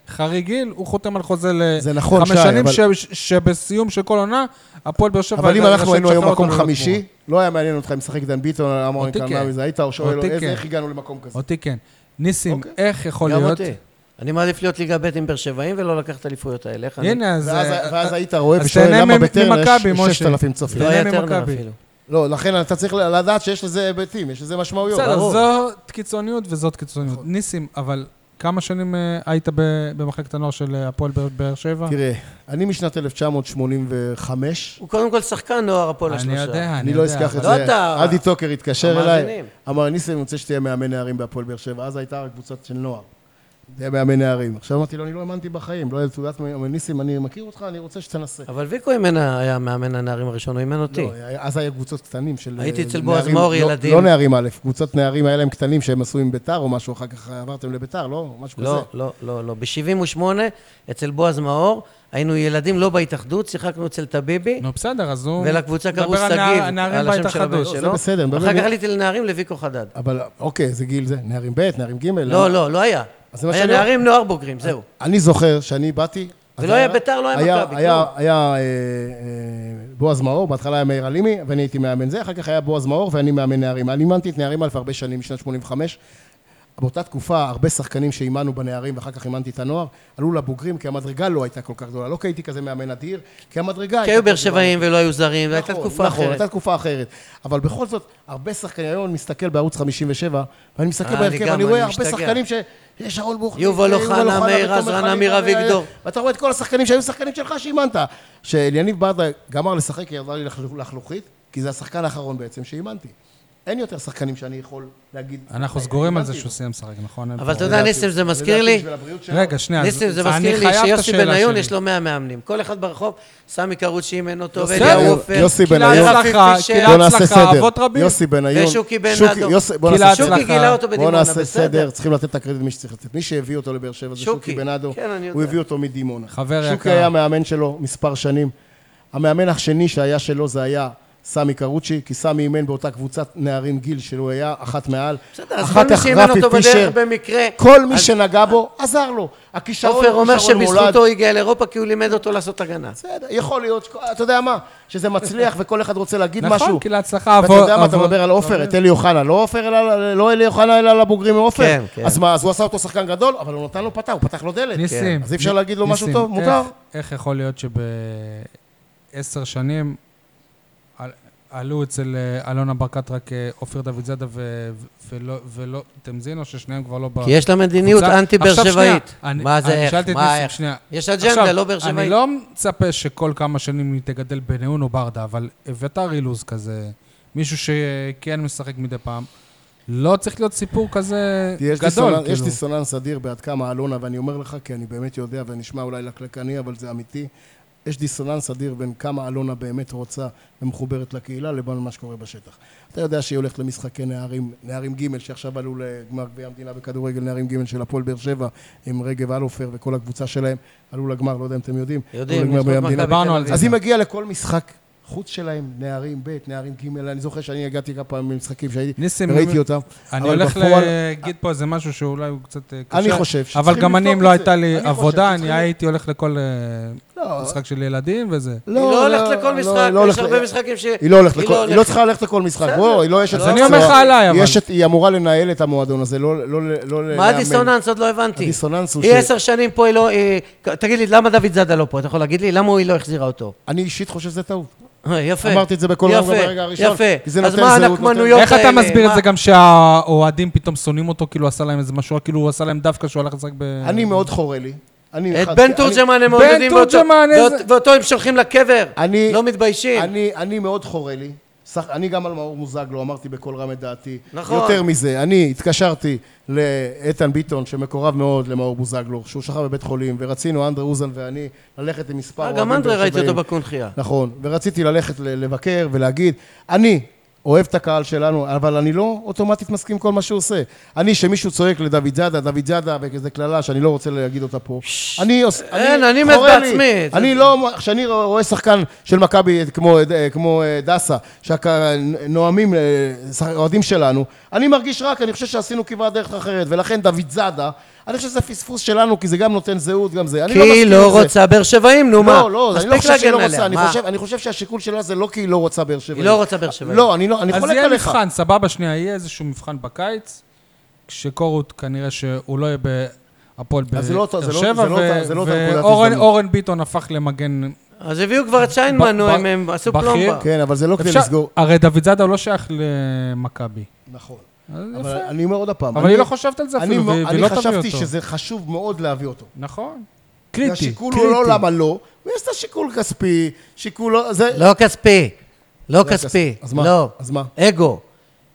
Speaker 1: חריג גיל, הוא חותם על חוזה
Speaker 2: זה נכון,
Speaker 1: לחמש
Speaker 2: שי,
Speaker 1: שנים,
Speaker 2: אבל-
Speaker 1: ש- ש- שבסיום של כל עונה, הפועל באר שבע...
Speaker 2: אבל אם
Speaker 1: רשאי
Speaker 2: אנחנו היינו
Speaker 1: לשחרר
Speaker 2: היום
Speaker 1: אותו
Speaker 2: מקום
Speaker 1: ללא
Speaker 2: חמישי,
Speaker 1: תמורה.
Speaker 2: לא היה מעניין אותך אם משחק דן ביטון, עמרם
Speaker 1: אותי
Speaker 2: אלקרנאווי,
Speaker 1: כן.
Speaker 2: זה היית או שואל
Speaker 1: אותי
Speaker 2: "איזה-
Speaker 1: כן.
Speaker 2: איך הגענו למקום כזה.
Speaker 1: אותי כן. ניסים,
Speaker 2: אוקיי.
Speaker 1: איך יכול
Speaker 3: גם
Speaker 1: להיות?
Speaker 3: אותי. אני מעדיף להיות ליגה ב' עם באר שבעים ולא לקחת את האליפויות האלה. איך אני-
Speaker 1: הנה, אז...
Speaker 2: ואז
Speaker 1: אה,
Speaker 2: ואז
Speaker 1: אה,
Speaker 2: היית רואה
Speaker 1: אז
Speaker 2: ושואל
Speaker 1: תהנה
Speaker 2: למה
Speaker 1: מ-
Speaker 2: בטרנר
Speaker 1: ממכבי,
Speaker 2: יש
Speaker 1: משה.
Speaker 2: 6,000 צופים.
Speaker 3: לא היה
Speaker 1: תהנה
Speaker 3: טרנר
Speaker 1: ממכבי.
Speaker 3: אפילו.
Speaker 2: לא, לכן אתה צריך לדעת שיש לזה היבטים, יש לזה משמעויות.
Speaker 1: בסדר,
Speaker 2: ברור.
Speaker 1: זאת קיצוניות וזאת קיצוניות.
Speaker 2: נכון.
Speaker 1: ניסים, אבל כמה שנים אה, היית ב- במחלקת הנוער של אה, הפועל באר- באר שבע?
Speaker 2: תראה, אני משנת 1985,
Speaker 3: הוא קודם כל שחקן נוער הפועל
Speaker 1: אני
Speaker 3: השלושה.
Speaker 1: יודע, אני
Speaker 2: אני לא אשכח
Speaker 1: אבל-
Speaker 2: את
Speaker 3: לא
Speaker 2: זה.
Speaker 3: אתה.
Speaker 2: אדי טוקר התקשר אליי,
Speaker 3: המאזינים.
Speaker 2: אמר, ניסן, אני רוצה שתהיה מאמן נערים בהפועל באר שבע. אז הייתה רק קבוצת של נוער. תהיה מאמן נערים. עכשיו אמרתי לו, אני לא האמנתי בחיים, לא היה תעודת מאמן. ניסים, אני מכיר אותך, אני רוצה שתנסה.
Speaker 3: אבל ויקו אימן היה מאמן הנערים הראשון, הוא אימן אותי.
Speaker 2: לא, אז היה קבוצות קטנים של...
Speaker 3: הייתי אצל
Speaker 2: נערים-
Speaker 3: בועז מאור,
Speaker 2: לא-
Speaker 3: ילדים.
Speaker 2: לא נערים א', קבוצות נערים, היה להם קטנים שהם עשו עם ביתר או משהו, אחר כך עברתם לביתר, לא? משהו כזה.
Speaker 3: לא, לא, לא, לא. ב-78, אצל בועז מאור, היינו ילדים לא בהתאחדות, שיחקנו אצל טביבי,
Speaker 1: נו, בסדר, אז הוא...
Speaker 3: ולקבוצה קראו
Speaker 1: מדבר על
Speaker 3: שגיב,
Speaker 1: נער- הנערים
Speaker 3: על השם
Speaker 1: בית
Speaker 3: של הבן
Speaker 1: החדש.
Speaker 2: זה
Speaker 3: שלו.
Speaker 2: בסדר, אני מדבר
Speaker 3: אחר כך
Speaker 2: מ-
Speaker 3: עליתי לנערים לויקו חדד.
Speaker 2: אבל אוקיי, זה גיל זה. נערים ב', נערים ג'.
Speaker 3: לא, לא, לא היה.
Speaker 2: אז זה מה
Speaker 3: היה
Speaker 2: שאני אומר. אה,
Speaker 3: נערים נוער בוגרים, זהו.
Speaker 2: אני זוכר שאני באתי...
Speaker 3: ולא
Speaker 2: אז
Speaker 3: היה ביתר, לא היה מכבי,
Speaker 2: היה,
Speaker 3: כלום.
Speaker 2: היה אה, אה, בועז מאור, בהתחלה היה מאיר אלימי, ואני הייתי מאמן זה, אחר כך היה בועז מאור ואני מאמן נערים. אני אימנתי את נערים א' הרבה שנים, משנת 85. באותה תקופה, הרבה שחקנים שאימנו בנערים ואחר כך אימנתי את הנוער, עלו לבוגרים, כי המדרגה לא הייתה כל כך גדולה. לא כי הייתי כזה מאמן אדיר, כי המדרגה...
Speaker 3: כי
Speaker 2: הייתה
Speaker 3: היו באר
Speaker 2: כזו גדולה.
Speaker 3: שבעים ולא היו זרים, והייתה
Speaker 2: נכון,
Speaker 3: תקופה
Speaker 2: נכון,
Speaker 3: אחרת.
Speaker 2: הייתה תקופה אחרת. אבל בכל זאת, הרבה שחקנים, היום אני מסתכל בערוץ 57, ואני מסתכל
Speaker 3: אה, אני
Speaker 2: בהרכב,
Speaker 3: גם,
Speaker 2: אני רואה
Speaker 3: אני
Speaker 2: הרבה
Speaker 3: משתגע.
Speaker 2: שחקנים ש... יש שאול בוכרי,
Speaker 3: יובל אוחנה, מאיר
Speaker 2: ותומר
Speaker 3: עזרן,
Speaker 2: חליבה,
Speaker 3: אמיר
Speaker 2: ו-
Speaker 3: אביגדור.
Speaker 2: ואתה רואה את כל השחקנים שהיו שחקנים שלך שאימנת. שאליניב ברדה גמר לשחק, היא ירדה לי לחלו- לחלוכית, כי זה השחקן האחרון בעצם שאימנתי. אין יותר שחקנים שאני יכול להגיד...
Speaker 1: אנחנו סגורים על זה
Speaker 2: אימנתי.
Speaker 1: שהוא סיים לשחק, נכון? אין
Speaker 3: אה, אבל
Speaker 1: פה-
Speaker 3: אתה יודע, ניסים, זה מזכיר לי...
Speaker 2: בשביל הבריאות שלו.
Speaker 1: רגע, שנייה. אז
Speaker 3: ניסים, זה
Speaker 1: אני
Speaker 3: מזכיר לי
Speaker 1: חייב את
Speaker 3: שיוסי
Speaker 1: השאלה
Speaker 3: בניון,
Speaker 1: שלי.
Speaker 3: יש לו 100 מאמנים. כל אחד ברחוב, סמי קרוצ'י אימן אותו,
Speaker 2: יוסי
Speaker 3: ואליהו
Speaker 1: בניון,
Speaker 3: עופר.
Speaker 2: לא, יוסי
Speaker 3: קהילת
Speaker 2: בניון.
Speaker 3: רפיף
Speaker 1: הצלחה,
Speaker 3: פישר.
Speaker 1: קהילת
Speaker 2: בוא נעשה
Speaker 1: להצלחה,
Speaker 2: סדר.
Speaker 1: אבות רבים.
Speaker 2: יוסי בניון.
Speaker 3: ושוקי בן אדום.
Speaker 2: יוסי- בוא
Speaker 1: קהילת
Speaker 2: נעשה סדר.
Speaker 1: הצלחה.
Speaker 3: שוקי גילה אותו
Speaker 2: בואו
Speaker 3: בדימונה,
Speaker 2: נעשה
Speaker 3: בסדר.
Speaker 2: סדר, צריכים לתת את הקרדיט למי שצריך לתת. מי שהביא אותו לבאר שבע זה
Speaker 3: שוקי,
Speaker 2: שוקי בנאדו,
Speaker 3: כן, אני יודע.
Speaker 2: הוא הביא אותו מדימונה.
Speaker 1: חבר יקר.
Speaker 2: שוקי היה המאמן שלו מספר שנים. המאמן השני שהיה שלו זה היה סמי קרוצ'י, כי סמי אימן באותה קבוצת נערים גיל שלו היה אחת מעל.
Speaker 3: בסדר, אז
Speaker 2: אחר
Speaker 3: כל מי
Speaker 2: כך
Speaker 3: שאימן
Speaker 2: רפי
Speaker 3: אותו
Speaker 2: פישר.
Speaker 3: בדרך במקרה...
Speaker 2: כל מי
Speaker 3: אז
Speaker 2: שנגע בו, עזר לו. הכישרון,
Speaker 3: עופר אומר
Speaker 2: כישרון מולד.
Speaker 3: שבזכותו הוא הגיע לאירופה כי הוא לימד אותו לעשות הגנה.
Speaker 2: בסדר, יכול להיות, שכ- אתה יודע מה, שזה מצליח וכל אחד רוצה להגיד
Speaker 1: נכון,
Speaker 2: משהו.
Speaker 1: כי להצלחה
Speaker 2: ואתה
Speaker 1: אבוא-
Speaker 2: יודע מה, אתה
Speaker 1: אבוא-
Speaker 2: מדבר על עופר, את אלי אוחנה, לא עופר, אלא- לא אלי אוחנה, אלא על הבוגרים מעופר.
Speaker 3: כן, כן.
Speaker 2: אז מה, אז הוא עשה אותו שחקן גדול, אבל הוא נתן לו פתח, הוא פתח לו דלת. כן.
Speaker 1: ניסים.
Speaker 2: אז אי אפשר להגיד לו משהו
Speaker 1: ניסים,
Speaker 2: טוב, מותר.
Speaker 1: איך- איך יכול להיות שבעשר שנים על- עלו אצל אה, אלונה ברקת רק אה, עופר דוד זאדה ו- ו- ולא- ולא תמזינו, ששניהם כבר לא ב...
Speaker 3: כי יש לה מדיניות
Speaker 1: קבוצה-
Speaker 3: אנטי באר
Speaker 1: עכשיו, שנייה,
Speaker 3: שבעית.
Speaker 1: אני-
Speaker 3: מה זה
Speaker 1: אני
Speaker 3: איך?
Speaker 1: שאלתי את
Speaker 3: מה
Speaker 1: ניסים,
Speaker 3: איך?
Speaker 1: שנייה.
Speaker 3: יש אג'נדה,
Speaker 1: עכשיו,
Speaker 3: לא באר
Speaker 1: אני
Speaker 3: שבעית.
Speaker 1: לא מצפה שכל כמה שנים היא תגדל בניון או ברדה, אבל הבאת אילוז כזה, מישהו שכן משחק מדי פעם. לא צריך להיות סיפור כזה
Speaker 2: יש
Speaker 1: גדול,
Speaker 2: דיסוננס- יש
Speaker 1: כאילו.
Speaker 2: דיסוננס אדיר בעד כמה אלונה, ואני אומר לך, כי אני באמת יודע, ונשמע אולי לקלקני, אבל זה אמיתי. יש דיסוננס אדיר בין כמה אלונה באמת רוצה ומחוברת לקהילה לבין מה שקורה בשטח. אתה יודע שהיא הולכת למשחקי נערים, נערים ג' שעכשיו עלו לגמר גביע המדינה בכדורגל, נערים ג' של הפועל באר שבע, עם רגב אלופר וכל הקבוצה שלהם, עלו לגמר, לא יודע אם אתם יודעים.
Speaker 3: יודעים,
Speaker 2: עלו לגמר
Speaker 3: לזכות
Speaker 2: גביע המדינה.
Speaker 3: מכבי תל
Speaker 1: דיברנו על
Speaker 3: אביב.
Speaker 1: זה.
Speaker 2: אז היא מגיעה לכל משחק חוץ שלהם, נערים ב', נערים ג', אני זוכר שאני הגעתי כמה פעמים למשחקים שהייתי,
Speaker 1: ניסים,
Speaker 2: ראיתי אותם.
Speaker 1: אני
Speaker 2: אבל
Speaker 1: הולך
Speaker 2: בפועל-
Speaker 1: להגיד פה איזה משהו שאולי הוא קצת אה, קשה.
Speaker 2: אני חושב
Speaker 1: אבל
Speaker 2: שצריכים
Speaker 1: גם אני, אם
Speaker 2: לבדוק
Speaker 1: לא
Speaker 2: את זה.
Speaker 1: הייתה לי
Speaker 2: אני חושב
Speaker 1: עבודה,
Speaker 2: שצריכים-
Speaker 1: אני הייתי הולך לכל אה,
Speaker 2: לא,
Speaker 1: משחק של ילדים וזה.
Speaker 3: היא לא הולכת לכל משחק,
Speaker 2: לא
Speaker 3: יש
Speaker 2: הולכת-
Speaker 3: הרבה משחקים ש...
Speaker 2: היא לא הולכת לכל, היא לא
Speaker 3: הולכת.
Speaker 2: צריכה ללכת לכל משחק,
Speaker 3: בסדר.
Speaker 2: בואו, היא לא אשת
Speaker 3: אז
Speaker 2: מקצוע.
Speaker 1: אני אומר לך עליי, אבל.
Speaker 2: יש את- היא אמורה לנהל את המועדון הזה, לא לא- לא לאמן.
Speaker 3: מה הדיסוננס? עוד לא הבנתי.
Speaker 2: הדיסוננס הוא
Speaker 3: היא
Speaker 2: ש-
Speaker 3: עשר שנים פה, היא לא... היא- תגיד לי, למה דוד זאדה לא פה? אתה יכול להגיד לי? למה היא לא החזירה אותו?
Speaker 2: אני אישית חושב שזה טעות.
Speaker 3: אה, יפה.
Speaker 2: אמרתי את זה בקול רם גם
Speaker 3: יפה,
Speaker 2: ברגע הראשון, כי זה
Speaker 3: יפה. אז
Speaker 2: נותן
Speaker 3: מה
Speaker 2: זהות,
Speaker 3: הנקמנויות
Speaker 1: איך
Speaker 3: האלה?
Speaker 1: אתה מסביר את
Speaker 3: מה-
Speaker 1: זה גם שהאוהדים פתאום שונאים אותו, כאילו הוא עשה להם איזה משהו, כאילו הוא עשה להם דווקא שהוא הלך לשחק ב...
Speaker 2: אני מאוד חורה לי. אני
Speaker 3: את
Speaker 2: אחד-
Speaker 3: בן
Speaker 2: אני-
Speaker 3: תורג'מן הם
Speaker 1: בן
Speaker 3: מעודדים, ואותו-
Speaker 1: תורג'מן,
Speaker 3: ואות-
Speaker 1: איזה-
Speaker 3: ואותו הם שולחים לקבר.
Speaker 2: אני-
Speaker 3: לא מתביישים.
Speaker 2: אני, אני מאוד חורה לי. סך, אני גם על מאור מוזגלו אמרתי בקול רם את דעתי.
Speaker 3: נכון.
Speaker 2: יותר מזה, אני התקשרתי לאיתן ביטון, שמקורב מאוד למאור בוזגלו, שהוא שכב בבית חולים, ורצינו, אנדרי אוזן ואני, ללכת עם מספר...
Speaker 3: אה, גם
Speaker 2: אוהדים
Speaker 3: אנדרי
Speaker 2: באר
Speaker 3: ראיתי
Speaker 2: שבעים.
Speaker 3: אותו בקונחייה.
Speaker 2: נכון, ורציתי ללכת ל- לבקר ולהגיד, אני אוהב את הקהל שלנו, אבל אני לא אוטומטית מסכים עם כל מה שהוא עושה. אני, שמישהו צועק לדוד זאדה, דוד זאדה, וכזה קללה שאני לא רוצה להגיד אותה פה. אני עושה...
Speaker 3: אין, אני מת
Speaker 2: חורה לי.
Speaker 3: בעצמי.
Speaker 2: אני לא... כשאני רואה שחקן של מכבי כמו- כמו אה, דסה, שהנואמים, אוהדים שלנו, אני מרגיש רק, אני חושב שעשינו כברת דרך אחרת, ולכן דוד זאדה, אני חושב שזה פספוס שלנו, כי זה גם נותן זהות, גם זה. אני
Speaker 3: כי
Speaker 2: לא מסכים
Speaker 3: היא לא
Speaker 2: עם זה.
Speaker 3: רוצה באר שבעים, נו מה?
Speaker 2: לא, לא, אני לא
Speaker 3: מספיק
Speaker 2: חושב שהיא לא
Speaker 3: להגן עליה,
Speaker 2: רוצה, אני
Speaker 3: מה?
Speaker 2: חושב- אני חושב שהשיקול שלה זה לא כי היא לא רוצה באר שבע.
Speaker 3: היא לא רוצה באר שבע.
Speaker 2: לא, אני לא, אני
Speaker 1: אז
Speaker 2: חולק
Speaker 1: יהיה
Speaker 2: עליך.
Speaker 1: מבחן, סבבה, שנייה, יהיה איזשהו מבחן בקיץ, כשקורות כנראה שהוא לא יהיה בהפועל באר
Speaker 2: אז זה לא
Speaker 1: שבע,
Speaker 2: אותו- זה לא- זה לא אותה- זה לא אותה נקודת
Speaker 1: ואורן
Speaker 2: הזדמנות.
Speaker 1: אורן ביטון הפך למגן
Speaker 3: אז הביאו כבר את
Speaker 1: ב-
Speaker 3: שיינמן, נו,
Speaker 1: ב-
Speaker 3: הם- הם עשו
Speaker 1: בכיר?
Speaker 3: פלומבה.
Speaker 2: כן, אבל זה לא כדי
Speaker 1: אפשר-
Speaker 2: לסגור.
Speaker 1: הרי דוד זאדה הוא לא שייך למכבי.
Speaker 2: נכון.
Speaker 1: אז
Speaker 2: אבל
Speaker 1: יפה.
Speaker 2: אני אומר עוד פעם.
Speaker 1: אבל
Speaker 2: אני-
Speaker 1: היא לא חושבת על זה
Speaker 2: אני
Speaker 1: אפילו,
Speaker 2: מ-
Speaker 1: והיא והיא
Speaker 2: אני
Speaker 1: לא תביא
Speaker 2: חשבתי
Speaker 1: אותו.
Speaker 2: שזה חשוב מאוד להביא אותו.
Speaker 1: נכון. קריטי, קריטי.
Speaker 2: השיקול הוא לא למה לא, ויש את השיקול כספי, שיקול לא... זה...
Speaker 3: לא כספי. לא
Speaker 2: זה
Speaker 3: כספי.
Speaker 2: הכספי. אז מה?
Speaker 3: לא.
Speaker 2: אז מה?
Speaker 3: אגו.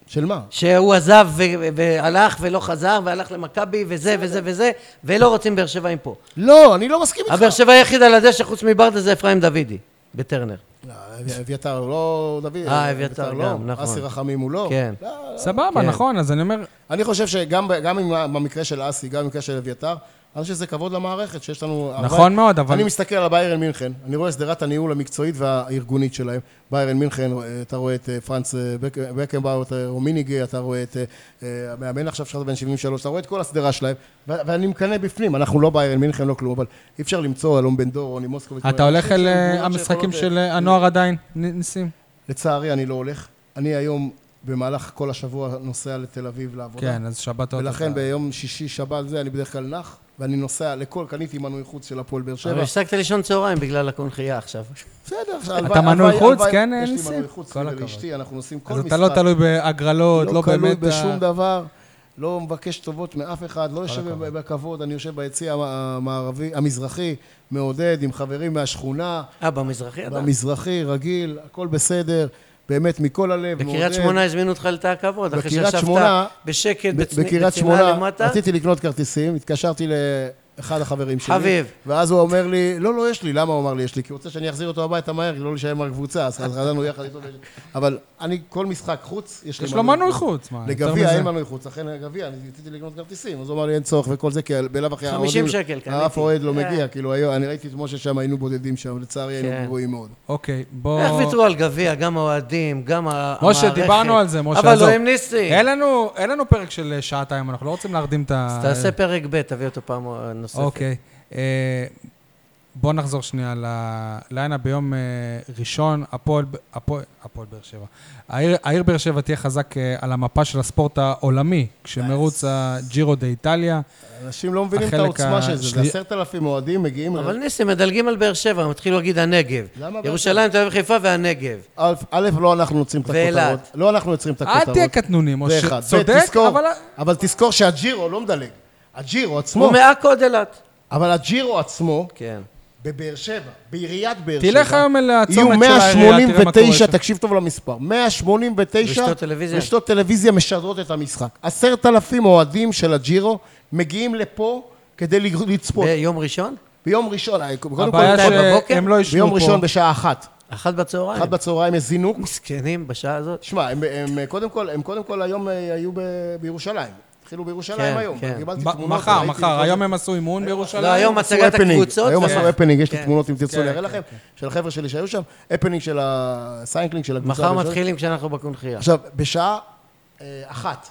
Speaker 2: של מה?
Speaker 3: שהוא עזב ו- והלך ולא חזר, והלך למכבי, וזה וזה וזה, ולא רוצים באר שבעים פה.
Speaker 2: לא, אני לא מסכים איתך.
Speaker 3: הבאר שבע היחיד על הדשא חוץ מברדה זה אפרים דוידי, בטרנר.
Speaker 2: לא, אביתר הוא לא דוד.
Speaker 3: אה, אביתר גם,
Speaker 2: לא.
Speaker 3: נכון.
Speaker 2: אסי רחמים הוא לא.
Speaker 3: כן.
Speaker 2: לא,
Speaker 1: סבבה,
Speaker 3: כן.
Speaker 1: נכון, אז אני אומר,
Speaker 2: אני חושב שגם ב- גם עם- במקרה של אסי, גם במקרה של אביתר, אני חושב שזה כבוד למערכת שיש לנו...
Speaker 1: נכון מאוד, אבל-
Speaker 2: אני מסתכל על ביירן מינכן, אני רואה שדרת הניהול המקצועית והארגונית שלהם. ביירן מינכן, אה, אתה רואה את אה, פרנץ אה, בק- בקנבאו, אתה רואה מיניגי, אתה רואה את אה, אה, המאמן עכשיו שלך בן 73, אתה רואה את כל השדרה שלהם, ו- ואני מקנא בפנים, אנחנו לא ביירן מינכן, לא כלום, אבל אי אפשר למצוא אלון בן דור, רוני מוסקוביץ.
Speaker 1: אתה הולך אל אה,
Speaker 2: דמויות
Speaker 1: המשחקים
Speaker 2: שיכולות,
Speaker 1: של אה, הנוער עדיין, נ- ניסים?
Speaker 2: לצערי, אני לא הולך. אני היום, במהלך כל השבוע, נוסע לתל אביב לעבודה.
Speaker 1: כן, אז שבת עוד
Speaker 2: ולכן
Speaker 1: אתה-
Speaker 2: ביום שישי, שבת, זה, אני בדרך כלל נח, ואני נוסע לכל, קניתי מנוי חוץ של הפועל באר
Speaker 3: אבל
Speaker 2: שבע.
Speaker 3: הפסקת לישון צהריים בגלל הקונכייה עכשיו.
Speaker 2: בסדר, עכשיו,
Speaker 1: מנוי חוץ? כן,
Speaker 2: יש לי
Speaker 1: ניסים?
Speaker 2: מנוי חוץ,
Speaker 1: כל
Speaker 2: לי
Speaker 1: הכבוד.
Speaker 2: ולאשתי, אנחנו נוסעים כל
Speaker 1: אז
Speaker 2: משחק.
Speaker 1: אתה לא תלוי בהגרלות, לא
Speaker 2: לא כלול
Speaker 1: באמת...
Speaker 2: בשום
Speaker 1: ה-
Speaker 2: דבר, לא מבקש טובות מאף אחד, לא יושב בכבוד, אני יושב ביציע המערבי, המזרחי, מעודד, עם חברים מהשכונה,
Speaker 3: אה, במזרחי עדיין.
Speaker 2: במזרחי, רגיל, הכל בסדר, באמת, מכל הלב, מעודד.
Speaker 3: בקריית שמונה הזמינו אותך לתא הכבוד, אחרי
Speaker 2: בקריית
Speaker 3: שישבת
Speaker 2: שמונה-
Speaker 3: בשקט,
Speaker 2: ב-
Speaker 3: בצנ-
Speaker 2: בקריית
Speaker 3: בצנעה
Speaker 2: שמונה,
Speaker 3: למטה.
Speaker 2: רציתי לקנות כרטיסים, התקשרתי לאחד החברים שלי.
Speaker 3: חביב.
Speaker 2: ואז הוא אומר לי, לא, לא, יש לי. למה הוא אמר לי יש לי? כי הוא רוצה שאני אחזיר אותו הביתה מהר, כדי לא להישאר מהקבוצה, אז חזרנו יחד איתו. ויש- אבל אני, כל משחק חוץ, יש לי
Speaker 1: יש לו מנוי חוץ, מה? יותר
Speaker 2: לגביע
Speaker 1: מזה.
Speaker 2: אין מנוי חוץ, לכן לגביע, אני רציתי לקנות כרטיסים, אז הוא אמר לי אין צורך וכל זה, כי בלאו הכי...
Speaker 3: 50
Speaker 2: האוהדים-
Speaker 3: שקל, קניתי.
Speaker 2: האף אוהד לא
Speaker 3: אה.
Speaker 2: מגיע, כאילו, היו- אני ראיתי את משה שם, היינו בודדים שם, לצערי
Speaker 3: כן.
Speaker 2: היינו גרועים מאוד.
Speaker 1: אוקיי, בוא...
Speaker 3: איך ויתרו על גביע, גם האוהדים, גם ה- המערכת.
Speaker 1: משה, דיברנו על זה, משה,
Speaker 3: אבל
Speaker 1: עזוב.
Speaker 3: לא עם ניסים.
Speaker 1: אין לנו- אין לנו פרק של אה, שעתיים, אנחנו לא רוצים להרדים את ה...
Speaker 3: אז תעשה פרק ב', תביא אותו פעם אה, נוספת.
Speaker 1: אוקיי. אה, בוא נחזור שנייה ל- לעיינה ביום אה, ראשון, הפועל ב- הפועל הפועל באר שבע. העיר- העיר באר שבע תהיה חזק אה, על המפה של הספורט העולמי, כשמרוץ הג'ירו דה איטליה.
Speaker 2: אנשים לא מבינים את
Speaker 1: החלק
Speaker 2: העוצמה של זה, זה
Speaker 1: השני-
Speaker 2: עשרת אלפים אוהדים מגיעים...
Speaker 3: אבל ניסים, מדלגים על באר שבע, הם התחילו להגיד הנגב.
Speaker 2: למה באר
Speaker 3: ירושלים, תל אביב, חיפה והנגב.
Speaker 2: א', א', לא אנחנו יוצרים את
Speaker 3: ואילת.
Speaker 2: הכותרות. לא אנחנו יוצרים את הכותרות.
Speaker 1: אל תהיה קטנוני,
Speaker 2: זה
Speaker 1: משה.
Speaker 2: אחד.
Speaker 1: צודק,
Speaker 2: ב', תזכור,
Speaker 1: אבל-
Speaker 2: אבל תזכור שהג'ירו לא מדלג. הג'ירו עצמו,
Speaker 3: הוא מעכו עד אילת.
Speaker 2: אבל הג'ירו עצמו,
Speaker 3: כן.
Speaker 2: בבאר שבע, בעיריית באר שבע,
Speaker 1: תלך היום אל הצומת
Speaker 2: יהיו
Speaker 1: של העירייה, תראה מה קורה שם.
Speaker 2: 189, תקשיב טוב למספר, 189
Speaker 3: רשתות טלוויזיה.
Speaker 2: רשתות טלוויזיה משדרות את המשחק. עשרת אלפים אוהדים של הג'ירו מגיעים לפה כדי לג- לצפות.
Speaker 3: ביום ראשון?
Speaker 2: ביום ראשון, קודם כל,
Speaker 1: הבעיה
Speaker 3: מתי בבוקר?
Speaker 1: שהם לא ישנו פה.
Speaker 2: ביום ראשון בשעה אחת.
Speaker 3: אחת בצהריים.
Speaker 2: אחת בצהריים יש זינוק.
Speaker 3: מסכנים בשעה הזאת.
Speaker 2: תשמע, הם, הם, קודם כל, הם קודם כל היום אה, היו ב, אה, בירושלים. התחילו בירושלים
Speaker 3: כן,
Speaker 2: היום.
Speaker 3: כן.
Speaker 2: קיבלתי
Speaker 1: ב-
Speaker 2: תמונות,
Speaker 1: מחר,
Speaker 2: ראיתי
Speaker 1: מחר,
Speaker 2: כל
Speaker 1: היום
Speaker 2: זה.
Speaker 1: הם עשו אימון בירושלים.
Speaker 3: לא, היום
Speaker 2: עשו
Speaker 3: הצגת
Speaker 2: הפנינג,
Speaker 3: הקבוצות.
Speaker 2: היום
Speaker 3: זה-
Speaker 2: עשו הפנינג, יש לי
Speaker 3: כן.
Speaker 2: תמונות, אם תרצו,
Speaker 1: כן,
Speaker 2: אני אראה
Speaker 1: כן,
Speaker 2: לכם, של החבר'ה שלי שהיו שם, הפנינג של הסיינקלינג של הקבוצה.
Speaker 3: מחר
Speaker 2: הראשונה.
Speaker 3: מתחילים כשאנחנו בקונחייה.
Speaker 2: עכשיו, בשעה אה, אחת.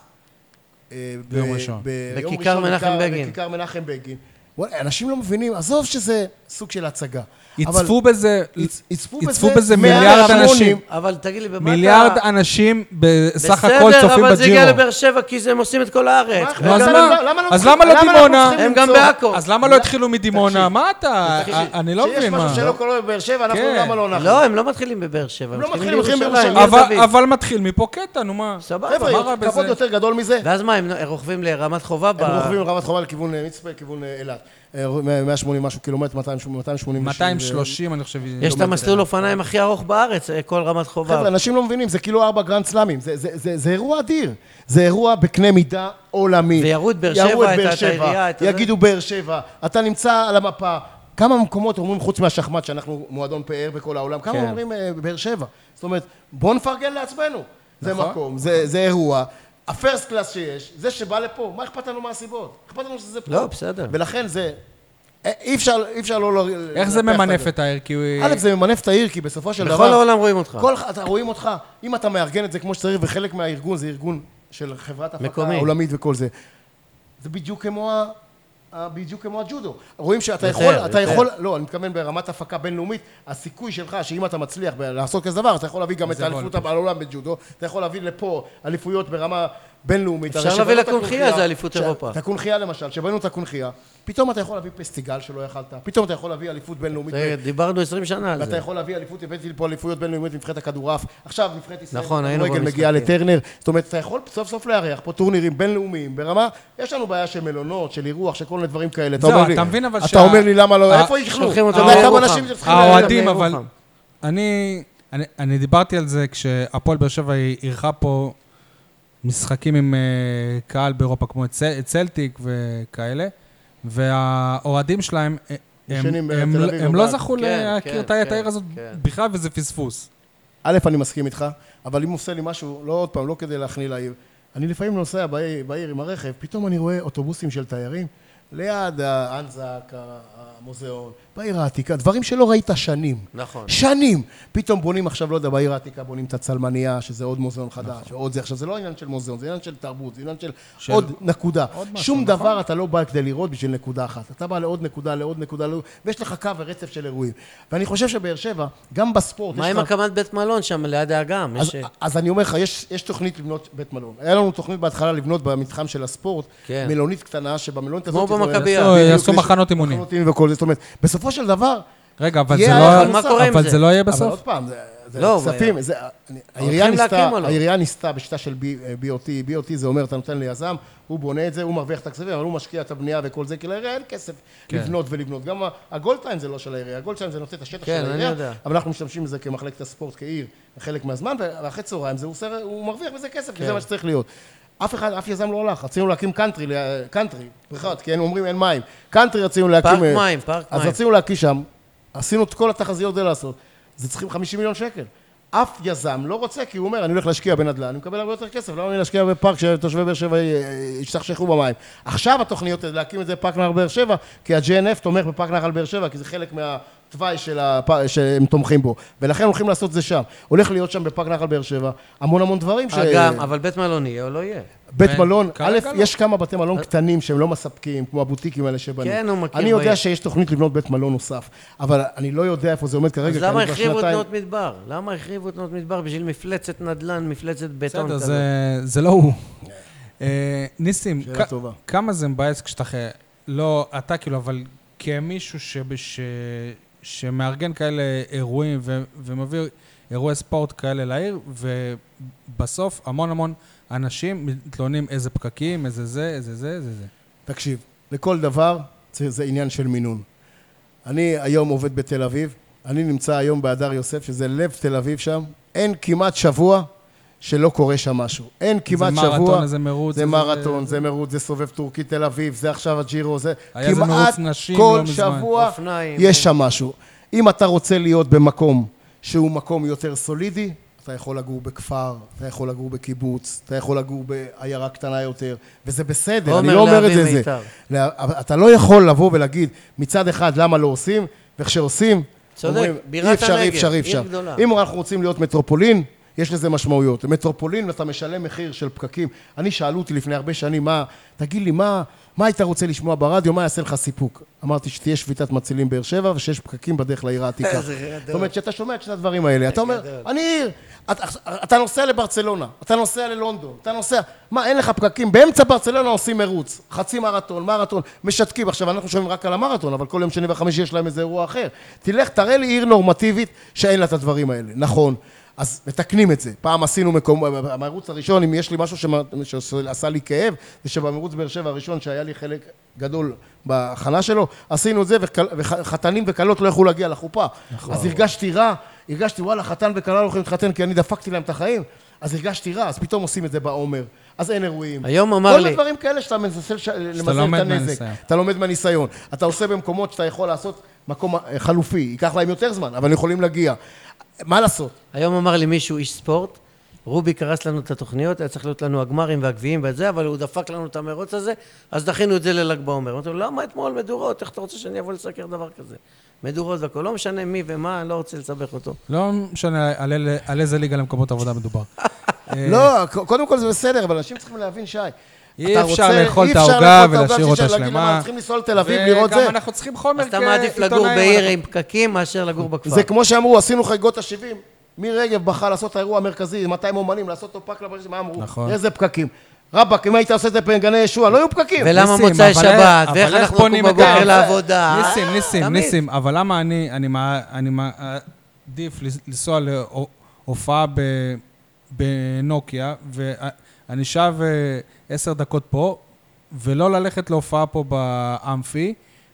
Speaker 2: אה, ב-
Speaker 1: ביום ראשון.
Speaker 2: ביום
Speaker 3: בכיכר
Speaker 2: ראשון,
Speaker 3: מנחם
Speaker 2: בכיכר-
Speaker 3: בגין.
Speaker 2: בכיכר מנחם בגין. וואלה, אנשים לא מבינים, עזוב שזה סוג של הצגה.
Speaker 1: יצפו בזה,
Speaker 2: אבל יצ- יצפו
Speaker 1: יצפו
Speaker 2: בזה
Speaker 1: בזה
Speaker 2: מאה
Speaker 1: מיליארד
Speaker 2: שמונים.
Speaker 1: אנשים.
Speaker 3: אבל תגיד לי, במה
Speaker 1: מיליארד
Speaker 3: אתה...
Speaker 1: אנשים בסך הכל צופים
Speaker 3: בסדר, אבל זה הגיע
Speaker 1: בג'ירו.
Speaker 3: לבאר שבע, כי זה- הם עושים את כל הארץ.
Speaker 2: מה-
Speaker 1: נו, אז
Speaker 2: אה, למה-
Speaker 1: מה?
Speaker 2: למה לא-
Speaker 1: אז למה לא
Speaker 2: למה אנחנו
Speaker 1: דימונה?
Speaker 2: צריכים
Speaker 3: הם גם
Speaker 2: למצוא-
Speaker 3: בעכו.
Speaker 1: אז למה לא התחילו מדימונה? מה אתה?
Speaker 2: תקשיב,
Speaker 1: אני לא מבין
Speaker 2: שיש
Speaker 1: מה.
Speaker 2: משהו שלא קורה בבאר שבע, אנחנו
Speaker 1: כן.
Speaker 2: למה לא אנחנו?
Speaker 3: לא, הם לא מתחילים בבאר שבע,
Speaker 2: הם
Speaker 3: הם
Speaker 2: לא
Speaker 3: מתחילים
Speaker 2: מתחילים, מתחילים
Speaker 3: בירושלים.
Speaker 2: בירושלים.
Speaker 1: אבל-
Speaker 3: עיר דוד.
Speaker 1: אבל מתחיל מפה קטע, נו מה?
Speaker 3: סבבה.
Speaker 1: מה רע
Speaker 2: חבר'ה, כבוד
Speaker 1: בזה?
Speaker 2: יותר גדול מזה.
Speaker 3: ואז מה, הם רוכבים לרמת חובב? ב-
Speaker 2: הם רוכבים מרמת חובב לכיוון אה, מצפה, לכיוון אה, אילת. אה, רו- מאה- 180 משהו קילומטר, 280.
Speaker 1: 230, אני חושב. לא
Speaker 3: יש את המסלול אופניים הכי ארוך בארץ, אה, כל רמת
Speaker 2: לא חבר'ה,
Speaker 3: חובב.
Speaker 2: אנשים לא מבינים, זה כאילו ארבע גרנד סלאמים. זה- זה- זה זה אירוע אדיר. זה אירוע בקנה מידה עולמי.
Speaker 3: ויראו את באר
Speaker 2: יראו
Speaker 3: שבע, את-
Speaker 2: באר
Speaker 3: את
Speaker 2: שבע,
Speaker 3: העירייה, את הזה.
Speaker 2: יגידו באר שבע, אתה נמצא על המפה. כמה מקומות אומרים, חוץ מהשחמט, שאנחנו מועדון פאר בכל העולם, כמה
Speaker 3: כן.
Speaker 2: אומרים אה, באר שבע? זאת אומרת, בואו נפרגן לעצמנו. זה
Speaker 1: נכון.
Speaker 2: מקום, זה זה אירוע. הפרסט קלאס שיש, זה שבא לפה, מה אכפת לנו מהסיבות? אכפת לנו שזה פה.
Speaker 3: לא, בסדר.
Speaker 2: ולכן זה... אה, אי אפשר, אי אפשר לא...
Speaker 1: איך זה ממנף את העיר? כי הוא...
Speaker 2: א', זה ממנף את העיר, כי בסופו של דבר...
Speaker 3: אה, בכל העולם רואים אותך.
Speaker 2: כל, אתה, רואים אותך, אם אתה מארגן את זה כמו שצריך, וחלק מהארגון זה ארגון של חברת הפקה
Speaker 3: מקומי.
Speaker 2: עולמית וכל זה, זה בדיוק כמו ה... ה- בדיוק כמו הג'ודו. רואים שאתה
Speaker 3: יותר,
Speaker 2: יכול, אתה
Speaker 3: יותר.
Speaker 2: יכול, לא, אני מתכוון ברמת הפקה בינלאומית, הסיכוי שלך שאם אתה מצליח ב- לעשות כזה דבר, אתה יכול להביא גם את
Speaker 1: זה יכול
Speaker 2: האליפות העולם בג'ודו, אתה יכול להביא לפה אליפויות ברמה בינלאומית.
Speaker 3: אפשר
Speaker 2: הרי
Speaker 3: להביא
Speaker 2: שבנו את
Speaker 3: לקונכייה,
Speaker 2: הקונכייה-
Speaker 3: זה אליפות
Speaker 2: ש-
Speaker 3: אירופה.
Speaker 2: את הקונכייה למשל, שבנו את הקונכייה, פתאום אתה יכול להביא פסטיגל שלא יכלת, פתאום אתה יכול להביא אליפות בינלאומית.
Speaker 3: זה- דיברנו 20 שנה על
Speaker 2: ואתה
Speaker 3: זה.
Speaker 2: יכול להביא אליפות, הבאתי לפה אליפויות בינלאומיות נבחרת הכדורעף, עכשיו נבחרת ישראל,
Speaker 3: נכון, היינו
Speaker 2: הכדורגל
Speaker 3: במשחקים.
Speaker 1: כן.
Speaker 2: מגיעה לטרנר, זאת אומרת, אתה יכול סוף סוף לארח פה טורנירים בינלאומיים ברמה, יש לנו בעיה של מלונות, של אירוח, של כל מיני דברים כאלה, אתה
Speaker 1: זהו,
Speaker 2: אומר לי,
Speaker 1: אתה מבין אבל
Speaker 2: אתה
Speaker 1: שה-
Speaker 2: אומר לי למה
Speaker 1: ה-
Speaker 2: לא, איפה יאכלו,
Speaker 3: שולחים
Speaker 2: אתה
Speaker 3: אותם
Speaker 2: יודע כמה
Speaker 3: לירוחם.
Speaker 2: אנשים שצריכים ללכת?
Speaker 1: האוהדים,
Speaker 3: להם
Speaker 1: אבל...
Speaker 3: לירוחם.
Speaker 1: אני, אני, אני דיברתי על זה כשהפועל באר שבע אירחה פה משחקים עם אה, קהל באירופה, כמו את, צל, את צלטיק וכאלה, והאוהדים שלהם, אה, הם,
Speaker 2: ישנים
Speaker 1: הם,
Speaker 2: בתל
Speaker 1: הם,
Speaker 2: אביב
Speaker 1: לא
Speaker 2: בבית.
Speaker 1: זכו
Speaker 3: כן,
Speaker 1: להכיר
Speaker 3: כן,
Speaker 1: את העיר- את
Speaker 3: כן,
Speaker 1: העיר הזאת
Speaker 3: כן.
Speaker 1: בכלל, וזה פספוס.
Speaker 2: א', אני מסכים איתך, אבל אם עושה לי משהו, לא עוד פעם, לא כדי להכניל לעיר. אני לפעמים נוסע בעיר, בעיר עם הרכב, פתאום אני רואה אוטובוסים של תיירים ליד האנזק, ה- המוזיאון, בעיר העתיקה, דברים שלא ראית שנים.
Speaker 3: נכון.
Speaker 2: שנים. פתאום בונים עכשיו, לא יודע, בעיר העתיקה בונים את הצלמניה, שזה עוד מוזיאון חדש, ועוד זה. עכשיו, זה לא עניין של מוזיאון, זה עניין של תרבות, זה עניין של,
Speaker 1: נכון. של-
Speaker 2: עוד נקודה.
Speaker 1: עוד משהו,
Speaker 2: שום
Speaker 1: נכון.
Speaker 2: דבר אתה לא בא כדי לראות בשביל נקודה אחת. אתה בא לעוד נקודה, לעוד נקודה, לעוד- ויש לך קו ורצף של אירועים. ואני חושב שבאר שבע, גם בספורט,
Speaker 3: מה
Speaker 2: יש
Speaker 3: עם
Speaker 2: לך-
Speaker 3: הקמת בית מלון שם ליד האגם?
Speaker 2: אז,
Speaker 3: יש, אה,
Speaker 2: אז אני אומר לך, יש, יש תוכנית לבנות בית מלון. היה לנו תוכנית בהתחלה לבנות במתחם של הספורט,
Speaker 3: כן.
Speaker 2: מלונית קטנה, שבמלונית
Speaker 3: כמו
Speaker 2: הזאת...
Speaker 3: במכבייה.
Speaker 1: יעשו-
Speaker 2: בדיוק,
Speaker 1: יעשו
Speaker 2: יש-
Speaker 1: לא, מחנות אימונים.
Speaker 2: מחנות אימונים וכל זה. זאת אומרת, בסופו של דבר...
Speaker 1: רגע, אבל, זה
Speaker 2: יהיה
Speaker 1: לא,
Speaker 2: אבל מה
Speaker 1: אבל,
Speaker 2: קורה עם
Speaker 1: אבל
Speaker 3: זה?
Speaker 1: זה לא יהיה
Speaker 2: אבל עוד
Speaker 1: בסוף.
Speaker 2: פעם, זה, זה
Speaker 3: לא,
Speaker 2: כספים.
Speaker 3: אבל-
Speaker 2: זה, אני, העירייה,
Speaker 3: הולכים
Speaker 2: ניסתה,
Speaker 3: להקים או לא?
Speaker 2: העירייה ניסתה בשיטה של אה, B- BOT, BOT זה אומר, אתה נותן ליזם, הוא בונה את זה, הוא מרוויח את הכספים, אבל הוא משקיע את הבנייה וכל זה, כי לעירייה אין כסף
Speaker 1: כן.
Speaker 2: לבנות ולבנות. גם ה- הגולד טיים זה לא של העירייה, הגולד טיים זה נותן את השטח
Speaker 3: כן,
Speaker 2: של
Speaker 3: אני
Speaker 2: העירייה,
Speaker 3: יודע.
Speaker 2: אבל אנחנו משתמשים בזה כמחלקת הספורט, כעיר, חלק מהזמן, ואחרי צהריים זה, הוא, עושה- הוא מרוויח מזה כסף,
Speaker 3: כן.
Speaker 2: כי זה מה שצריך להיות. אף אחד, אף יזם לא הלך, רצינו להקים קאנטרי, ל- קאנטרי, בריכות, כי הם אומרים אין מים. קאנטרי רצינו להקים...
Speaker 3: פארק
Speaker 2: אה,
Speaker 3: מים, פארק
Speaker 2: אז
Speaker 3: מים.
Speaker 2: רצינו להקיש שם, עשינו את כל התחזיות כדי לעשות, זה צריכים 50 מיליון שקל. אף יזם לא רוצה, כי הוא אומר, אני הולך להשקיע בנדל"ן, אני מקבל הרבה יותר כסף, למה אני להשקיע בפארק שתושבי באר שבע אה, ישתכשכו במים? עכשיו התוכניות הן להקים את זה בפארק נחל באר שבע, כי ה-JNF תומך בפארק נחל באר שבע, כי זה חלק מהתוואי של הפ... שהם תומכים בו, ולכן הולכים לעשות את זה שם. הולך להיות שם בפארק נחל באר שבע המון המון דברים ש...
Speaker 3: אגם, אבל בית מלון יהיה או לא יהיה?
Speaker 2: בית
Speaker 1: כן.
Speaker 2: מלון,
Speaker 1: כרגע
Speaker 2: א',
Speaker 1: לא.
Speaker 2: יש כמה בתי מלון קטנים שהם לא מספקים, כמו הבוטיקים האלה שבנו.
Speaker 3: כן, הוא מכיר
Speaker 2: אני יודע
Speaker 3: בעיר.
Speaker 2: שיש תוכנית לבנות בית מלון נוסף, אבל אני לא יודע איפה זה עומד כרגע,
Speaker 3: אז
Speaker 2: כי אני
Speaker 3: למה
Speaker 2: כבר
Speaker 3: החריבו את
Speaker 2: שנתיים-
Speaker 3: נאות מדבר? למה החריבו את נאות מדבר בשביל מפלצת נדל"ן, מפלצת בטון?
Speaker 1: בסדר,
Speaker 3: כזאת?
Speaker 1: זה, זה לא הוא. אה, ניסים,
Speaker 2: שאלה
Speaker 1: כ-
Speaker 2: טובה.
Speaker 1: כמה זה מבאס כשאתה... ח- לא אתה כאילו, אבל כמישהו ש... ש... שמארגן כאלה אירועים ו... ומביא אירועי ספורט כאלה לעיר, ובסוף המון המון אנשים מתלוננים איזה פקקים, איזה זה, איזה זה, איזה זה.
Speaker 2: תקשיב, לכל דבר זה, זה עניין של מינון. אני היום עובד בתל אביב, אני נמצא היום בהדר יוסף, שזה לב תל אביב שם, אין כמעט שבוע שלא קורה שם משהו. אין כמעט שבוע...
Speaker 1: מרתון, איזה מרוץ,
Speaker 2: זה
Speaker 1: איזה-
Speaker 2: מרתון, זה מרוץ, זה סובב טורקי תל אביב, זה עכשיו הג'ירו, זה...
Speaker 1: היה איזה
Speaker 2: כמעט
Speaker 1: מרוץ נשים
Speaker 2: כל
Speaker 1: לא מזמן.
Speaker 2: שבוע
Speaker 3: אופניים.
Speaker 2: יש שם משהו. אם אתה רוצה להיות במקום שהוא מקום יותר סולידי, אתה יכול לגור בכפר, אתה יכול לגור בקיבוץ, אתה יכול לגור בעיירה קטנה יותר, וזה בסדר, אני
Speaker 3: עומר
Speaker 2: לא אומר את
Speaker 3: להבים
Speaker 2: זה. זה.
Speaker 3: מיתר.
Speaker 2: לא, אבל אתה לא יכול לבוא ולהגיד מצד אחד למה לא עושים, וכשעושים,
Speaker 3: צודק,
Speaker 2: אומרים,
Speaker 3: בירת
Speaker 2: אי אפשר, אי
Speaker 3: הנגב,
Speaker 2: אפשר, אי
Speaker 3: עיר
Speaker 2: אפשר.
Speaker 3: גדולה.
Speaker 2: אם אנחנו רוצים להיות מטרופולין, יש לזה משמעויות. מטרופולין, אתה משלם מחיר של פקקים. אני, שאלו אותי לפני הרבה שנים, מה, תגיד לי, מה, מה היית רוצה לשמוע ברדיו, מה יעשה לך סיפוק? אמרתי שתהיה שביתת מצילים באר שבע ושיש פקקים בדרך לעיר העתיקה.
Speaker 3: זה גדול.
Speaker 2: זאת אומרת, כשאתה שומע את שני הדברים האלה, אתה אומר, אני עיר, אתה- אתה נוסע לברצלונה, אתה נוסע ללונדון, אתה נוסע, מה, אין לך פקקים? באמצע ברצלונה עושים מרוץ, חצי מרתון, מרתון, משתקים. עכשיו, אנחנו שומעים רק על המרתון, אבל כל יום שני וחמישי יש להם איזה אירוע אחר. תלך, תראה לי עיר נורמטיבית שאין לה את הדברים האלה. נכון. אז מתקנים את זה. פעם עשינו מקום, המרוץ הראשון, אם יש לי משהו שמ- שעשה לי כאב, זה שבמרוץ באר שבע הראשון, שהיה לי חלק גדול בהכנה שלו, עשינו את זה, וחתנים וח, חתנים וכלות לא יכלו להגיע לחופה. נכון. אז הרגשתי רע, הרגשתי, וואלה, חתן וכלה לא יכולים להתחתן כי אני דפקתי להם את החיים. אז הרגשתי רע, אז פתאום עושים את זה בעומר, אז אין אירועים.
Speaker 3: היום אמר
Speaker 2: כל
Speaker 3: לי-
Speaker 2: הדברים כאלה שאתה מנסה לש- למזער
Speaker 1: לומד
Speaker 2: את הנזק.
Speaker 1: מהניסיון.
Speaker 2: אתה לומד מהניסיון. אתה עושה במקומות שאתה יכול לעשות מקום אה, חלופי. ייקח להם יותר זמן, אבל יכולים להגיע. מה לעשות?
Speaker 3: היום אמר לי מישהו, איש ספורט, רובי קרס לנו את התוכניות, היה צריך להיות לנו הגמרים והגביעים ואת זה, אבל הוא דפק לנו את המרוץ הזה, אז דחינו את זה לל"ג בעומר. אמרתי לו, למה אתמול מדורות? איך אתה רוצה שאני אבוא לסקר דבר כזה? מדורות והכול, לא משנה מי ומה, אני לא רוצה לסבך אותו.
Speaker 1: לא משנה על אלה- על איזה ליגה למקומות עבודה מדובר. אה,
Speaker 2: לא, ק- קודם כל זה בסדר, אבל אנשים צריכים להבין, שי.
Speaker 1: אי
Speaker 2: אתה
Speaker 1: אפשר
Speaker 2: רוצה-
Speaker 1: לאכול
Speaker 2: אי
Speaker 1: את
Speaker 2: אפשר
Speaker 1: העוגה
Speaker 2: לאכול את
Speaker 1: ולהשאיר
Speaker 2: בלי
Speaker 1: אותה
Speaker 2: שאני אגיד,
Speaker 1: שלמה.
Speaker 2: למה, צריכים לנסוע לתל אביב לראות זה.
Speaker 1: וגם אנחנו צריכים חומר
Speaker 3: אז אתה מעדיף לגור
Speaker 1: כעיתונאים,
Speaker 3: בעיר
Speaker 1: אנחנו-
Speaker 3: עם פקקים מאשר לגור בכפר.
Speaker 2: זה כמו שאמרו, עשינו חגיגות ה-70. מירי רגב בחרה לעשות את האירוע המרכזי, 200 אומנים, לעשות אותו פאק לברז, מה אמרו?
Speaker 1: נכון.
Speaker 2: איזה פקקים. רבאק, אם היית עושה את זה בגני ישוע, לא היו פקקים.
Speaker 3: ולמה
Speaker 1: ניסים,
Speaker 3: מוצאי
Speaker 1: אבל
Speaker 3: שבת,
Speaker 1: איך-
Speaker 3: ואיך
Speaker 1: אבל איך
Speaker 3: אנחנו נקום
Speaker 1: פונים את
Speaker 3: בבוקר
Speaker 1: ה-
Speaker 3: לעבודה.
Speaker 1: ניסים,
Speaker 3: אה,
Speaker 1: ניסים,
Speaker 3: תמיד.
Speaker 1: ניסים, אבל למה אני, אני מע- אני מעדיף לס- לנסוע להופעה ב- בנוקיה, ואני שב אה, עשר דקות פה, ולא ללכת להופעה פה באמפי,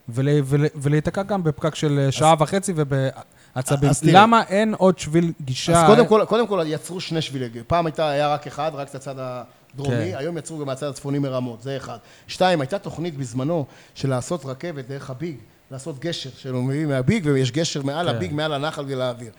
Speaker 1: ול- ול- ולהיתקע גם בפקק של אה, שעה וחצי ובעצבים.
Speaker 2: אז תראה.
Speaker 1: למה אין עוד שביל גישה?
Speaker 2: אז קודם כל, קודם כל יצרו שני שבילי גיל. פעם הייתה, היה רק אחד, רק את הצד הדרומי,
Speaker 1: כן.
Speaker 2: כן. היום יצרו גם מהצד הצפוני מרמות, זה אחד. שתיים, הייתה תוכנית בזמנו של לעשות רכבת דרך הביג, לעשות גשר, שלומדים מהביג, ויש גשר מעל
Speaker 1: כן.
Speaker 2: הביג, מעל הנחל ולאוויר.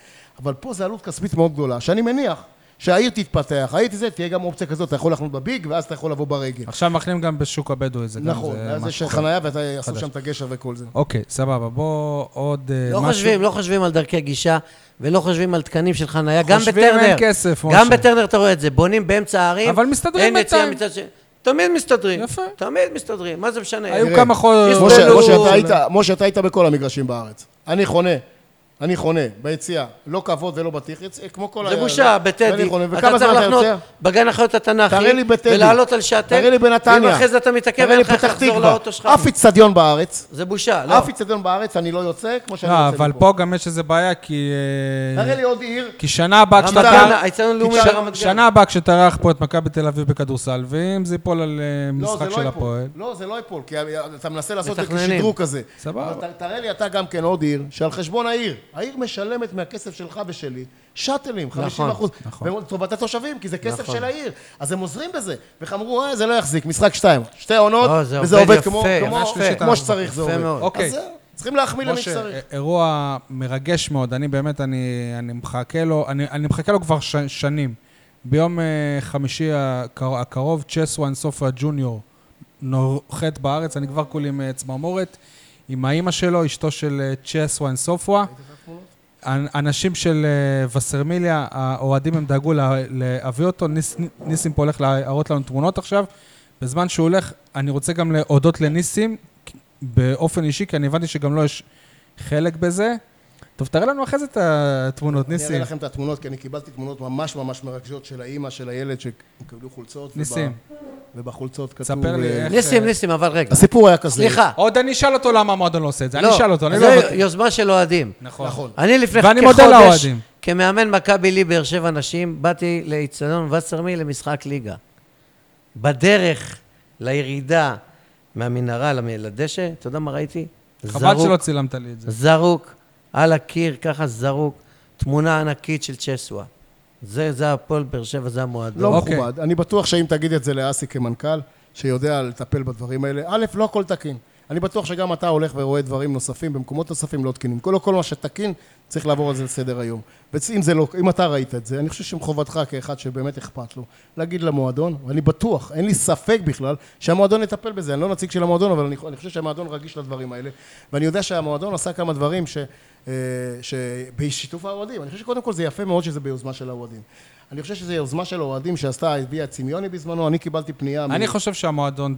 Speaker 2: אבל פה זו עלות כספית מאוד גדולה, שאני מניח שהעיר תתפתח, העיר תזה, תהיה גם אופציה כזאת, אתה יכול לחנות בביג, ואז אתה יכול לבוא ברגל.
Speaker 1: עכשיו מכנים גם בשוק הבדואי, זה גם
Speaker 2: נכון,
Speaker 1: זה
Speaker 2: אז
Speaker 1: משהו
Speaker 2: יש
Speaker 1: אחר.
Speaker 2: חנייה ואתה יעשו שם את הגשר וכל זה.
Speaker 1: אוקיי, סבבה, בוא עוד אה,
Speaker 3: לא
Speaker 1: משהו.
Speaker 3: חושבים, לא חושבים על דרכי גישה, ולא חושבים על תקנים של חנייה, גם
Speaker 1: חושבים
Speaker 3: בטרנר.
Speaker 1: אין כסף, משה.
Speaker 3: גם בטרנר אתה רואה את זה, בונים באמצע הערים.
Speaker 1: אבל מסתדרים
Speaker 3: אין יציאה
Speaker 1: בינתיים.
Speaker 3: מצד שני. תמיד מסתדרים.
Speaker 1: יפה.
Speaker 3: תמיד מסתדרים, מה זה משנה?
Speaker 1: היו
Speaker 2: תראה,
Speaker 1: כמה חול...
Speaker 3: יש
Speaker 2: משה,
Speaker 3: תלוי.
Speaker 2: משה,
Speaker 1: אה,
Speaker 2: אתה היית, משה, אתה היית בכל המגרשים בארץ. אני חונה. אני חונה, ביציאה, לא כבוד ולא בטיח, יצא- כמו כל
Speaker 3: זה
Speaker 2: ה-
Speaker 3: בושה,
Speaker 2: ואני
Speaker 3: בטדי.
Speaker 2: חונה,
Speaker 3: אתה
Speaker 2: וכמה
Speaker 3: צריך
Speaker 2: זמן אתה
Speaker 3: לחנות
Speaker 2: יוצא?
Speaker 3: בגן החיות
Speaker 2: תראה
Speaker 3: התנ"כי,
Speaker 2: לי בטדי.
Speaker 3: ולעלות על שאטל,
Speaker 2: תראה לי בנתניה.
Speaker 3: ואם אחרי זה אתה מתעכב,
Speaker 2: תראה
Speaker 3: אין
Speaker 2: לי
Speaker 3: לך איך
Speaker 2: פתח
Speaker 3: לחזור
Speaker 2: תקווה.
Speaker 3: לאוטו שלך.
Speaker 2: אף איצטדיון בארץ,
Speaker 3: זה בושה, לא.
Speaker 2: אף איצטדיון בארץ, אני לא יוצא כמו שאני
Speaker 1: לא,
Speaker 2: יוצא
Speaker 1: אבל פה גם יש איזה בעיה, כי... אה,
Speaker 2: תראה לי עוד עיר,
Speaker 1: כי שנה הבאה
Speaker 3: רמת
Speaker 1: כשאתה...
Speaker 3: גן,
Speaker 1: תארח-
Speaker 3: האצטדיון הלאומי
Speaker 1: ש-
Speaker 3: ברמת גן.
Speaker 1: שנה הבאה כשתארח פה את מכבי תל אביב בכדורסל, ואם זה ייפול על אה,
Speaker 2: לא, זה
Speaker 1: משחק
Speaker 2: לא
Speaker 1: של
Speaker 2: ייפול.
Speaker 1: הפועל...
Speaker 2: לא, זה לא ייפול, כי אתה מנסה לעשות את
Speaker 3: מתכננים.
Speaker 2: השדרוג הזה.
Speaker 1: סבבה.
Speaker 2: אבל ת- תראה לי אתה גם כן עוד עיר, שעל חשבון העיר, העיר משלמת מהכסף שלך ושלי, שאטלים, 50 אחוז,
Speaker 1: נכון.
Speaker 2: לטובת התושבים, כי זה כסף
Speaker 3: נכון.
Speaker 2: של העיר. אז הם עוזרים בזה, ואיך אמרו, אה, זה לא יחזיק, משחק שתיים, שתי עונות,
Speaker 3: לא, זה
Speaker 2: וזה
Speaker 3: עובד
Speaker 2: עובד
Speaker 3: יפה,
Speaker 2: כמו-
Speaker 3: עונה
Speaker 2: כמו-
Speaker 1: שלישית
Speaker 2: כמו
Speaker 1: אנחנו-
Speaker 2: שצריך זה
Speaker 3: יפה
Speaker 2: עובד.
Speaker 3: מאוד.
Speaker 1: אוקיי.
Speaker 2: אז זהו, צריכים להחמיא למי
Speaker 1: משה,
Speaker 2: שצריך.
Speaker 1: אה, אירוע מרגש מאוד, אני באמת, אני, אני מחכה לו, אני, אני מחכה לו כבר ש, שנים. ביום אה, חמישי הקר, הקרוב, צ'סואן סופה ג'וניור נוחת בארץ, אני כבר כולי עם אה, צמרמורת, עם האימא שלו, אשתו של אה, צ'סואן סופה. אנ- אנשים של אה, וסרמיליה, האוהדים הם דאגו לה- להביא אותו, ניס, ניסים פה הולך להראות לנו תמונות עכשיו. בזמן שהוא הולך, אני רוצה גם להודות לניסים באופן אישי, כי אני הבנתי שגם לו יש חלק בזה. טוב, תראה לנו אחרי זה את התמונות,
Speaker 2: אני אראה
Speaker 1: ניסים.
Speaker 2: לכם את התמונות, כי אני קיבלתי תמונות ממש ממש מרגשות של האימא, של הילד, שקיבלו חולצות. וב-
Speaker 1: ניסים.
Speaker 2: ובחולצות כתוב...
Speaker 1: ספר לי
Speaker 2: אה,
Speaker 1: איך-
Speaker 3: ניסים, ניסים, אבל רגע.
Speaker 2: הסיפור היה כזה.
Speaker 3: סליחה.
Speaker 1: עוד אני אשאל אותו למה המועדון לא עושה את זה, אני
Speaker 3: לא,
Speaker 1: אשאל אותו, אני לא...
Speaker 3: זה
Speaker 1: הבנתי.
Speaker 3: יוזמה של אוהדים.
Speaker 1: נכון.
Speaker 3: אני לפני
Speaker 1: ואני מודה
Speaker 3: כחודש,
Speaker 1: לאוהדים.
Speaker 3: כמאמן מכבי לי באר שבע נשים, באתי לאיצטדיון וסרמי למשחק ליגה. בדרך לירידה מהמנהרה למ- לדשא, אתה יודע מה ראיתי?
Speaker 1: חבל שלא צילמת לי את זה.
Speaker 3: זרוק, על הקיר, ככה זרוק, תמונה ענקית של צ'סווה. זה, זה הפועל באר שבע, זה המועדון.
Speaker 2: לא
Speaker 1: אוקיי.
Speaker 2: מכובד. אני בטוח שאם תגיד את זה לאסי כמנכ"ל, שיודע לטפל בדברים האלה, א', לא הכל תקין. אני בטוח שגם אתה הולך ורואה דברים נוספים במקומות נוספים לא תקינים. כל, כל מה שתקין, צריך לעבור על זה לסדר היום. ואם זה לא, אם אתה ראית את זה, אני חושב שמחובתך כאחד שבאמת אכפת לו, להגיד למועדון, ואני בטוח, אין לי ספק בכלל, שהמועדון יטפל בזה. אני לא נציג של המועדון, אבל אני, אני חושב שהמועדון רגיש לדברים האלה. ואני יודע שהמועדון עשה כמה דברים ש... אה, שבשיתוף האוהדים. אני חושב שקודם כל זה יפה מאוד שזה ביוזמה של האוהדים. אני חושב שזו יוזמה של האוהדים שעשתה, הביאה צימיוני בזמנו, אני קיבלתי פנייה...
Speaker 1: אני חושב שהמועדון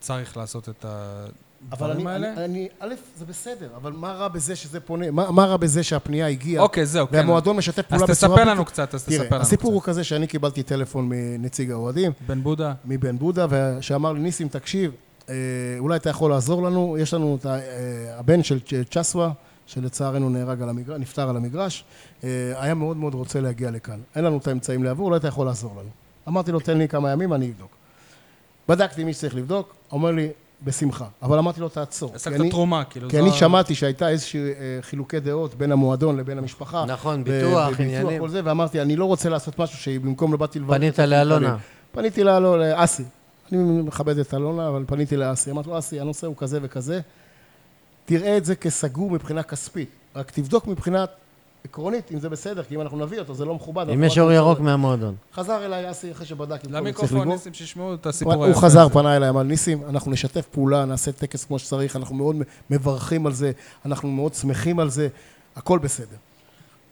Speaker 1: צריך לעשות את הדברים
Speaker 2: אבל אני,
Speaker 1: האלה.
Speaker 2: אני, אני, א', זה בסדר, אבל מה רע בזה שזה פונה, מה, מה רע בזה שהפנייה הגיעה?
Speaker 1: אוקיי, זהו, כן.
Speaker 2: והמועדון משתף פעולה בצורה...
Speaker 1: תספר לנו
Speaker 2: בלתי-
Speaker 1: קצת, אז
Speaker 2: תראה,
Speaker 1: תספר לנו
Speaker 2: הסיפור
Speaker 1: קצת.
Speaker 2: הוא כזה שאני קיבלתי טלפון מנציג האוהדים,
Speaker 1: בן בודה,
Speaker 2: מבן בודה, שאמר לי, ניסים, תקשיב, אה, אולי אתה יכול לעזור לנו, יש לנו את ה- אה, הבן של צ'- צ'סווה, שלצערנו נהרג על המגרש, נפטר על המגרש, אה, היה מאוד מאוד רוצה להגיע לכאן. אין לנו את האמצעים לעבור, אולי אתה יכול לעזור לנו. אמרתי לו, תן לי כמה ימים, אני אבדוק. בדקתי מי שצריך לבדוק, אומר לי, בשמחה. אבל אמרתי לו, תעצור. כי
Speaker 1: עסקת
Speaker 2: אני-
Speaker 1: תרומה, כאילו.
Speaker 2: כי
Speaker 1: זו
Speaker 3: לא,
Speaker 2: אני
Speaker 1: ה-
Speaker 2: שמעתי שהייתה איזושהי אה, חילוקי דעות בין המועדון לבין המשפחה.
Speaker 3: נכון,
Speaker 2: ו-
Speaker 3: ביטוח,
Speaker 2: וביטוח,
Speaker 3: עניינים.
Speaker 2: כל זה, ואמרתי, אני לא רוצה לעשות משהו שבמקום לא באתי לברך.
Speaker 3: פנית לאלונה.
Speaker 2: פניתי לאלו- לאסי. אני מכבד את אלונה, אבל פניתי לאסי. אמרתי לו, אסי, הנושא הוא כזה וכזה. תראה את זה כסגור מבחינה כספית. רק תבדוק מבחינה עקרונית אם זה בסדר, כי אם אנחנו נביא אותו, זה לא מכובד.
Speaker 3: אם
Speaker 2: אנחנו
Speaker 3: יש
Speaker 2: רק-
Speaker 3: אור ירוק
Speaker 1: לא.
Speaker 3: מהמועדון.
Speaker 2: חזר אליי אסי אחרי שבדק אם כל זה צריך
Speaker 1: למיקרופון,
Speaker 2: לגמור.
Speaker 1: ניסים, שישמעו את הסיפור
Speaker 2: הוא חזר, פנה אליי, אמר ניסים, אנחנו נשתף פעולה, נעשה טקס כמו שצריך, אנחנו מאוד מברכים על זה, אנחנו מאוד שמחים על זה, הכל בסדר.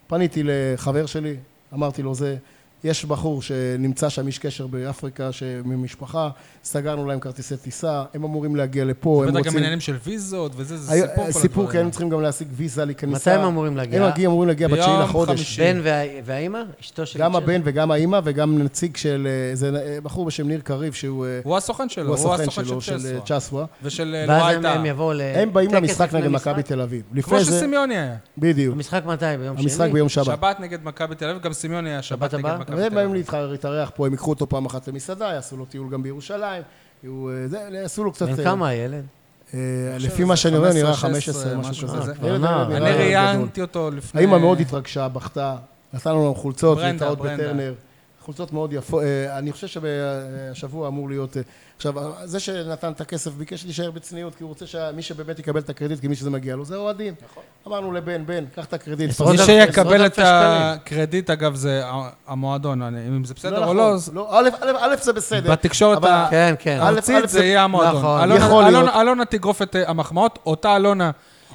Speaker 2: פניתי לחבר שלי, אמרתי לו זה, יש בחור שנמצא שם איש קשר באפריקה, ש- ממשפחה, סגרנו להם כרטיסי טיסה, הם אמורים להגיע לפה, הם
Speaker 1: בטח גם
Speaker 2: רוצים...
Speaker 1: עניינים של ויזות וזה, זה
Speaker 2: היו- אה,
Speaker 1: סיפור
Speaker 2: כן,
Speaker 1: כל הדברים.
Speaker 2: סיפור, כי היינו צריכים גם להשיג ויזה לכניסה.
Speaker 3: מתי הם אמורים להגיע?
Speaker 2: הם מגיעים- אמורים להגיע
Speaker 1: ביום
Speaker 2: בתשיעי לחודש.
Speaker 1: חמישי.
Speaker 3: בן וה- והאימא? אשתו של...
Speaker 2: גם
Speaker 3: צ'ל.
Speaker 2: הבן וגם האימא וגם נציג של איזה בחור בשם ניר קריב, שהוא אה,
Speaker 1: הוא הסוכן שלו,
Speaker 2: הוא הסוכן
Speaker 1: של
Speaker 2: שלו, של
Speaker 1: צ'סווה.
Speaker 2: צ'סווה.
Speaker 1: ושל אה,
Speaker 3: ואז הם-
Speaker 1: לואי
Speaker 3: הם
Speaker 1: טאה.
Speaker 3: יבואו ל...
Speaker 2: הם באים
Speaker 3: אה, טקס
Speaker 2: למשחק
Speaker 3: לפני
Speaker 2: נגד
Speaker 3: משחק?
Speaker 2: מכבי תל אביב.
Speaker 1: כמו
Speaker 2: לפני זה,
Speaker 1: שסימיוני היה.
Speaker 2: בדיוק.
Speaker 3: המשחק מתי? ביום שני?
Speaker 2: המשחק ביום שבת.
Speaker 1: שבת נגד מכבי תל אביב, גם סימיוני היה שבת
Speaker 3: שבת
Speaker 1: נגד
Speaker 3: הבאה?
Speaker 1: מכבי
Speaker 2: הם
Speaker 1: תל
Speaker 2: באים
Speaker 1: אביב.
Speaker 2: להתח- להתארח פה, הם ייקחו אותו פעם אחת למסעדה, יעשו לו טיול גם בירושלים, יהיו, אה, זה, יעשו לו קצת...
Speaker 3: בן
Speaker 2: אה,
Speaker 3: כמה הילד?
Speaker 2: אה,
Speaker 1: אני
Speaker 2: לפי
Speaker 1: חושב
Speaker 2: מה
Speaker 1: שזה
Speaker 2: שאני רואה,
Speaker 1: 15,
Speaker 2: נראה
Speaker 1: 16,
Speaker 2: 15, משהו
Speaker 1: משהו
Speaker 2: כזה.
Speaker 1: כזה.
Speaker 2: הילד היה
Speaker 3: עונה.
Speaker 2: נראה
Speaker 1: אני
Speaker 2: אה, גדול.
Speaker 1: ראיינתי אותו לפני...
Speaker 2: האמא מאוד התרגשה, בכתה, נתנו לנו חולצות,
Speaker 1: אה. ברנדה,
Speaker 2: להתראות
Speaker 1: ברנדה.
Speaker 2: בטרנר. חולצות מאוד יפות, אני חושב שהשבוע אמור להיות... אה, עכשיו, אה, זה שנתן את הכסף ביקש להישאר בצניעות, כי הוא רוצה שמי שבאמת יקבל את הקרדיט, כי מי שזה מגיע לו, זה אוהדים.
Speaker 1: נכון.
Speaker 2: אמרנו לבן, בן, קח את הקרדיט.
Speaker 3: עשרות
Speaker 1: מי
Speaker 3: אלפי-
Speaker 1: שיקבל
Speaker 3: עשרות
Speaker 1: את
Speaker 3: אלפי שקלים.
Speaker 1: הקרדיט, אגב, זה ה- המועדון, אני- אם זה בסדר או
Speaker 2: נכון.
Speaker 1: לא, זה-
Speaker 2: לא, א', א', א', זה בסדר.
Speaker 1: בתקשורת
Speaker 2: אבל-
Speaker 1: ה-
Speaker 3: כן, כן.
Speaker 2: א',
Speaker 1: הארצית זה יהיה המועדון.
Speaker 3: נכון.
Speaker 1: אלונה-
Speaker 2: יכול להיות.
Speaker 1: אלונה- אלונה תגרוף את אה, המחמאות, אותה אלונה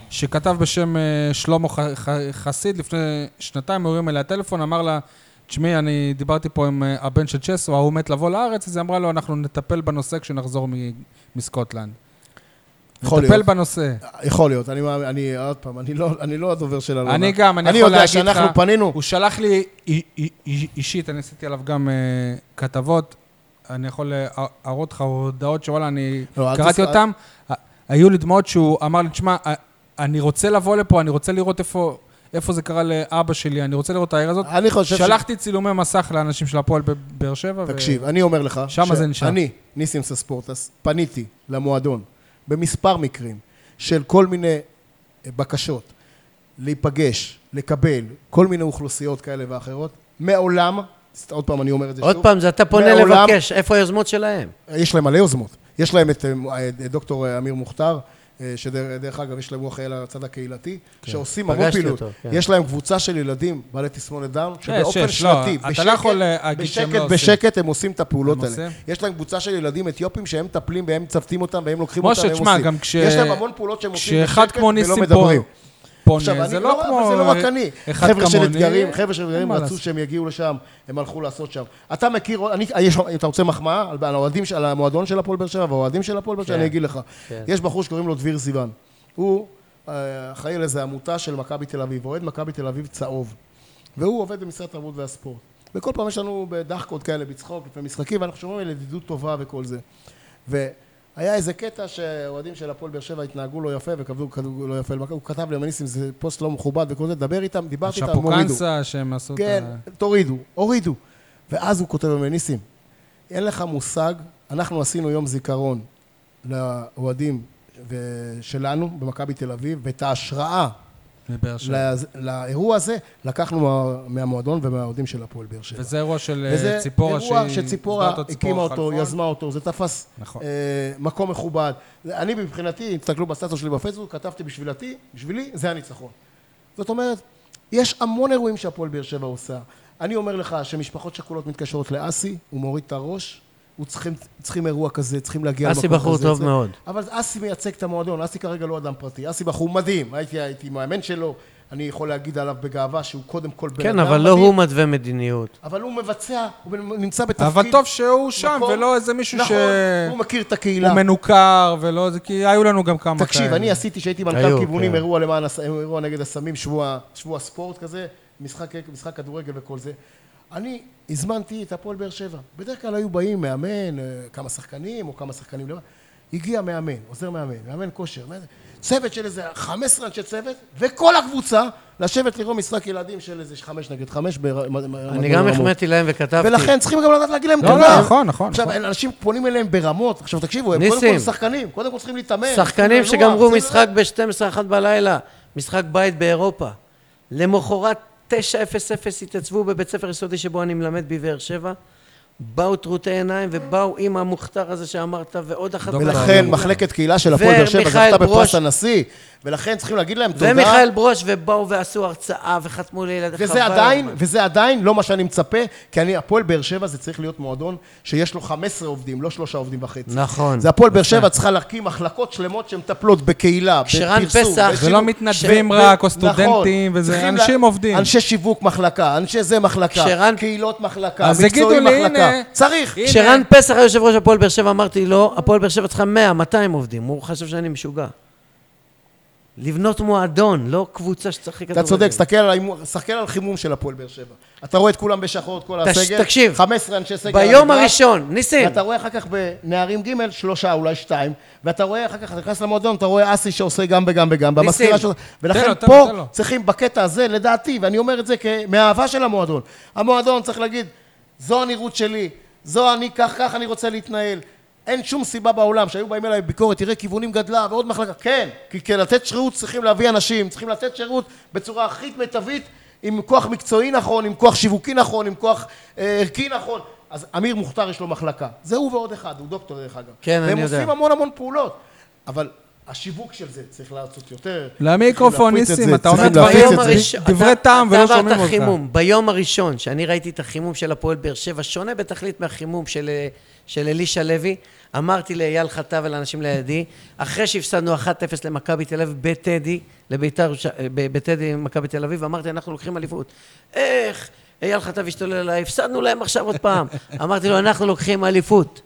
Speaker 1: שכתב בשם אה, שלמה ח- ח- חסיד לפני שנתיים, הוא הרים אליה טלפון, אמר לה, תשמעי, אני דיברתי פה עם אה, הבן של צ'סו, ההוא מת לבוא לארץ, אז היא אמרה לו, אנחנו נטפל בנושא כשנחזור מ- מסקוטלנד.
Speaker 2: יכול
Speaker 1: נטפל
Speaker 2: להיות.
Speaker 1: בנושא.
Speaker 2: יכול להיות, אני, מאמין- אני עוד פעם, אני לא, אני לא הדובר של אלונה.
Speaker 1: אני גם, אני
Speaker 2: אני
Speaker 1: יכול
Speaker 2: יודע
Speaker 1: להגיד לך...
Speaker 2: שאנחנו פנינו.
Speaker 1: הוא שלח לי אי- אי- אי- אישית, אני עשיתי עליו גם אה, כתבות, אני יכול אה, להראות לך הודעות שוואלה, אני
Speaker 2: לא, אל
Speaker 1: קראתי
Speaker 2: תס-
Speaker 1: אותן, ה- היו לי דמעות שהוא אמר לי, תשמע, אה, אני רוצה לבוא לפה, אני רוצה לראות איפה... איפה זה קרה לאבא שלי, אני רוצה לראות את העיר הזאת.
Speaker 2: אני לא חושב ש-
Speaker 1: שלחתי צילומי מסך לאנשים של הפועל בבאר שבע. ו-
Speaker 2: תקשיב, אני אומר לך,
Speaker 1: שמה זה נשאר.
Speaker 2: אני, ניסים סספורטס, פניתי למועדון במספר מקרים של כל מיני אה, בקשות להיפגש, לקבל, כל מיני אוכלוסיות כאלה ואחרות, מעולם, עוד פעם אני אומר את זה
Speaker 3: עוד
Speaker 2: שוב,
Speaker 3: פעם, זה אתה פונה
Speaker 2: מעולם-
Speaker 3: לבקש, איפה היוזמות שלהם?
Speaker 2: יש להם מלא יוזמות. יש להם את אה, אה, דוקטור אמיר מוכתר, אה, שדרך אגב, יש להם, הוא אחראי על הצד הקהילתי, שעושים המון
Speaker 3: כן. פגשתי
Speaker 2: פעילות.
Speaker 3: אותו, כן.
Speaker 2: יש להם קבוצה של ילדים בעלי תסמונת דם, שבאופן
Speaker 1: יש, לא,
Speaker 2: שנתי,
Speaker 1: אתה לא
Speaker 2: בשקט,
Speaker 1: יכול להגיד שהם לא
Speaker 2: בשקט,
Speaker 1: עושים.
Speaker 2: בשקט הם עושים את הפעולות
Speaker 1: הם
Speaker 2: האלה.
Speaker 1: עושים?
Speaker 2: יש להם קבוצה של ילדים אתיופים שהם מטפלים והם מצוותים אותם והם לוקחים אותם
Speaker 1: משה,
Speaker 2: והם
Speaker 1: תשמע,
Speaker 2: עושים.
Speaker 1: גם כש...
Speaker 2: יש להם המון פעולות שהם עושים
Speaker 1: כשאחד
Speaker 2: בשקט
Speaker 1: כמו
Speaker 2: ולא
Speaker 1: ניסים
Speaker 2: מדברים. עכשיו,
Speaker 1: פונה,
Speaker 2: אני
Speaker 1: זה
Speaker 2: לא,
Speaker 1: לא
Speaker 2: אבל
Speaker 1: כמו...
Speaker 2: זה לא רק אני.
Speaker 1: אחד
Speaker 2: חבר'ה של
Speaker 1: כמוני,
Speaker 2: אתגרים, חבר'ה של
Speaker 1: אין
Speaker 2: אתגרים
Speaker 1: מה
Speaker 2: רצו
Speaker 1: לעשות.
Speaker 2: שהם יגיעו לשם, הם הלכו לעשות שם. אתה מכיר, אני, יש, אם אתה רוצה מחמאה, על, על, האוהדים, של- על המועדון של הפועל באר שבע והאוהדים של הפועל באר שבע,
Speaker 3: כן.
Speaker 2: אני אגיד לך.
Speaker 3: כן.
Speaker 2: יש בחור שקוראים לו דביר סיוון. הוא אה, אחראי על איזו עמותה של מכבי תל אביב, אוהד מכבי תל אביב צהוב. והוא עובד במשרד התרבות והספורט. וכל פעם יש לנו בדחקות כאלה, בצחוק, לפני משחקים, ואנחנו שומרים על ידידות טובה וכל זה. והיה איזה קטע שהאוהדים של הפועל באר שבע התנהגו לא יפה וכתבו כדור לא יפה למכבי, הוא כתב לי, "ניסים, זה פוסט לא מכובד וכל זה, דבר איתם, דיברתי איתם, הם הורידו.
Speaker 1: השפוקנסה שהם עשו את
Speaker 2: כן,
Speaker 1: ה...
Speaker 2: תורידו, הורידו. ואז הוא כותב להם, ניסים, אין לך מושג, אנחנו עשינו יום זיכרון לאוהדים ו- שלנו במכבי תל אביב, ואת ההשראה
Speaker 1: לבאר שבע.
Speaker 2: לא- לאירוע הזה לקחנו מה- מהמועדון ומהאוהדים של הפועל באר שבע.
Speaker 1: וזה אירוע של אה,
Speaker 2: וזה
Speaker 1: ציפורה שהיא...
Speaker 2: אירוע שציפורה
Speaker 1: הסברת,
Speaker 2: הקימה אותו,
Speaker 1: חלפון.
Speaker 2: יזמה אותו, זה תפס
Speaker 1: נכון.
Speaker 2: אה, מקום מכובד. אני מבחינתי, תסתכלו בסטטוס שלי בפייסבוק, כתבתי בשבילתי, בשבילי, זה הניצחון. זאת אומרת, יש המון אירועים שהפועל באר שבע עושה. אני אומר לך שמשפחות שכולות מתקשרות לאסי, הוא מוריד את הראש, הוא צריכים, צריכים אירוע כזה, צריכים להגיע
Speaker 3: אסי בחור
Speaker 2: כזה,
Speaker 3: טוב
Speaker 2: צריך-
Speaker 3: מאוד.
Speaker 2: אבל אסי מייצג את המועדון, אסי כרגע לא אדם פרטי, אסי בחור מדהים, הייתי, הייתי מאמן שלו, אני יכול להגיד עליו בגאווה שהוא קודם כל בן
Speaker 3: כן,
Speaker 2: אדם
Speaker 3: אבל לא
Speaker 2: מדהים.
Speaker 3: הוא מתווה מדיניות.
Speaker 2: אבל הוא מבצע, הוא נמצא בתפקיד.
Speaker 1: אבל טוב שהוא שם,
Speaker 2: מקום-
Speaker 1: ולא איזה מישהו
Speaker 2: נכון,
Speaker 1: שהוא
Speaker 2: הוא מכיר את הקהילה.
Speaker 1: מנוכר, ולא... זה- כי היו לנו גם כמה כאלה.
Speaker 2: תקשיב, אני עשיתי, כשהייתי
Speaker 3: היו,
Speaker 2: מנכ"ל כיוונים,
Speaker 3: כן.
Speaker 2: אירוע למען, הס- אירוע נגד הסמים, שבוע שבוע ספורט כזה, משחק משחק כדורגל וכל זה. אני הזמנתי את הפועל באר שבע. בדרך כלל היו באים מאמן, אה, כמה שחקנים, או כמה שחקנים לבד. הגיע מאמן, עוזר מאמן, מאמן כושר, מאמן- צוות של איזה 15 אנשי צוות, וכל הקבוצה, לשבת לראות משחק ילדים של איזה חמש נגד חמש.
Speaker 3: אני גם החמאתי להם וכתבתי.
Speaker 2: ולכן צריכים גם לדעת להגיד להם
Speaker 1: לא,
Speaker 2: תודה.
Speaker 1: לא, נכון, נכון,
Speaker 2: עכשיו,
Speaker 1: נכון.
Speaker 2: אנשים פונים אליהם ברמות. עכשיו, תקשיבו, הם
Speaker 3: ניסים.
Speaker 2: קודם כל שחקנים, קודם כל צריכים להתאמן.
Speaker 3: שחקנים
Speaker 2: צריכים לנוח,
Speaker 3: שגמרו
Speaker 2: צריכים-
Speaker 3: משחק ב-12-1 בלילה, משחק בית באירופה. למחרת 9:00 התייצבו בבית ספר יסודי שבו אני מלמד בבאר שבע. באו טרוטי עיניים ובאו עם המוכתר הזה שאמרת ועוד אחת.
Speaker 1: דוקטור.
Speaker 2: ולכן
Speaker 1: ברור.
Speaker 2: מחלקת קהילה של הפועל באר שבע
Speaker 3: לא ומיכאל
Speaker 2: זכתה
Speaker 3: ברוש.
Speaker 2: בפרס הנשיא, ולכן צריכים להגיד להם תודה.
Speaker 3: ומיכאל ברוש ובאו ועשו הרצאה וחתמו לילד
Speaker 2: וזה
Speaker 3: חבל
Speaker 2: עדיין,
Speaker 3: הזמן.
Speaker 2: וזה עדיין לא מה שאני מצפה, כי אני, הפועל באר שבע זה צריך להיות מועדון שיש לו 15 עובדים, לא שלושה עובדים וחצי.
Speaker 3: נכון.
Speaker 2: זה הפועל באר שבע צריכה להקים מחלקות שלמות שמטפלות בקהילה,
Speaker 3: כשרן
Speaker 2: בפרסום.
Speaker 3: פסח-
Speaker 2: בשיווק.
Speaker 1: זה לא מתנדבים רק, או
Speaker 2: נכון.
Speaker 1: סטודנטים, וזה
Speaker 2: צריכים
Speaker 1: אנשים
Speaker 2: לה-
Speaker 1: עובדים.
Speaker 2: אנשי שיווק מחלקה, אנשי זה מחלקה,
Speaker 3: כשרן-
Speaker 2: קהילות מחלקה,
Speaker 1: אז יגידו
Speaker 2: מקצועים
Speaker 1: לי,
Speaker 2: מחלקה.
Speaker 1: הנה...
Speaker 2: צריך.
Speaker 1: הנה,
Speaker 3: כשרן פסח היה יושב ראש הפועל באר שבע, אמרתי לו, הפועל באר שבע צריכה 100, 200 עובדים. הוא חשב שאני משוגע. לבנות מועדון, לא קבוצה שצריך
Speaker 2: אתה צודק, תסתכל על ההימור- תסתכל על חימום של הפועל באר שבע. אתה רואה את כולם בשחור, את כל
Speaker 3: תש-
Speaker 2: הסגל.
Speaker 3: תקשיב,
Speaker 2: 15 אנשי סגל. על
Speaker 3: ביום
Speaker 2: המגרש.
Speaker 3: הראשון, כן. ניסים,
Speaker 2: ואתה רואה אחר כך בנערים ג' שלושה, אולי שתיים, ואתה רואה אחר כך, אתה נכנס למועדון, אתה רואה אסי שעושה גם וגם וגם, במזכירה שלו,
Speaker 1: תן לו,
Speaker 2: ולכן
Speaker 1: תן לו,
Speaker 2: פה
Speaker 1: תן לו.
Speaker 2: צריכים בקטע הזה, לדעתי, ואני אומר את זה כ- מהאהבה של המועדון, המועדון צריך להגיד, זו הנראות שלי, זו אני, כך, כך אני רוצה להתנהל. אין שום סיבה בעולם שהיו באים אליי ביקורת, תראה כיוונים גדלה ועוד מחלקה, כן, כי כדי לתת שירות צריכים להביא אנשים, צריכים לתת שירות בצורה הכי מיטבית, עם כוח מקצועי נכון, עם כוח שיווקי נכון, עם כוח אה, ערכי נכון. אז אמיר מוכתר יש לו מחלקה, זה הוא ועוד אחד, הוא דוקטור דרך אגב.
Speaker 3: כן, אני
Speaker 2: והם
Speaker 3: יודע.
Speaker 2: עושים המון המון פעולות, אבל השיווק של זה צריך לעשות יותר.
Speaker 1: למיקרופון,
Speaker 2: צריכים להפיץ את
Speaker 1: ניסים,
Speaker 2: זה,
Speaker 1: אתה אומר
Speaker 2: צריכים
Speaker 1: דברים,
Speaker 2: להפיץ את
Speaker 3: ביום
Speaker 2: זה.
Speaker 3: הראשון,
Speaker 1: דברי
Speaker 3: אתה-
Speaker 1: טעם ולא
Speaker 3: אתה
Speaker 1: שומעים
Speaker 3: אמרת
Speaker 1: אותך.
Speaker 3: חימום, ביום הראשון שאני ראיתי את החימום של הפועל באר שבע, שונה בתכלית מהחימום של, אה, של אלישע לוי, אמרתי לאייל חטא ולאנשים לידי, אחרי שהפסדנו 1-0 למכבי תל אביב בטדי, לביתר, ירוש- אה, ב- בטדי מכבי תל אביב, אמרתי אנחנו לוקחים אליפות. איך? אייל חטא השתולל עליי, הפסדנו להם עכשיו עוד פעם. אמרתי לו, אנחנו לוקחים אליפות.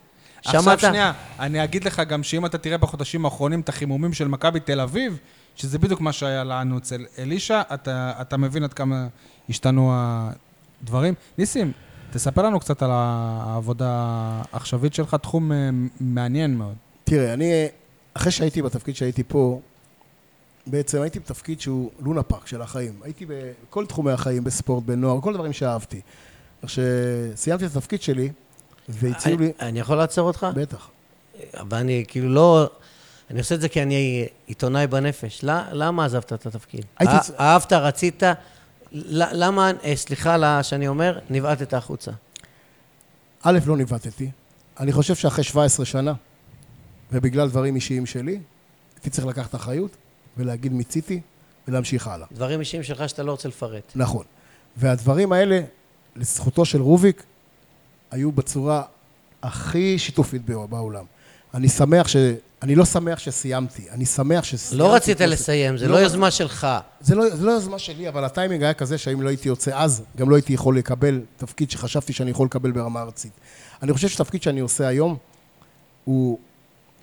Speaker 1: עכשיו
Speaker 3: שמעת?
Speaker 1: שנייה, אני אגיד לך גם שאם אתה תראה בחודשים האחרונים את החימומים של מכבי תל אביב, שזה בדיוק מה שהיה לנו אצל אלישע, אתה, אתה מבין עד כמה השתנו הדברים. ניסים, תספר לנו קצת על העבודה העכשווית שלך, תחום אה, מעניין מאוד.
Speaker 2: תראה, אני, אחרי שהייתי בתפקיד שהייתי פה, בעצם הייתי בתפקיד שהוא לונה פארק של החיים. הייתי בכל תחומי החיים, בספורט, בנוער, כל הדברים שאהבתי. כשסיימתי את התפקיד שלי, והציעו לי...
Speaker 3: אני- אני יכול לעצור אותך?
Speaker 2: בטח.
Speaker 3: ואני כאילו לא... אני עושה את זה כי אני עיתונאי בנפש. ל- למה עזבת את התפקיד?
Speaker 2: הייתי
Speaker 3: אה-
Speaker 2: צ-
Speaker 3: אהבת, רצית, ל- למה, אה, סליחה על ה- שאני אומר, נבעטת החוצה.
Speaker 2: א', לא ניווטתי. אני חושב שאחרי 17 שנה, ובגלל דברים אישיים שלי, הייתי צריך לקחת אחריות ולהגיד מיציתי ולהמשיך הלאה.
Speaker 3: דברים אישיים שלך שאתה לא רוצה לפרט.
Speaker 2: נכון. והדברים האלה, לזכותו של רוביק, היו בצורה הכי שיתופית בא- בעולם. אני שמח ש... אני לא שמח שסיימתי, אני שמח שסיימתי.
Speaker 3: לא רצית
Speaker 2: כמו ש-
Speaker 3: לסיים, זה
Speaker 2: לא
Speaker 3: לא
Speaker 2: רצ-
Speaker 3: יוזמה שלך.
Speaker 2: זה לא, זה לא יוזמה שלי, אבל הטיימינג היה כזה שאם לא הייתי יוצא אז, גם לא הייתי יכול לקבל תפקיד שחשבתי שאני יכול לקבל ברמה ארצית. אני חושב שהתפקיד שאני עושה היום, הוא...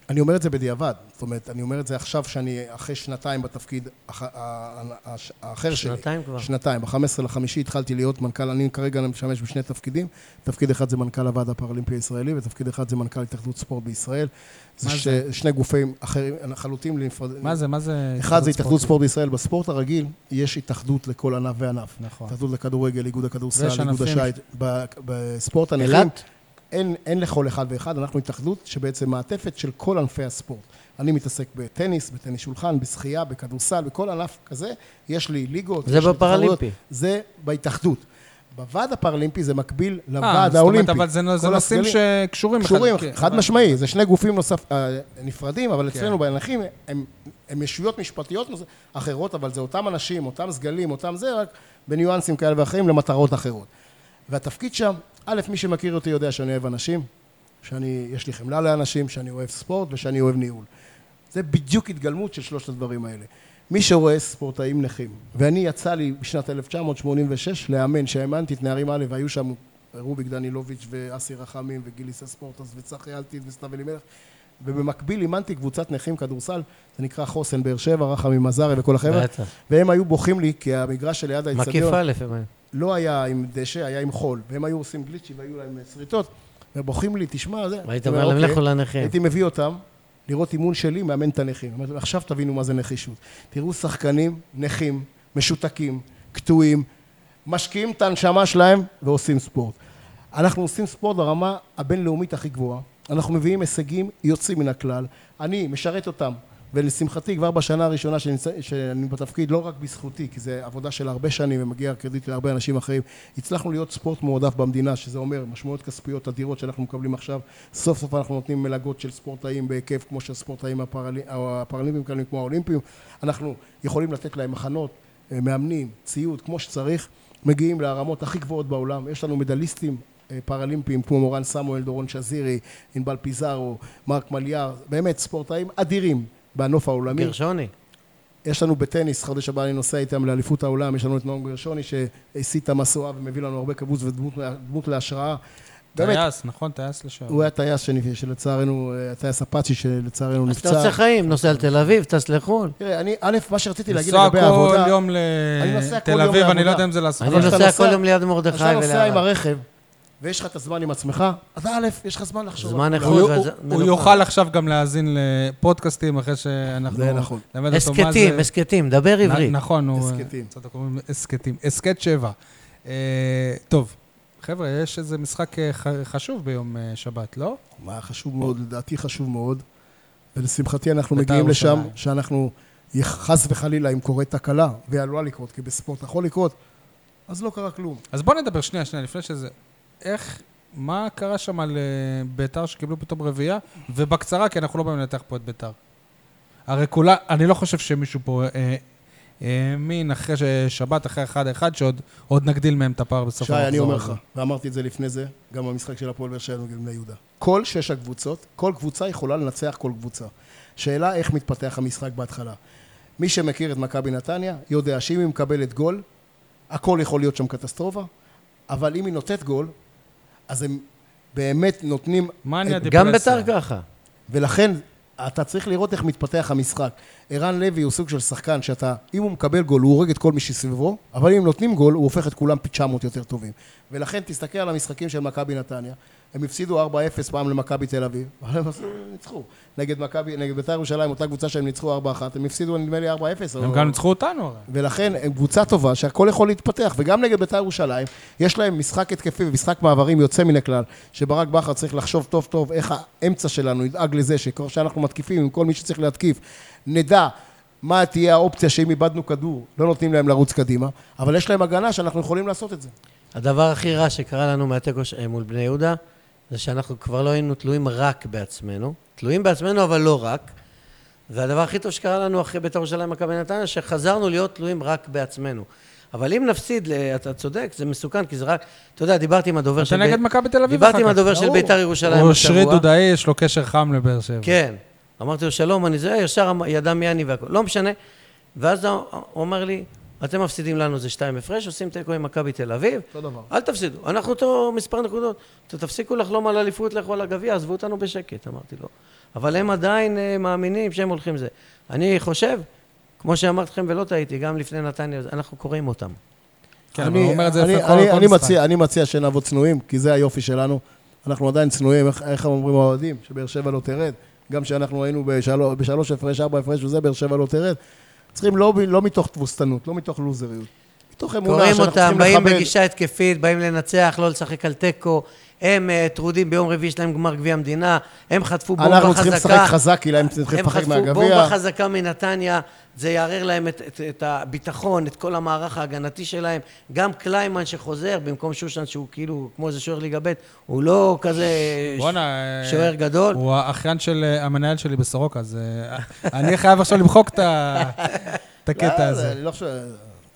Speaker 2: אני אומר את זה בדיעבד, זאת אומרת, אני אומר את זה עכשיו שאני אחרי שנתיים בתפקיד הח- ה- ה- הש- האחר שלי.
Speaker 3: שנתיים כבר.
Speaker 2: שנתיים. ב-15 לחמישי התחלתי להיות מנכ"ל, אני כרגע משמש בשני תפקידים. תפקיד אחד זה מנכ"ל הוועד הפראלימפי הישראלי, ותפקיד אחד זה מנכ"ל התאחדות ספורט בישראל. זה,
Speaker 1: מה
Speaker 2: ש... שני גופים אחרים, לחלוטין לנפרד...
Speaker 1: מה זה, מה זה...
Speaker 2: אחד זה התאחדות ספורט בישראל. בספורט הרגיל יש התאחדות לכל ענף וענף.
Speaker 1: נכון.
Speaker 2: התאחדות לכדורגל, איגוד הכדורסל,
Speaker 1: ויש
Speaker 2: איגוד
Speaker 1: ענפים-
Speaker 2: השייט. ב- בספורט הנכים...
Speaker 3: אילת?
Speaker 2: אין, אין לכל אחד ואחד, אנחנו התאחדות שבעצם מעטפת של כל ענפי הספורט. אני מתעסק בטניס, בטניס שולחן, בשחייה, בכדורסל, בכל ענף כזה, יש לי ליגות.
Speaker 3: זה
Speaker 2: יש לי
Speaker 3: בפרלימפי.
Speaker 2: תחרויות. זה בהתאחדות. בוועד הפרלימפי זה מקביל
Speaker 1: אה,
Speaker 2: לוועד
Speaker 1: זאת אומרת,
Speaker 2: האולימפי.
Speaker 1: אבל זה זה
Speaker 2: כל
Speaker 1: נושאים
Speaker 2: הסגלים-
Speaker 1: שקשורים אחד-
Speaker 2: קשורים,
Speaker 1: כן,
Speaker 2: חד
Speaker 1: אבל-
Speaker 2: משמעי, זה שני גופים נוסף, אה, נפרדים, אבל אצלנו בנכים הם- הם ישויות משפטיות נוס- אחרות, אבל זה אותם אנשים, אותם סגלים, אותם זה, רק בניואנסים כאלה ואחרים למטרות אחרות. והתפקיד שם, א', מי שמכיר אותי יודע שאני אוהב אנשים, שאני, יש לי חמלה לאנשים, שאני אוהב ספורט ושאני אוהב ניהול. זה בדיוק התגלמות של שלושת הדברים האלה. מי שרואה ספורטאים נכים, ואני יצא לי בשנת 1986 לאמן, שהאמנתי את נערים א', והיו שם רוביק דנילוביץ' ואסי רחמים וגיליס אספורטס וצחי אלטין וסתיו אלימלך, ובמקביל אימנתי קבוצת נכים כדורסל, זה נקרא חוסן באר שבע, רחמים עזרי וכל החבר'ה,
Speaker 3: בטח.
Speaker 2: והם היו בוכים לי כי המגרש שליד
Speaker 3: מקיף
Speaker 2: האצטדיון
Speaker 3: א', אה, הם...
Speaker 2: לא היה עם דשא, היה עם חול, והם היו עושים גליצ'י והיו להם אה, שריטות, ובוכים לי, תשמע, זה...
Speaker 3: והיית
Speaker 2: אני
Speaker 3: אומר להם,
Speaker 2: "אוקיי".
Speaker 3: "לכו לנכים".
Speaker 2: הייתי מביא אותם לראות אימון שלי, מאמן את הנכים. אמרתי להם, עכשיו תבינו מה זה נחישות. תראו שחקנים, נכים, משותקים, קטועים, משקיעים את הנשמה שלהם ועושים ספורט. אנחנו עושים ספורט ברמה הבינלאומית הכי גבוהה, אנחנו מביאים הישגים יוצאים מן הכלל, אני משרת אותם, ולשמחתי כבר בשנה הראשונה שאני, נמצא- שאני בתפקיד, לא רק בזכותי, כי זו עבודה של הרבה שנים ומגיע קרדיט להרבה אנשים אחרים, הצלחנו להיות ספורט מועדף במדינה, שזה אומר משמעויות כספיות אדירות שאנחנו מקבלים עכשיו, סוף סוף אנחנו נותנים מלגות של ספורטאים בהיקף כמו שהספורטאים הפרלי- הפרלימפיים מקבלים, כמו האולימפיים, אנחנו יכולים לתת להם מחנות, אה, מאמנים, ציוד, כמו שצריך, מגיעים לרמות הכי גבוהות בעולם. יש לנו מדליסטים אה, פראלימפיים כמו מורן סמואל, דורון שזירי, ענבל פיזארו, מרק מליאר, באמת ספורטאים אדירים בנוף העולמי.
Speaker 3: גרשוני.
Speaker 2: יש לנו בטניס, חודש הבא אני נוסע איתם לאליפות העולם, יש לנו את נועם גרשוני שהסיט את המסועה ומביא לנו הרבה כבוז ודמות דמות להשראה. באמת,
Speaker 1: טייס, נכון, טייס לשעבר.
Speaker 2: הוא היה טייס שנפ- שלצערנו, אה, הטייס אפאצ'י שלצערנו
Speaker 3: אז אתה
Speaker 2: נפצע.
Speaker 3: עושה חיים, נוסע לתל אביב, טס לחו"ל.
Speaker 2: תראה, אני, א', מה שרציתי להגיד
Speaker 1: לנסוע
Speaker 2: לגבי העבודה...
Speaker 1: כל יום
Speaker 2: אני נוסע
Speaker 1: לתל
Speaker 2: כל יום
Speaker 1: אביב, אני לא
Speaker 2: לעבודה.
Speaker 1: יודע אם זה לעשות.
Speaker 3: אני
Speaker 2: אבל כשאתה
Speaker 3: נוסע
Speaker 2: נוסע-
Speaker 3: כל יום ליד מרדכי
Speaker 2: כשאתה נוסע עם
Speaker 3: ולערד.
Speaker 2: הרכב, ויש לך את הזמן עם עצמך, אז א', יש לך זמן לחשוב. על
Speaker 3: זמן איכות.
Speaker 2: כולם.
Speaker 1: הוא-
Speaker 3: אבל
Speaker 1: הוא-
Speaker 3: זה- לא
Speaker 1: הוא
Speaker 3: מנוחה.
Speaker 1: יוכל עכשיו גם להאזין לפודקאסטים אחרי שאנחנו...
Speaker 2: זה נכון.
Speaker 1: נלמד אותו מה זה-
Speaker 3: הסכתים, הסכתים, דבר עברית.
Speaker 1: נ- נכון, הוא...
Speaker 2: הסכתים.
Speaker 1: קצת קוראים הסכתים. הסכת שבע. אה, טוב, חבר'ה, יש איזה משחק אה, ח- חשוב ביום אה, שבת, לא?
Speaker 2: מה חשוב מאוד, לדעתי חשוב מאוד, ולשמחתי אנחנו
Speaker 1: בית"ר
Speaker 2: מגיעים לשם,
Speaker 1: ירושלים.
Speaker 2: שאנחנו, חס וחלילה, אם קורית תקלה, והיא עלולה לקרות, כי בספורט יכול לקרות, אז לא קרה כלום.
Speaker 1: אז בואו נדבר שנייה, שנייה, לפני שזה... איך... מה קרה שם על אה, ביתר שקיבלו פתאום רביעייה? ובקצרה, כי אנחנו לא באים לנתח פה את ביתר. הרי כולה, אני לא חושב שמישהו פה אה, האמין אחרי ש- שבת, אחרי אחד אחד, שעוד עוד נגדיל מהם את הפער בסוף
Speaker 2: שי, אני אומר
Speaker 1: הזה.
Speaker 2: לך, ואמרתי את זה לפני זה, גם במשחק של הפועל באר שבע נגד בני יהודה. כל שש הקבוצות, כל קבוצה יכולה לנצח כל קבוצה. שאלה איך מתפתח המשחק בהתחלה. מי שמכיר את מכבי נתניה, יודע שאם היא מקבלת גול, הכל יכול להיות שם קטסטרופה, אבל אם היא נותנת גול, אז הם באמת נותנים...
Speaker 1: מניה
Speaker 2: את-
Speaker 1: דיפרסיה.
Speaker 3: אה, גם ביתר ככה.
Speaker 2: ולכן אתה צריך לראות איך מתפתח המשחק. ערן לוי הוא סוג של שחקן שאתה, אם הוא מקבל גול, הוא הורג את כל מי שסביבו, אבל אם נותנים גול, הוא הופך את כולם פי 900 יותר טובים. ולכן תסתכל על המשחקים של מכבי נתניה. הם הפסידו 4-0 פעם למכבי תל אביב, אבל הם עשו- ניצחו. נגד מכבי, נגד בית"ר ירושלים, אותה קבוצה שהם ניצחו 4-1, הם הפסידו נדמה לי 4-0.
Speaker 1: הם
Speaker 2: או-
Speaker 1: גם ניצחו אותנו הרי.
Speaker 2: ולכן הם קבוצה טובה שהכל יכול להתפתח, וגם נגד בית"ר ירושלים, יש להם משחק התקפי ומשחק מעברים יוצא מן הכלל, שברק בכר צריך לחשוב טוב טוב איך האמצע שלנו ידאג לזה שכמו שאנחנו מתקיפים עם כל מי שצריך להתקיף, נדע מה תהיה האופציה שאם איבדנו כדור, לא נותנים להם לרוץ קדימה, אבל יש להם הגנה שאנחנו יכולים לעשות את זה.
Speaker 3: הדבר הכי רע שקרה לנו מהתיקו ש- אה, מול בני יהודה, זה שאנחנו כבר לא היינו תלויים רק בעצמנו. תלויים בעצמנו, אבל לא רק. והדבר הכי טוב שקרה לנו אחרי בית"ר ירושלים מכבי נתניה, שחזרנו להיות תלויים רק בעצמנו. אבל אם נפסיד, ל- אתה צודק, זה מסוכן, כי זה רק... אתה יודע, דיברתי עם הדובר
Speaker 1: אתה
Speaker 3: של...
Speaker 1: נגד
Speaker 3: בית-
Speaker 1: מכבי תל אביב
Speaker 3: דיברתי
Speaker 1: אחר
Speaker 3: עם
Speaker 1: כך,
Speaker 3: הדובר של
Speaker 2: ברור.
Speaker 3: בית"ר ירושלים
Speaker 1: או שרי
Speaker 3: השבוע.
Speaker 1: דודאי, יש לו קשר חם לבאר שבע.
Speaker 3: כן. אמרתי לו, שלום, אני זה, ישר אמ- ידע מי אני והכל. לא משנה. ואז הוא הוא אומר לי, אתם מפסידים לנו זה שתיים הפרש, עושים תיקו עם מכבי תל אביב.
Speaker 2: אותו דבר.
Speaker 3: אל תפסידו, אנחנו אותו מספר נקודות. ת- תפסיקו לחלום על אליפות, לכו על הגביע, עזבו אותנו בשקט, אמרתי לו. אבל הם עדיין אה, מאמינים שהם הולכים זה. אני חושב, כמו שאמרתי לכם ולא טעיתי, גם לפני נתניה, אנחנו קוראים אותם.
Speaker 1: כן, אבל הוא אומר את זה לפני
Speaker 2: אני-
Speaker 1: כל-
Speaker 2: אני-
Speaker 1: כל
Speaker 2: אני
Speaker 1: משחק.
Speaker 2: מציע- אני מציע שנעבוד צנועים, כי זה היופי שלנו. אנחנו עדיין צנועים, איך- איך הם אומרים האוהדים? שבאר שבע לא תרד. גם כשאנחנו היינו בשלו- בשלוש הפרש, ארבע הפרש וזה, באר שבע לא תרד. צריכים לא ב- לא מתוך תבוסתנות, לא מתוך לוזריות. מתוך אמונה
Speaker 3: קוראים
Speaker 2: שאנחנו
Speaker 3: אותם,
Speaker 2: צריכים
Speaker 3: באים
Speaker 2: לכבד.
Speaker 3: בגישה התקפית, באים לנצח, לא לשחק על תיקו. הם אה, טרודים ביום רביעי שלהם גמר גביע המדינה, הם חטפו בומבה חזקה.
Speaker 2: אנחנו צריכים לשחק חזק, כי להם צריכים
Speaker 3: הם
Speaker 2: לשחק
Speaker 3: חטפו
Speaker 2: מהגביע.
Speaker 3: בומבה חזקה מנתניה, זה יערער להם את, את, את הביטחון, את כל המערך ההגנתי שלהם. גם קליימן שחוזר, במקום שושן שהוא כאילו כמו איזה שוער ליגה ב', הוא לא כזה ש-
Speaker 1: בואנה... אה,
Speaker 3: שוער גדול.
Speaker 1: הוא האחיין של אה, המנהל שלי בסורוקה, אז אה, אני חייב עכשיו למחוק את ה- את
Speaker 2: לא,
Speaker 1: הקטע
Speaker 2: זה-
Speaker 1: הזה.
Speaker 2: לא חושב-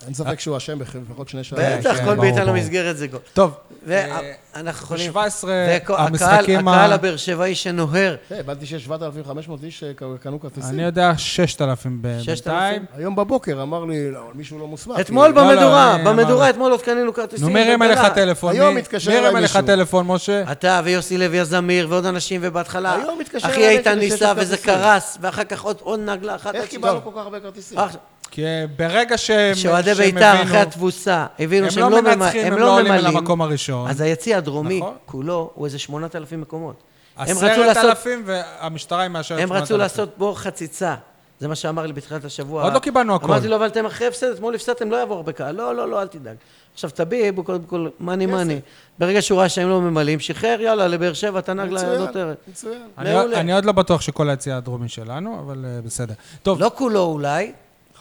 Speaker 2: אין ספק שהוא אשם בכ- לפחות שני שערים.
Speaker 1: כן,
Speaker 3: בטח, כל
Speaker 1: ברור,
Speaker 3: בעיטה
Speaker 1: ברור.
Speaker 3: למסגרת זה גול.
Speaker 1: טוב, אה,
Speaker 3: ואנחנו יכולים...
Speaker 1: ב-17
Speaker 3: וכל- הקהל-
Speaker 1: המשחקים ה-
Speaker 3: הקהל הבאר שבעי שנוהר,
Speaker 2: אה, הבנתי שיש 7,500 איש שקנו כרטיסים.
Speaker 1: כן. אני יודע 6,000 ב-
Speaker 3: 6,000?
Speaker 1: בינתיים.
Speaker 2: היום בבוקר אמר לי, לא, אבל מישהו לא מוסמך.
Speaker 3: אתמול
Speaker 1: לא, לא,
Speaker 3: במדורה,
Speaker 1: אני
Speaker 3: במדורה
Speaker 1: אמרתי.
Speaker 3: אתמול עוד קנינו כרטיסים.
Speaker 1: נו, מי הרים
Speaker 3: בבלה.
Speaker 1: אליך טלפון?
Speaker 2: היום
Speaker 1: מי-
Speaker 2: מתקשר
Speaker 1: מי הרים
Speaker 2: אליי
Speaker 1: אליך
Speaker 2: מישהו.
Speaker 1: טלפון, משה?
Speaker 3: אתה ויוסי לוי הזמיר ועוד אנשים, ובהתחלה,
Speaker 2: היום מתקשר
Speaker 3: אחי
Speaker 2: אליי
Speaker 3: איתן
Speaker 2: כדי שיש
Speaker 3: ניסה
Speaker 2: לו
Speaker 3: וזה
Speaker 2: כרטיסים.
Speaker 3: קרס, ואחר כך עוד עוד נגלה אחת.
Speaker 2: איך
Speaker 3: עד
Speaker 2: קיבלנו
Speaker 3: שטוב.
Speaker 2: כל כך הרבה כרטיסים?
Speaker 3: אח-
Speaker 1: כי ברגע שהם...
Speaker 3: כשאוהדי
Speaker 1: שהם
Speaker 3: בית"ר
Speaker 1: הבינו-
Speaker 3: אחרי התבוסה הבינו
Speaker 1: הם
Speaker 3: שהם
Speaker 1: לא
Speaker 3: לא ממלאים,
Speaker 1: מנצחים, הם לא עולים אל המקום הראשון.
Speaker 3: אז היציע הדרומי
Speaker 1: נכון.
Speaker 3: כולו הוא איזה 8,000 מקומות. הם רצו לעשות,
Speaker 1: 10,000 והמשטרה היא מאשרת
Speaker 3: הם רצו
Speaker 1: 8,000.
Speaker 3: לעשות בור חציצה. זה מה שאמר לי בתחילת השבוע.
Speaker 1: עוד לא קיבלנו הכל.
Speaker 3: אמרתי לו, אבל אתם אחרי הפסד, אתמול הפסדתם, לא יעבור הרבה קהל. לא, לא, לא, אל תדאג. עכשיו, תביב, הוא קודם כל, מאני מאני. ברגע שהוא ראה שהם לא ממלאים, שחרר, יאללה, לבאר שבע, תנהג לא
Speaker 2: מצוין,
Speaker 3: לנותרת.
Speaker 2: מצוין.
Speaker 1: אני-
Speaker 3: מעולה.
Speaker 1: אני עוד לא בטוח שכל היציאה הדרומי שלנו, אבל אה, בסדר. טוב,
Speaker 3: לא כולו אולי,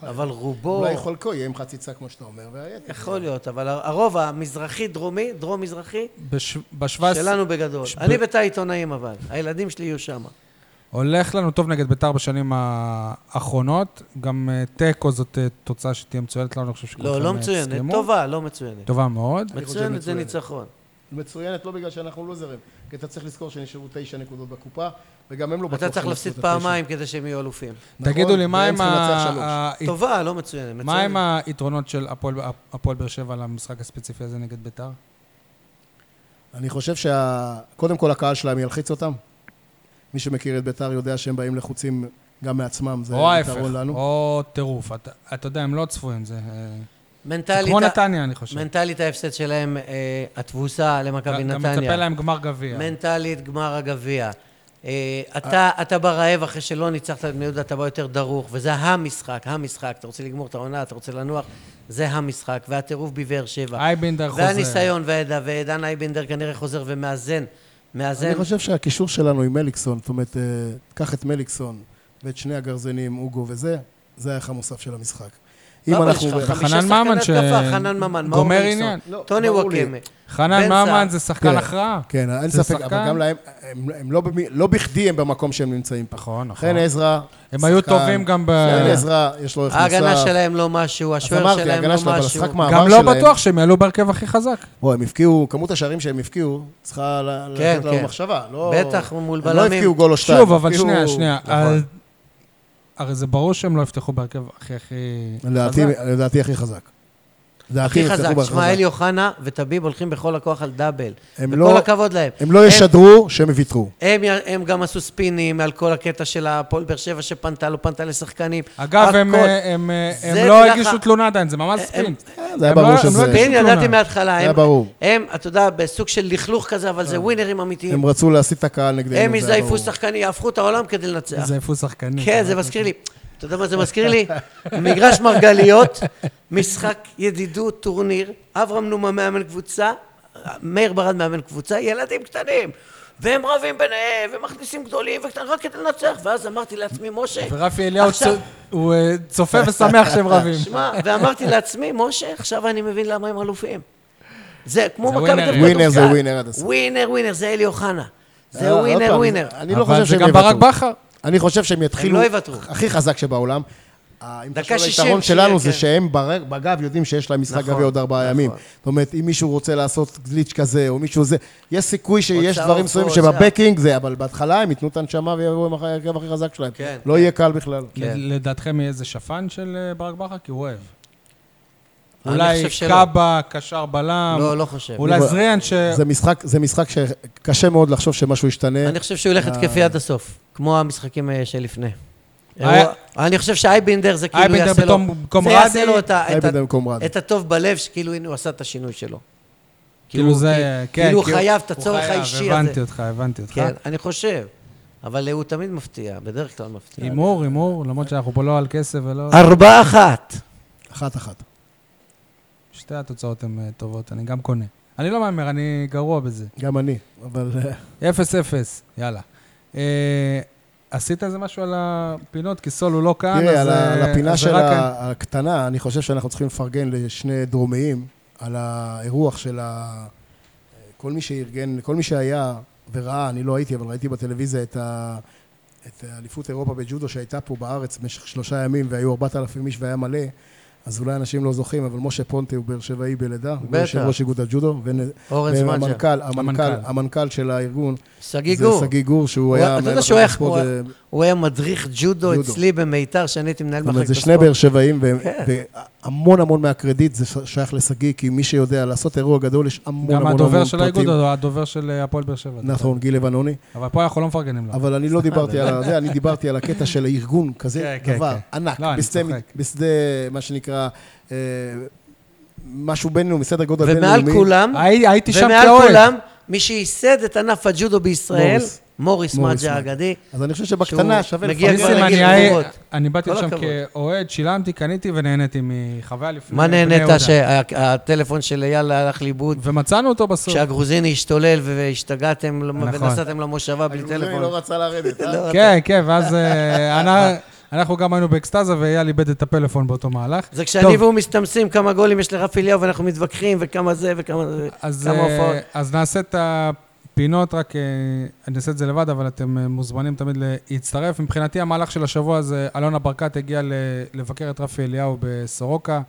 Speaker 3: אבל רובו...
Speaker 2: אולי חלקו יהיה עם חציצה, כמו שאתה אומר, והיתר.
Speaker 3: יכול להיות, אבל הרוב המזרחי-דרומי, דרום-מזרחי,
Speaker 1: בש- בשבע... עשרה-
Speaker 3: שלנו בגדול.
Speaker 1: ש-
Speaker 3: אני
Speaker 1: ב-
Speaker 3: בתא עיתונאים אבל, הילדים שלי יהיו שם.
Speaker 1: הולך לנו טוב נגד ביתר בשנים האחרונות. גם אה, תיקו זאת אה, תוצאה שתהיה מצוינת לנו, אני חושב שכולכם
Speaker 3: לא, לא
Speaker 1: אה, תסכימו.
Speaker 3: מצוינת, טובה, לא מצוינת.
Speaker 1: טובה מאוד.
Speaker 2: חושב
Speaker 3: מצוינת זה
Speaker 2: מצוינת.
Speaker 3: ניצחון.
Speaker 2: מצוינת, לא בגלל שאנחנו לא זרים. כי אתה צריך לזכור שנשארו תשע נקודות בקופה, וגם הם לא בטוח
Speaker 3: אתה צריך
Speaker 2: שהם
Speaker 3: להפסיד
Speaker 2: עשו את התשע.
Speaker 3: פעמיים כדי שהם יהיו אלופים.
Speaker 2: נכון,
Speaker 1: תגידו לי, מה
Speaker 2: והם
Speaker 1: עם
Speaker 2: צריכים לנצח
Speaker 1: ה-
Speaker 2: שלוש.
Speaker 1: ה-
Speaker 3: טובה, לא מצוינת.
Speaker 1: מה
Speaker 3: מצוינת.
Speaker 1: עם היתרונות של הפועל- הפועל באר שבע למשחק הספציפי הזה נגד ביתר?
Speaker 2: אני חושב שקודם כל הקהל שלהם ילחיץ אותם. מי שמכיר את ביתר יודע שהם באים לחוצים גם מעצמם, זה
Speaker 1: או ההפך,
Speaker 2: יתרון לנו.
Speaker 1: או טירוף. אתה- אתה יודע, הם לא צפויים, זה אה, זה
Speaker 3: מנטלית
Speaker 1: כמו
Speaker 3: ה-
Speaker 1: נתניה, אני חושב.
Speaker 3: מנטלית ההפסד שלהם, אה, התבוסה למכבי
Speaker 1: גם מצפה
Speaker 3: נתניה.
Speaker 1: להם גמר גביע.
Speaker 3: מנטלית גמר הגביע. אה, אתה, אתה בא רעב אחרי שלא ניצחת את בני יהודה, אתה בא יותר דרוך, וזה המשחק, המשחק. אתה רוצה לגמור את העונה, אתה רוצה לנוח, זה המשחק. והטירוף בבאר שבע.
Speaker 1: אייבינדר אה, חוזר.
Speaker 3: והניסיון והידע, ועידן אייבנדר כנראה חוזר ומאזן. מאזן.
Speaker 2: אני חושב שהקישור שלנו עם מליקסון, זאת אומרת, אה, קח את מליקסון ואת שני הגרזנים, אוגו וזה, זה הערך המוסף של המשחק. אם
Speaker 3: לא, אבל
Speaker 2: אנחנו...
Speaker 3: יש לך
Speaker 2: ב-
Speaker 3: חמישה
Speaker 1: וחנן ממן
Speaker 3: שחקני התקפה,
Speaker 1: ש-
Speaker 3: חנן ממן,
Speaker 1: גומר
Speaker 3: מאור מליקסון,
Speaker 1: עניין.
Speaker 2: לא,
Speaker 3: טוני
Speaker 2: ברור לי.
Speaker 3: ווקמה.
Speaker 1: חנן
Speaker 3: בן
Speaker 1: ממן
Speaker 3: סער.
Speaker 1: זה שחקן
Speaker 2: כן.
Speaker 1: הכרעה.
Speaker 2: כן, אין
Speaker 1: זה
Speaker 2: ספק,
Speaker 1: שחקן.
Speaker 2: אבל גם להם, הם- הם לא במי- לא בכדי הם במקום שהם נמצאים פה.
Speaker 1: נכון, נכון.
Speaker 2: חן עזרא,
Speaker 1: הם היו
Speaker 2: שחקן.
Speaker 1: טובים גם ב-
Speaker 2: חן עזרא, יש לו ערך מוסף.
Speaker 3: ההגנה שלהם לא משהו,
Speaker 2: אז
Speaker 3: השוער
Speaker 2: אמרתי,
Speaker 3: שלהם
Speaker 2: ההגנה
Speaker 3: לא
Speaker 2: שלהם, אבל
Speaker 3: משהו.
Speaker 2: השחק מעבר
Speaker 1: גם
Speaker 2: שלהם...
Speaker 1: לא בטוח שהם יעלו בהרכב הכי חזק.
Speaker 2: או, הם הבקיעו, כמות השערים שהם הבקיעו, צריכה ל-
Speaker 3: כן,
Speaker 2: לתת לנו
Speaker 3: כן.
Speaker 2: מחשבה, לא...
Speaker 3: בטח, מול
Speaker 2: הם לא
Speaker 3: בלמים.
Speaker 2: הבקיעו גול או שתיים.
Speaker 1: שוב, אבל
Speaker 2: הבקיעו-
Speaker 1: שנייה, שנייה.
Speaker 2: נכון.
Speaker 1: אז- הרי זה ברור שהם לא יפתחו בהרכב הכי הכי
Speaker 2: לדעתי- לדעתי הכי חזק. לדעתי
Speaker 3: הכי
Speaker 2: הם יפתחו
Speaker 3: חזק,
Speaker 2: בהכרזה.
Speaker 3: שמע, אלי אוחנה וטביב הולכים בכל הכוח על דאבל.
Speaker 2: הם
Speaker 3: וכל
Speaker 2: לא-
Speaker 3: הכבוד להם.
Speaker 2: הם לא ישדרו שהם ויתרו.
Speaker 3: הם, הם גם עשו ספינים על כל הקטע של הפועל באר שבע שפנתה, לא פנתה לשחקנים.
Speaker 1: אגב, הם,
Speaker 3: הכל.
Speaker 1: אה, הם, אה, הם
Speaker 3: זה
Speaker 1: לא
Speaker 3: לך-
Speaker 1: הגישו תלונה עדיין, זה ממש ספין.
Speaker 2: אה, זה היה
Speaker 1: הם לא-
Speaker 2: ברור
Speaker 1: הם לא
Speaker 2: שזה...
Speaker 1: הגישו
Speaker 3: ספין ידעתי
Speaker 1: תלונה.
Speaker 3: מההתחלה.
Speaker 2: היה
Speaker 3: הם-
Speaker 2: ברור. אה,
Speaker 3: הם, אתה יודע, בסוג של לכלוך כזה, אבל זה ווינרים אמיתיים.
Speaker 2: הם רצו להסיט את הקהל נגדנו.
Speaker 3: הם
Speaker 2: זה היה
Speaker 3: יזייפו
Speaker 2: ברור.
Speaker 3: שחקנים, יהפכו את העולם כדי לנצח.
Speaker 1: זה איפה שחקנים.
Speaker 3: כן, זה מזכיר לי. אתה יודע מה זה מזכיר לי? מגרש מרגליות, משחק ידידות, טורניר, אברהם נומה מאמן קבוצה, מאיר ברד מאמן קבוצה, ילדים קטנים. והם רבים ביניהם, ומכניסים גדולים וקטנים, רק כדי לנצח. ואז אמרתי לעצמי, משה...
Speaker 1: ורפי אליהו
Speaker 3: עכשיו-
Speaker 1: צו- הוא אה, צופה ושמח שהם רבים.
Speaker 3: שמע, ואמרתי לעצמי, משה, עכשיו אני מבין למה הם אלופים. זה כמו
Speaker 1: זה
Speaker 3: מכבי
Speaker 1: ווינר.
Speaker 3: תל אביב
Speaker 2: ווינר זה
Speaker 3: בכדורסל.
Speaker 2: ווינר עד הסוף.
Speaker 3: ווינר, ווינר, זה אלי אוחנה.
Speaker 2: אה,
Speaker 3: זה
Speaker 2: עוד פעם,
Speaker 3: ווינר, ווינר.
Speaker 2: אני לא
Speaker 1: אבל
Speaker 2: חושב
Speaker 1: זה
Speaker 2: שהם
Speaker 1: גם
Speaker 2: יוותרו.
Speaker 1: ברק בכר.
Speaker 2: אני חושב שהם יתחילו...
Speaker 3: לא יוותרו.
Speaker 2: הכי חזק שבעולם. אה, אם
Speaker 3: דקה
Speaker 2: תחשוב על
Speaker 3: 60,
Speaker 2: היתרון שלנו זה
Speaker 3: כן.
Speaker 2: שהם בר- בגב יודעים שיש להם משחק
Speaker 3: נכון,
Speaker 2: גביע עוד ארבעה
Speaker 3: נכון.
Speaker 2: ימים. זאת אומרת, אם מישהו רוצה לעשות גליץ' כזה, או מישהו זה, יש סיכוי שיש
Speaker 3: הוצאה,
Speaker 2: דברים מסוימים
Speaker 3: הוצאה.
Speaker 2: שבבקינג זה, אבל בהתחלה הם ייתנו את הנשמה ויבואו עם ההרכב הכי חזק שלהם.
Speaker 3: כן.
Speaker 2: לא יהיה קל בכלל.
Speaker 3: כן.
Speaker 1: לדעתכם יהיה איזה שפן של אה, ברק בכר? כי הוא אוהב.
Speaker 3: אני
Speaker 1: אולי
Speaker 3: חושב שלא.
Speaker 1: קאבה, קשר בלם.
Speaker 3: לא, לא חושב.
Speaker 1: אולי
Speaker 2: אני-
Speaker 1: זריאן ש...
Speaker 2: כאילו- זה משחק- זה משחק שקשה מאוד לחשוב שמשהו ישתנה.
Speaker 3: אני חושב שהוא ילך
Speaker 2: אה.
Speaker 3: התקפי עד הסוף, כמו המשחקים אה, שלפני.
Speaker 1: איי-
Speaker 3: הוא- אני חושב שאייבינדר זה כאילו
Speaker 1: אה, אייבינדר
Speaker 3: יעשה לו,
Speaker 1: בתום- במקום
Speaker 3: זה
Speaker 1: רדי,
Speaker 3: יעשה לו את ה- את ה-
Speaker 2: אייבינדר במקום רדי.
Speaker 3: את הטוב בלב, שכאילו הנה הוא עשה את השינוי שלו.
Speaker 1: כאילו זה...
Speaker 3: כי-
Speaker 1: כן.
Speaker 3: כאילו הוא
Speaker 1: כי
Speaker 3: חייב את
Speaker 1: הוא
Speaker 3: הצורך
Speaker 1: חייב,
Speaker 3: האישי
Speaker 1: הבנתי
Speaker 3: הזה.
Speaker 1: אותך, הבנתי אותך.
Speaker 3: כן, אני חושב. אבל הוא תמיד מפתיע, בדרך כלל מפתיע.
Speaker 1: הימור,
Speaker 2: אה.
Speaker 1: הימור, למרות שאנחנו פה לא על כסף ולא...
Speaker 3: ארבע אחת.
Speaker 2: אחת-אחת.
Speaker 1: שתי התוצאות הן אה, טובות, אני גם קונה. אני לא מהמר, אני גרוע בזה.
Speaker 2: גם אני, אבל... אה,
Speaker 1: 0-0, יאללה. אה, עשית איזה משהו על הפינות? כי סול הוא לא כאן, אז...
Speaker 2: תראה, על ה-
Speaker 1: אה,
Speaker 2: על הפינה
Speaker 1: אז זה
Speaker 2: של
Speaker 1: רק-
Speaker 2: ה- הקטנה, אני חושב שאנחנו צריכים לפרגן לשני דרומיים על האירוח של ה... כל מי שארגן, כל מי שהיה וראה, אני לא הייתי, אבל ראיתי בטלוויזיה את ה... את אליפות אירופה בג'ודו שהייתה פה בארץ במשך שלושה ימים והיו 4,000 איש והיה מלא, אז אולי אנשים לא זוכרים, אבל משה פונטה הוא באר שבעי בלידה, הוא
Speaker 3: בטח.
Speaker 2: יושב ראש איגוד הג'ודו, ונ-
Speaker 3: אורן זמנג'ה.
Speaker 2: והמנכ"ל,
Speaker 1: המנכ"ל.
Speaker 2: המנכ"ל, המנכ"ל של הארגון,
Speaker 3: שגיא
Speaker 2: זה
Speaker 3: גור.
Speaker 2: שגיא גור, שהוא
Speaker 3: הוא-
Speaker 2: היה...
Speaker 3: אתה יודע
Speaker 2: מנהל
Speaker 3: שהוא היה-
Speaker 2: הספורט,
Speaker 3: הוא היה-
Speaker 2: אה,
Speaker 3: הוא היה מדריך ג'ודו
Speaker 2: ג'ודו.
Speaker 3: אצלי במיתר, שאני הייתי מנהל
Speaker 2: זאת אומרת,
Speaker 3: מחלקת
Speaker 2: זה שני
Speaker 3: הספורט.
Speaker 2: באר שבעים, והם-
Speaker 3: כן.
Speaker 2: והמון המון מהקרדיט זה ש- שייך לשגיא, כי מי שיודע לעשות אירוע גדול, יש המון
Speaker 1: גם
Speaker 2: המון המון
Speaker 1: הדובר של האיגוד,
Speaker 2: פרטים.
Speaker 1: הוא הדובר של אה, הפועל באר שבע.
Speaker 2: נכון, גיל לבנוני.
Speaker 1: אבל פה אנחנו לא מפרגנים לו.
Speaker 2: אבל אני לא דיברתי על זה, אני דיברתי על הקטע של ארגון כזה,
Speaker 1: כן, כן,
Speaker 2: דבר
Speaker 1: כן.
Speaker 2: ענק,
Speaker 1: לא, אני
Speaker 2: בשדה-
Speaker 1: צוחק.
Speaker 2: בשדה, מה שנקרא, אה, משהו בינלאומי, סדר גודל בינלאומי.
Speaker 3: ומעל כולם,
Speaker 1: הי- הייתי שם
Speaker 3: ומעל
Speaker 1: כאוהד.
Speaker 3: כולם, מי שייסד את ענף הג'ודו בישראל,
Speaker 2: מוריס.
Speaker 3: מוריס
Speaker 2: מוריס
Speaker 3: מג'ה
Speaker 2: מג'ה.
Speaker 3: האגדי.
Speaker 2: אז אני חושב שבקטנה
Speaker 3: שהוא
Speaker 2: שווה
Speaker 3: מגיע
Speaker 2: לפרגן.
Speaker 3: כבר
Speaker 1: ניסים,
Speaker 3: להגיד
Speaker 1: אני היה-
Speaker 3: תגובות.
Speaker 1: אני באתי
Speaker 3: כל
Speaker 1: לשם
Speaker 3: הכבוד.
Speaker 1: כאוהד, שילמתי, קניתי ונהניתי מחוויה לפני...
Speaker 3: מה
Speaker 1: בני
Speaker 3: נהנית
Speaker 1: יהודה.
Speaker 3: שהטלפון של אייל הלך לאיבוד?
Speaker 1: ומצאנו אותו בסוף.
Speaker 3: כשהגרוזיני השתולל והשתגעתם למ-
Speaker 1: נכון.
Speaker 3: ונסעתם למושבה בלי
Speaker 2: הגלוזי
Speaker 3: טלפון.
Speaker 2: לא רצה לרדת, אה?
Speaker 1: כן, כן, ואז אה, אנ- אנחנו גם היינו באקסטזה, ואייל איבד את הפלאפון באותו מהלך.
Speaker 3: זה
Speaker 1: טוב.
Speaker 3: כשאני והוא מסתמסים כמה גולים יש לרפי אליהו ואנחנו מתווכחים וכמה זה וכמה זה,
Speaker 1: אז,
Speaker 3: כמה
Speaker 1: אה,
Speaker 3: הופעות.
Speaker 1: אז נעשה את הפינות, רק אה, אני אעשה את זה לבד, אבל אתם אה, מוזמנים תמיד להצטרף. מבחינתי המהלך של השבוע זה, אלונה ברקת הגיעה ל- לבקר את רפי אליהו בסורוקה.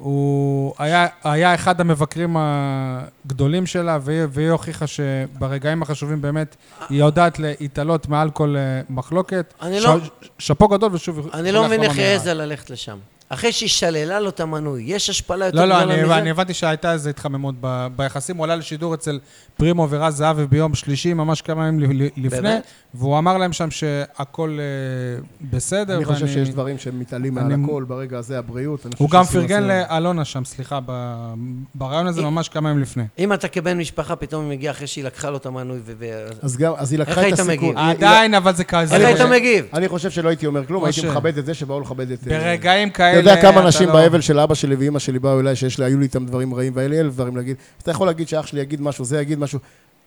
Speaker 1: הוא היה, היה אחד המבקרים הגדולים שלה, והיא, והיא הוכיחה שברגעים החשובים באמת, היא יודעת להתעלות מעל כל אה, מחלוקת.
Speaker 3: אני לא-
Speaker 1: שאפו גדול, ושוב,
Speaker 3: אני לא מבין
Speaker 1: החלמה
Speaker 3: איך היא
Speaker 1: מהירה.
Speaker 3: העזה ללכת לשם. אחרי שהיא שללה לו את המנוי, יש השפלה יותר
Speaker 1: לא, לא,
Speaker 3: גדולה
Speaker 1: אני,
Speaker 3: מזה?
Speaker 1: אני הבנתי שהייתה איזו התחממות ב, ביחסים. הוא עלה לשידור אצל פרימו ורז זהבי ביום שלישי, ממש כמה ימים ל- ל- לפני,
Speaker 3: באמת?
Speaker 1: והוא אמר להם שם שהכל אה, בסדר.
Speaker 2: אני חושב
Speaker 1: ואני-
Speaker 2: שיש דברים שמתעלים מעל
Speaker 1: אני-
Speaker 2: הכל ברגע הזה, הבריאות. אני
Speaker 1: הוא
Speaker 2: חושב
Speaker 1: גם
Speaker 2: שעושים
Speaker 1: פרגן
Speaker 2: לעצמם-
Speaker 1: לאלונה שם, סליחה, ב- ברעיון הזה
Speaker 3: אי-
Speaker 1: ממש כמה ימים לפני.
Speaker 3: אם אתה כבן משפחה, פתאום היא מגיעה אחרי שהיא לקחה לו את המנוי ו... ו-
Speaker 2: אז גם, אז היא לקחה
Speaker 3: היית
Speaker 2: את
Speaker 3: מגיב?
Speaker 2: הסיכון. היא-
Speaker 1: עדיין, אבל זה כזה.
Speaker 3: אה, איך היית
Speaker 1: אה,
Speaker 3: מגיב?
Speaker 2: אני חושב שלא הייתי אומר כלום, הייתי
Speaker 1: משה.
Speaker 2: מכבד את זה שבאו לכבד את... אה,
Speaker 1: ברגעים
Speaker 2: אתה
Speaker 1: כאלה...
Speaker 2: יודע כמה אנשים
Speaker 1: לא-
Speaker 2: באבל של אבא שלי ואימא שלי באו אליי, שיש לי, היו לי איתם דברים רעים, והיה לי אלף דברים להגיד. אז אתה יכול להגיד שאח שלי יגיד משהו, זה יגיד משהו.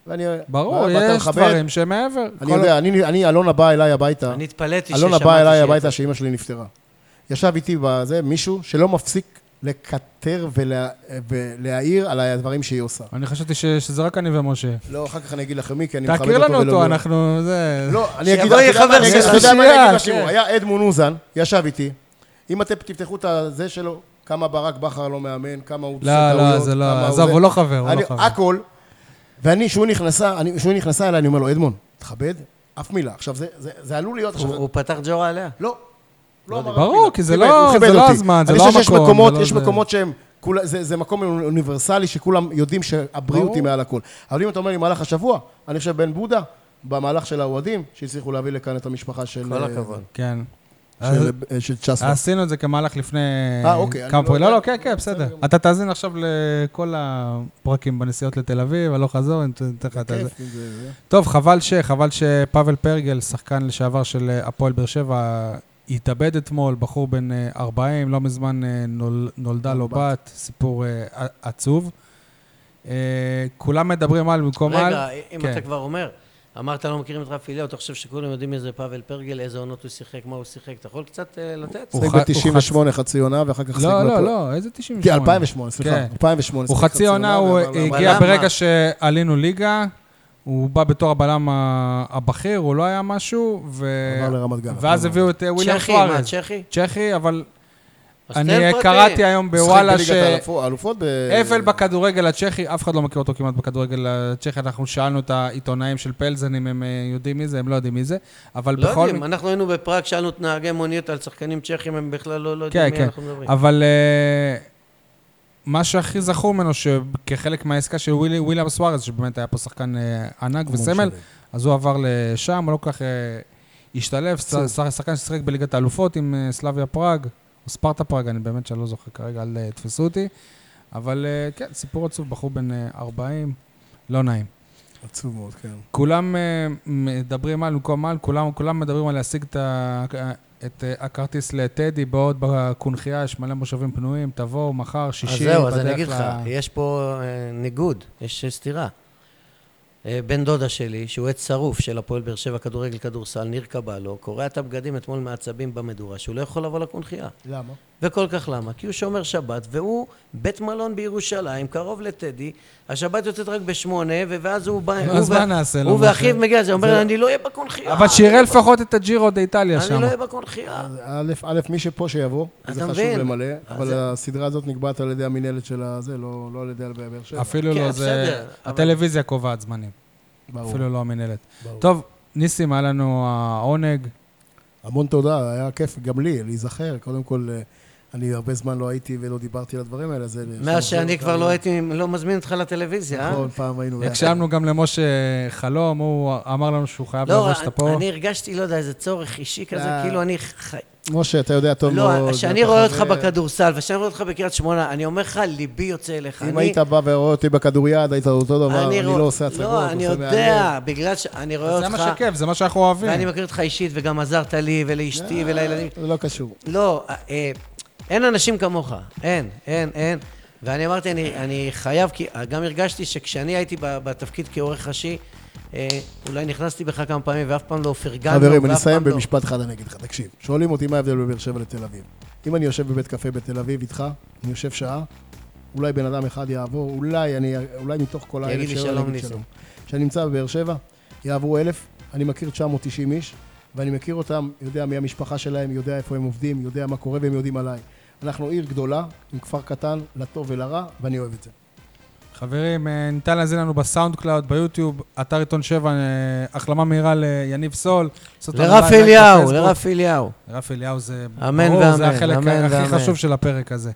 Speaker 2: ואני... אה,
Speaker 1: ברור,
Speaker 2: באת
Speaker 1: יש
Speaker 2: לכבד?
Speaker 1: דברים שמעבר.
Speaker 2: אני
Speaker 1: כל-
Speaker 2: יודע, אני- אני, אלונה באה אליי הביתה.
Speaker 3: אני התפלאתי
Speaker 2: אלונה באה אליי
Speaker 3: שהיא-
Speaker 2: הביתה שאימא שלי נפטרה. ישב איתי בזה מישהו שלא מפסיק לקטר ולה- ולהעיר על הדברים שהיא עושה.
Speaker 1: אני חשבתי ש- שזה רק אני ומשה.
Speaker 2: לא, אחר כך אני אגיד לכם מי, כי אני מכבד אותו
Speaker 1: תכיר לנו
Speaker 2: ולא-
Speaker 1: אותו, אנחנו... זה...
Speaker 2: לא, אני אגיד...
Speaker 3: שיבוא
Speaker 2: אתה
Speaker 3: יהיה
Speaker 2: יודע מה,
Speaker 3: חבר
Speaker 2: אני אגיד-
Speaker 3: שלך.
Speaker 2: אתה יודע מה אני
Speaker 1: שנייה,
Speaker 2: אגיד
Speaker 1: כן.
Speaker 2: בשיעור? היה אדמון אוזן, ישב איתי. אם אתם תפתחו את הזה שלו, כמה ברק בכר לא מאמן, כמה הוא...
Speaker 1: לא,
Speaker 2: עושה
Speaker 1: לא,
Speaker 2: טעויות,
Speaker 1: זה לא...
Speaker 2: כמה
Speaker 1: עזוב,
Speaker 2: זה.
Speaker 1: הוא לא חבר, הוא לא
Speaker 2: אני-
Speaker 1: חבר.
Speaker 2: הכל. ואני, כשהוא נכנסה, אני- כשהוא נכנסה אליי, אני אומר לו, אדמון, תכבד, אף מילה. עכשיו, זה- זה- זה עלול להיות...
Speaker 3: הוא
Speaker 2: עכשיו,
Speaker 3: הוא פתח ג'ורה עליה.
Speaker 2: לא. לא אמר אף
Speaker 1: ברור,
Speaker 2: מילה.
Speaker 1: כי זה
Speaker 2: כיבד,
Speaker 1: לא-
Speaker 2: הוא
Speaker 1: זה
Speaker 2: כיבד
Speaker 1: לא
Speaker 2: אותי.
Speaker 1: הזמן, זה לא
Speaker 2: אני חושב שיש
Speaker 1: המקום,
Speaker 2: מקומות,
Speaker 1: זה לא
Speaker 2: יש
Speaker 1: זה.
Speaker 2: מקומות שהם... כולה- זה זה מקום אוניברסלי שכולם יודעים שהבריאות
Speaker 1: ברור.
Speaker 2: היא מעל הכל. אבל אם אתה אומר לי מהלך השבוע, אני חושב בן בודה, במהלך של האוהדים, שהצליחו להביא לכאן את המשפחה של...
Speaker 3: כל
Speaker 2: אה,
Speaker 3: הכבוד.
Speaker 1: כן. אז-
Speaker 2: של- אה, של צ'סווה.
Speaker 1: עשינו את זה כמהלך לפני
Speaker 2: אה, אוקיי,
Speaker 1: כמה
Speaker 2: אני לא
Speaker 1: פרקים. לא,
Speaker 2: יודע.
Speaker 1: לא, כן, כן, בסדר. אתה תאזין עכשיו לכל הפרקים בנסיעות לתל אביב, הלוך חזור, אני אתן לך את זה.
Speaker 2: כיף, זה- זה-
Speaker 1: טוב, חבל ש... חבל שפאבל פרגל, שחקן לשעבר של אה, הפועל באר שבע, התאבד אתמול, בחור בן אה, 40, לא מזמן אה, נול- נולדה לו בת, סיפור אה, ע- עצוב. אה, כולם מדברים על במקום על.
Speaker 3: רגע, אם
Speaker 1: כן.
Speaker 3: אתה כבר אומר, אמרת לא מכירים את רפי אליהו, אתה חושב שכולם יודעים מי זה פאבל פרגל, איזה עונות הוא שיחק, מה הוא שיחק, אתה יכול קצת אה, לתת?
Speaker 1: הוא
Speaker 2: שיחק
Speaker 1: ח- הוא
Speaker 2: ב-98 חצי עונה, ואחר כך... שיחק
Speaker 1: לא, לא,
Speaker 2: בהפועל.
Speaker 1: לא, איזה 98?
Speaker 2: כן, 2008, סליחה.
Speaker 1: כן.
Speaker 2: 2008.
Speaker 1: הוא
Speaker 2: שיחק
Speaker 1: חצי עונה, הוא
Speaker 2: ועבר לעבר.
Speaker 1: הגיע
Speaker 3: הבלם,
Speaker 1: ברגע
Speaker 3: מה?
Speaker 1: שעלינו ליגה, הוא בא בתור הבלם ה- הבכיר, הוא לא היה משהו, ו...
Speaker 2: עבר לרמת גן.
Speaker 1: אה,
Speaker 2: כן.
Speaker 1: ואז הביאו את אה, וויליאם
Speaker 3: צ'כי, מה,
Speaker 1: פוארז.
Speaker 3: צ'כי?
Speaker 1: צ'כי, אבל
Speaker 3: אז תן
Speaker 1: אני
Speaker 3: פרטים.
Speaker 1: קראתי היום בוואלה ש...
Speaker 2: שיחק בליגת האלופו- האלופות אה, ב...
Speaker 1: אפל בכדורגל הצ'כי, אף אחד לא מכיר אותו כמעט בכדורגל הצ'כי, אנחנו שאלנו את העיתונאים של פלזן אם הם אה, יודעים מי זה, הם לא יודעים מי זה, אבל
Speaker 3: לא
Speaker 1: בכל...
Speaker 3: יודעים, אנחנו היינו בפראג, שאלנו את נהגי מוניות על שחקנים צ'כים, הם בכלל לא לא
Speaker 1: כן,
Speaker 3: יודעים מי
Speaker 1: כן,
Speaker 3: אנחנו מדברים.
Speaker 1: אבל אה, מה שהכי זכור ממנו, שכחלק מהעסקה של ווילי- וויליאם סוארז, שבאמת היה פה שחקן אה, ענק וסמל, אז הוא עבר לשם, הוא לא כל כך אה, השתלב, ש- ש- שחקן ששיחק בליגת האלופות עם אה, סלאביה פראג, או ספרטה פראג, אני באמת שלא זוכר כרגע, אל אה, תפסו אותי. אבל אה, כן, סיפור עצוב, בחור בן אה, 40, לא נעים.
Speaker 2: עצוב מאוד, כן.
Speaker 1: כולם אה, מדברים על, במקום על, כולם, כולם מדברים על להשיג את, ה, את אה, הכרטיס לטדי בעוד בקונכייה, יש מלא מושבים פנויים, תבואו מחר,
Speaker 3: אז
Speaker 1: שישי,
Speaker 3: זהו, אז אני
Speaker 1: בדרך
Speaker 3: אגיד לך,
Speaker 1: ל-
Speaker 3: יש פה אה, ניגוד, יש סתירה. אה, בן דודה שלי, שהוא עץ שרוף של הפועל באר שבע כדורגל כדורסל, ניר קבלו, קורע את הבגדים אתמול מעצבים במדורה, שהוא לא יכול לבוא לקונכייה.
Speaker 2: למה?
Speaker 3: וכל כך למה? כי הוא שומר שבת, והוא בית מלון בירושלים, קרוב לטדי, השבת יוצאת רק בשמונה, ואז הוא בא...
Speaker 1: נו,
Speaker 3: הוא
Speaker 1: אז
Speaker 3: וה-
Speaker 1: מה נעשה לו,
Speaker 3: הוא
Speaker 1: משה?
Speaker 3: ואחיו מגיע, זה אומר, אני לא אהיה בקונכייה.
Speaker 1: אבל שיראה לפחות את הג'ירו דאיטליה
Speaker 3: אני
Speaker 1: שם.
Speaker 3: לא אהיה בקונכייה.
Speaker 2: אז א', א', מי שפה שיבוא,
Speaker 3: אתה
Speaker 2: זה חשוב
Speaker 3: מבין?
Speaker 2: למלא,
Speaker 3: אז
Speaker 2: אבל
Speaker 3: זה-
Speaker 2: הסדרה הזאת נקבעת על ידי המינהלת של הזה, לא לא על ידי באר שבע.
Speaker 1: אפילו
Speaker 3: כן,
Speaker 1: לא, זה...
Speaker 3: בסדר, אבל-
Speaker 1: הטלוויזיה קובעת זמנים,
Speaker 2: ברור.
Speaker 1: אפילו לא המינהלת.
Speaker 2: ברור.
Speaker 1: טוב, ניסים, היה לנו העונג.
Speaker 2: המון תודה, היה כיף גם לי להיזכר. קודם כל, אה, אני הרבה זמן לא הייתי ולא דיברתי על הדברים האלה, אז... זה-
Speaker 3: מאז שאני כבר לא הייתי, לא מזמין אותך לטלוויזיה, אה?
Speaker 2: נכון, פעם היינו...
Speaker 1: הקשבנו גם למשה חלום, הוא אמר לנו שהוא חייב
Speaker 3: לא,
Speaker 1: לבוא שאתה פה.
Speaker 3: אני הרגשתי, לא יודע, איזה צורך אישי כזה,
Speaker 2: אה.
Speaker 3: כאילו אני חי...
Speaker 2: משה, אתה יודע טוב מאוד.
Speaker 3: לא, כשאני
Speaker 2: אתה
Speaker 3: רואה אותך
Speaker 2: חבר.
Speaker 3: בכדורסל, וכשאני רואה אותך בקריית שמונה, אני אומר לך, ליבי יוצא אליך.
Speaker 2: אם
Speaker 3: אני-
Speaker 2: היית בא ורואה אותי בכדוריד, היית אותו דבר, אני
Speaker 3: רוא-
Speaker 2: לא עושה הצגות.
Speaker 3: לא, אני
Speaker 2: עושה
Speaker 3: יודע, בגלל שאני רואה
Speaker 1: זה
Speaker 3: אותך...
Speaker 1: מה שכיף, זה מה שאנחנו אוהבים.
Speaker 3: ואני מכיר אותך אישית, וגם עזרת לי ולאשתי ולילדים.
Speaker 2: מהלב. זה לא קשור.
Speaker 3: לא, אה, אה, אין אנשים כמוך. אין, אין, אין. ואני אמרתי, אני, אני חייב, כי גם הרגשתי שכשאני הייתי ב- בתפקיד כעורך ראשי, אה, אולי נכנסתי בך כמה פעמים, ואף פעם לא פרגנו,
Speaker 2: חברים, אני
Speaker 3: ואף
Speaker 2: אסיים
Speaker 3: פעם לא.
Speaker 2: במשפט אחד, אני אגיד לך, תקשיב. שואלים אותי מה ההבדל בין באר שבע לתל אביב. אם אני יושב בבית קפה בתל אביב איתך, אני יושב שעה, אולי בן אדם אחד יעבור, אולי אני, אולי מתוך כל האלף
Speaker 3: יגיד לי
Speaker 2: שיבואו,
Speaker 3: שלום,
Speaker 2: אני אגיד
Speaker 3: ניסן.
Speaker 2: כשאני נמצא בבאר שבע, יעברו אלף, אני מכיר 990 איש, ואני מכיר אותם, יודע מי המשפחה שלהם, יודע איפה הם עובדים, יודע מה קורה והם יודעים עליי. אנחנו עיר גדולה, עם כפר קטן, לטוב ולרע, ואני אוהב את זה.
Speaker 1: חברים, אה, ניתן להזין לנו בסאונד קלאוד, ביוטיוב, אתר עיתון 7, אה, החלמה מהירה ליניב סול. לעשות לנו
Speaker 3: לרף
Speaker 1: לייק, לייק
Speaker 3: אליהו,
Speaker 1: בפייסבוק.
Speaker 3: לרף אליהו.
Speaker 1: לרף אליהו זה...
Speaker 3: אמן
Speaker 1: ברור, זה
Speaker 3: ואמן,
Speaker 1: החלק
Speaker 3: אמן
Speaker 1: הכי
Speaker 3: ואמן.
Speaker 1: חשוב של הפרק הזה.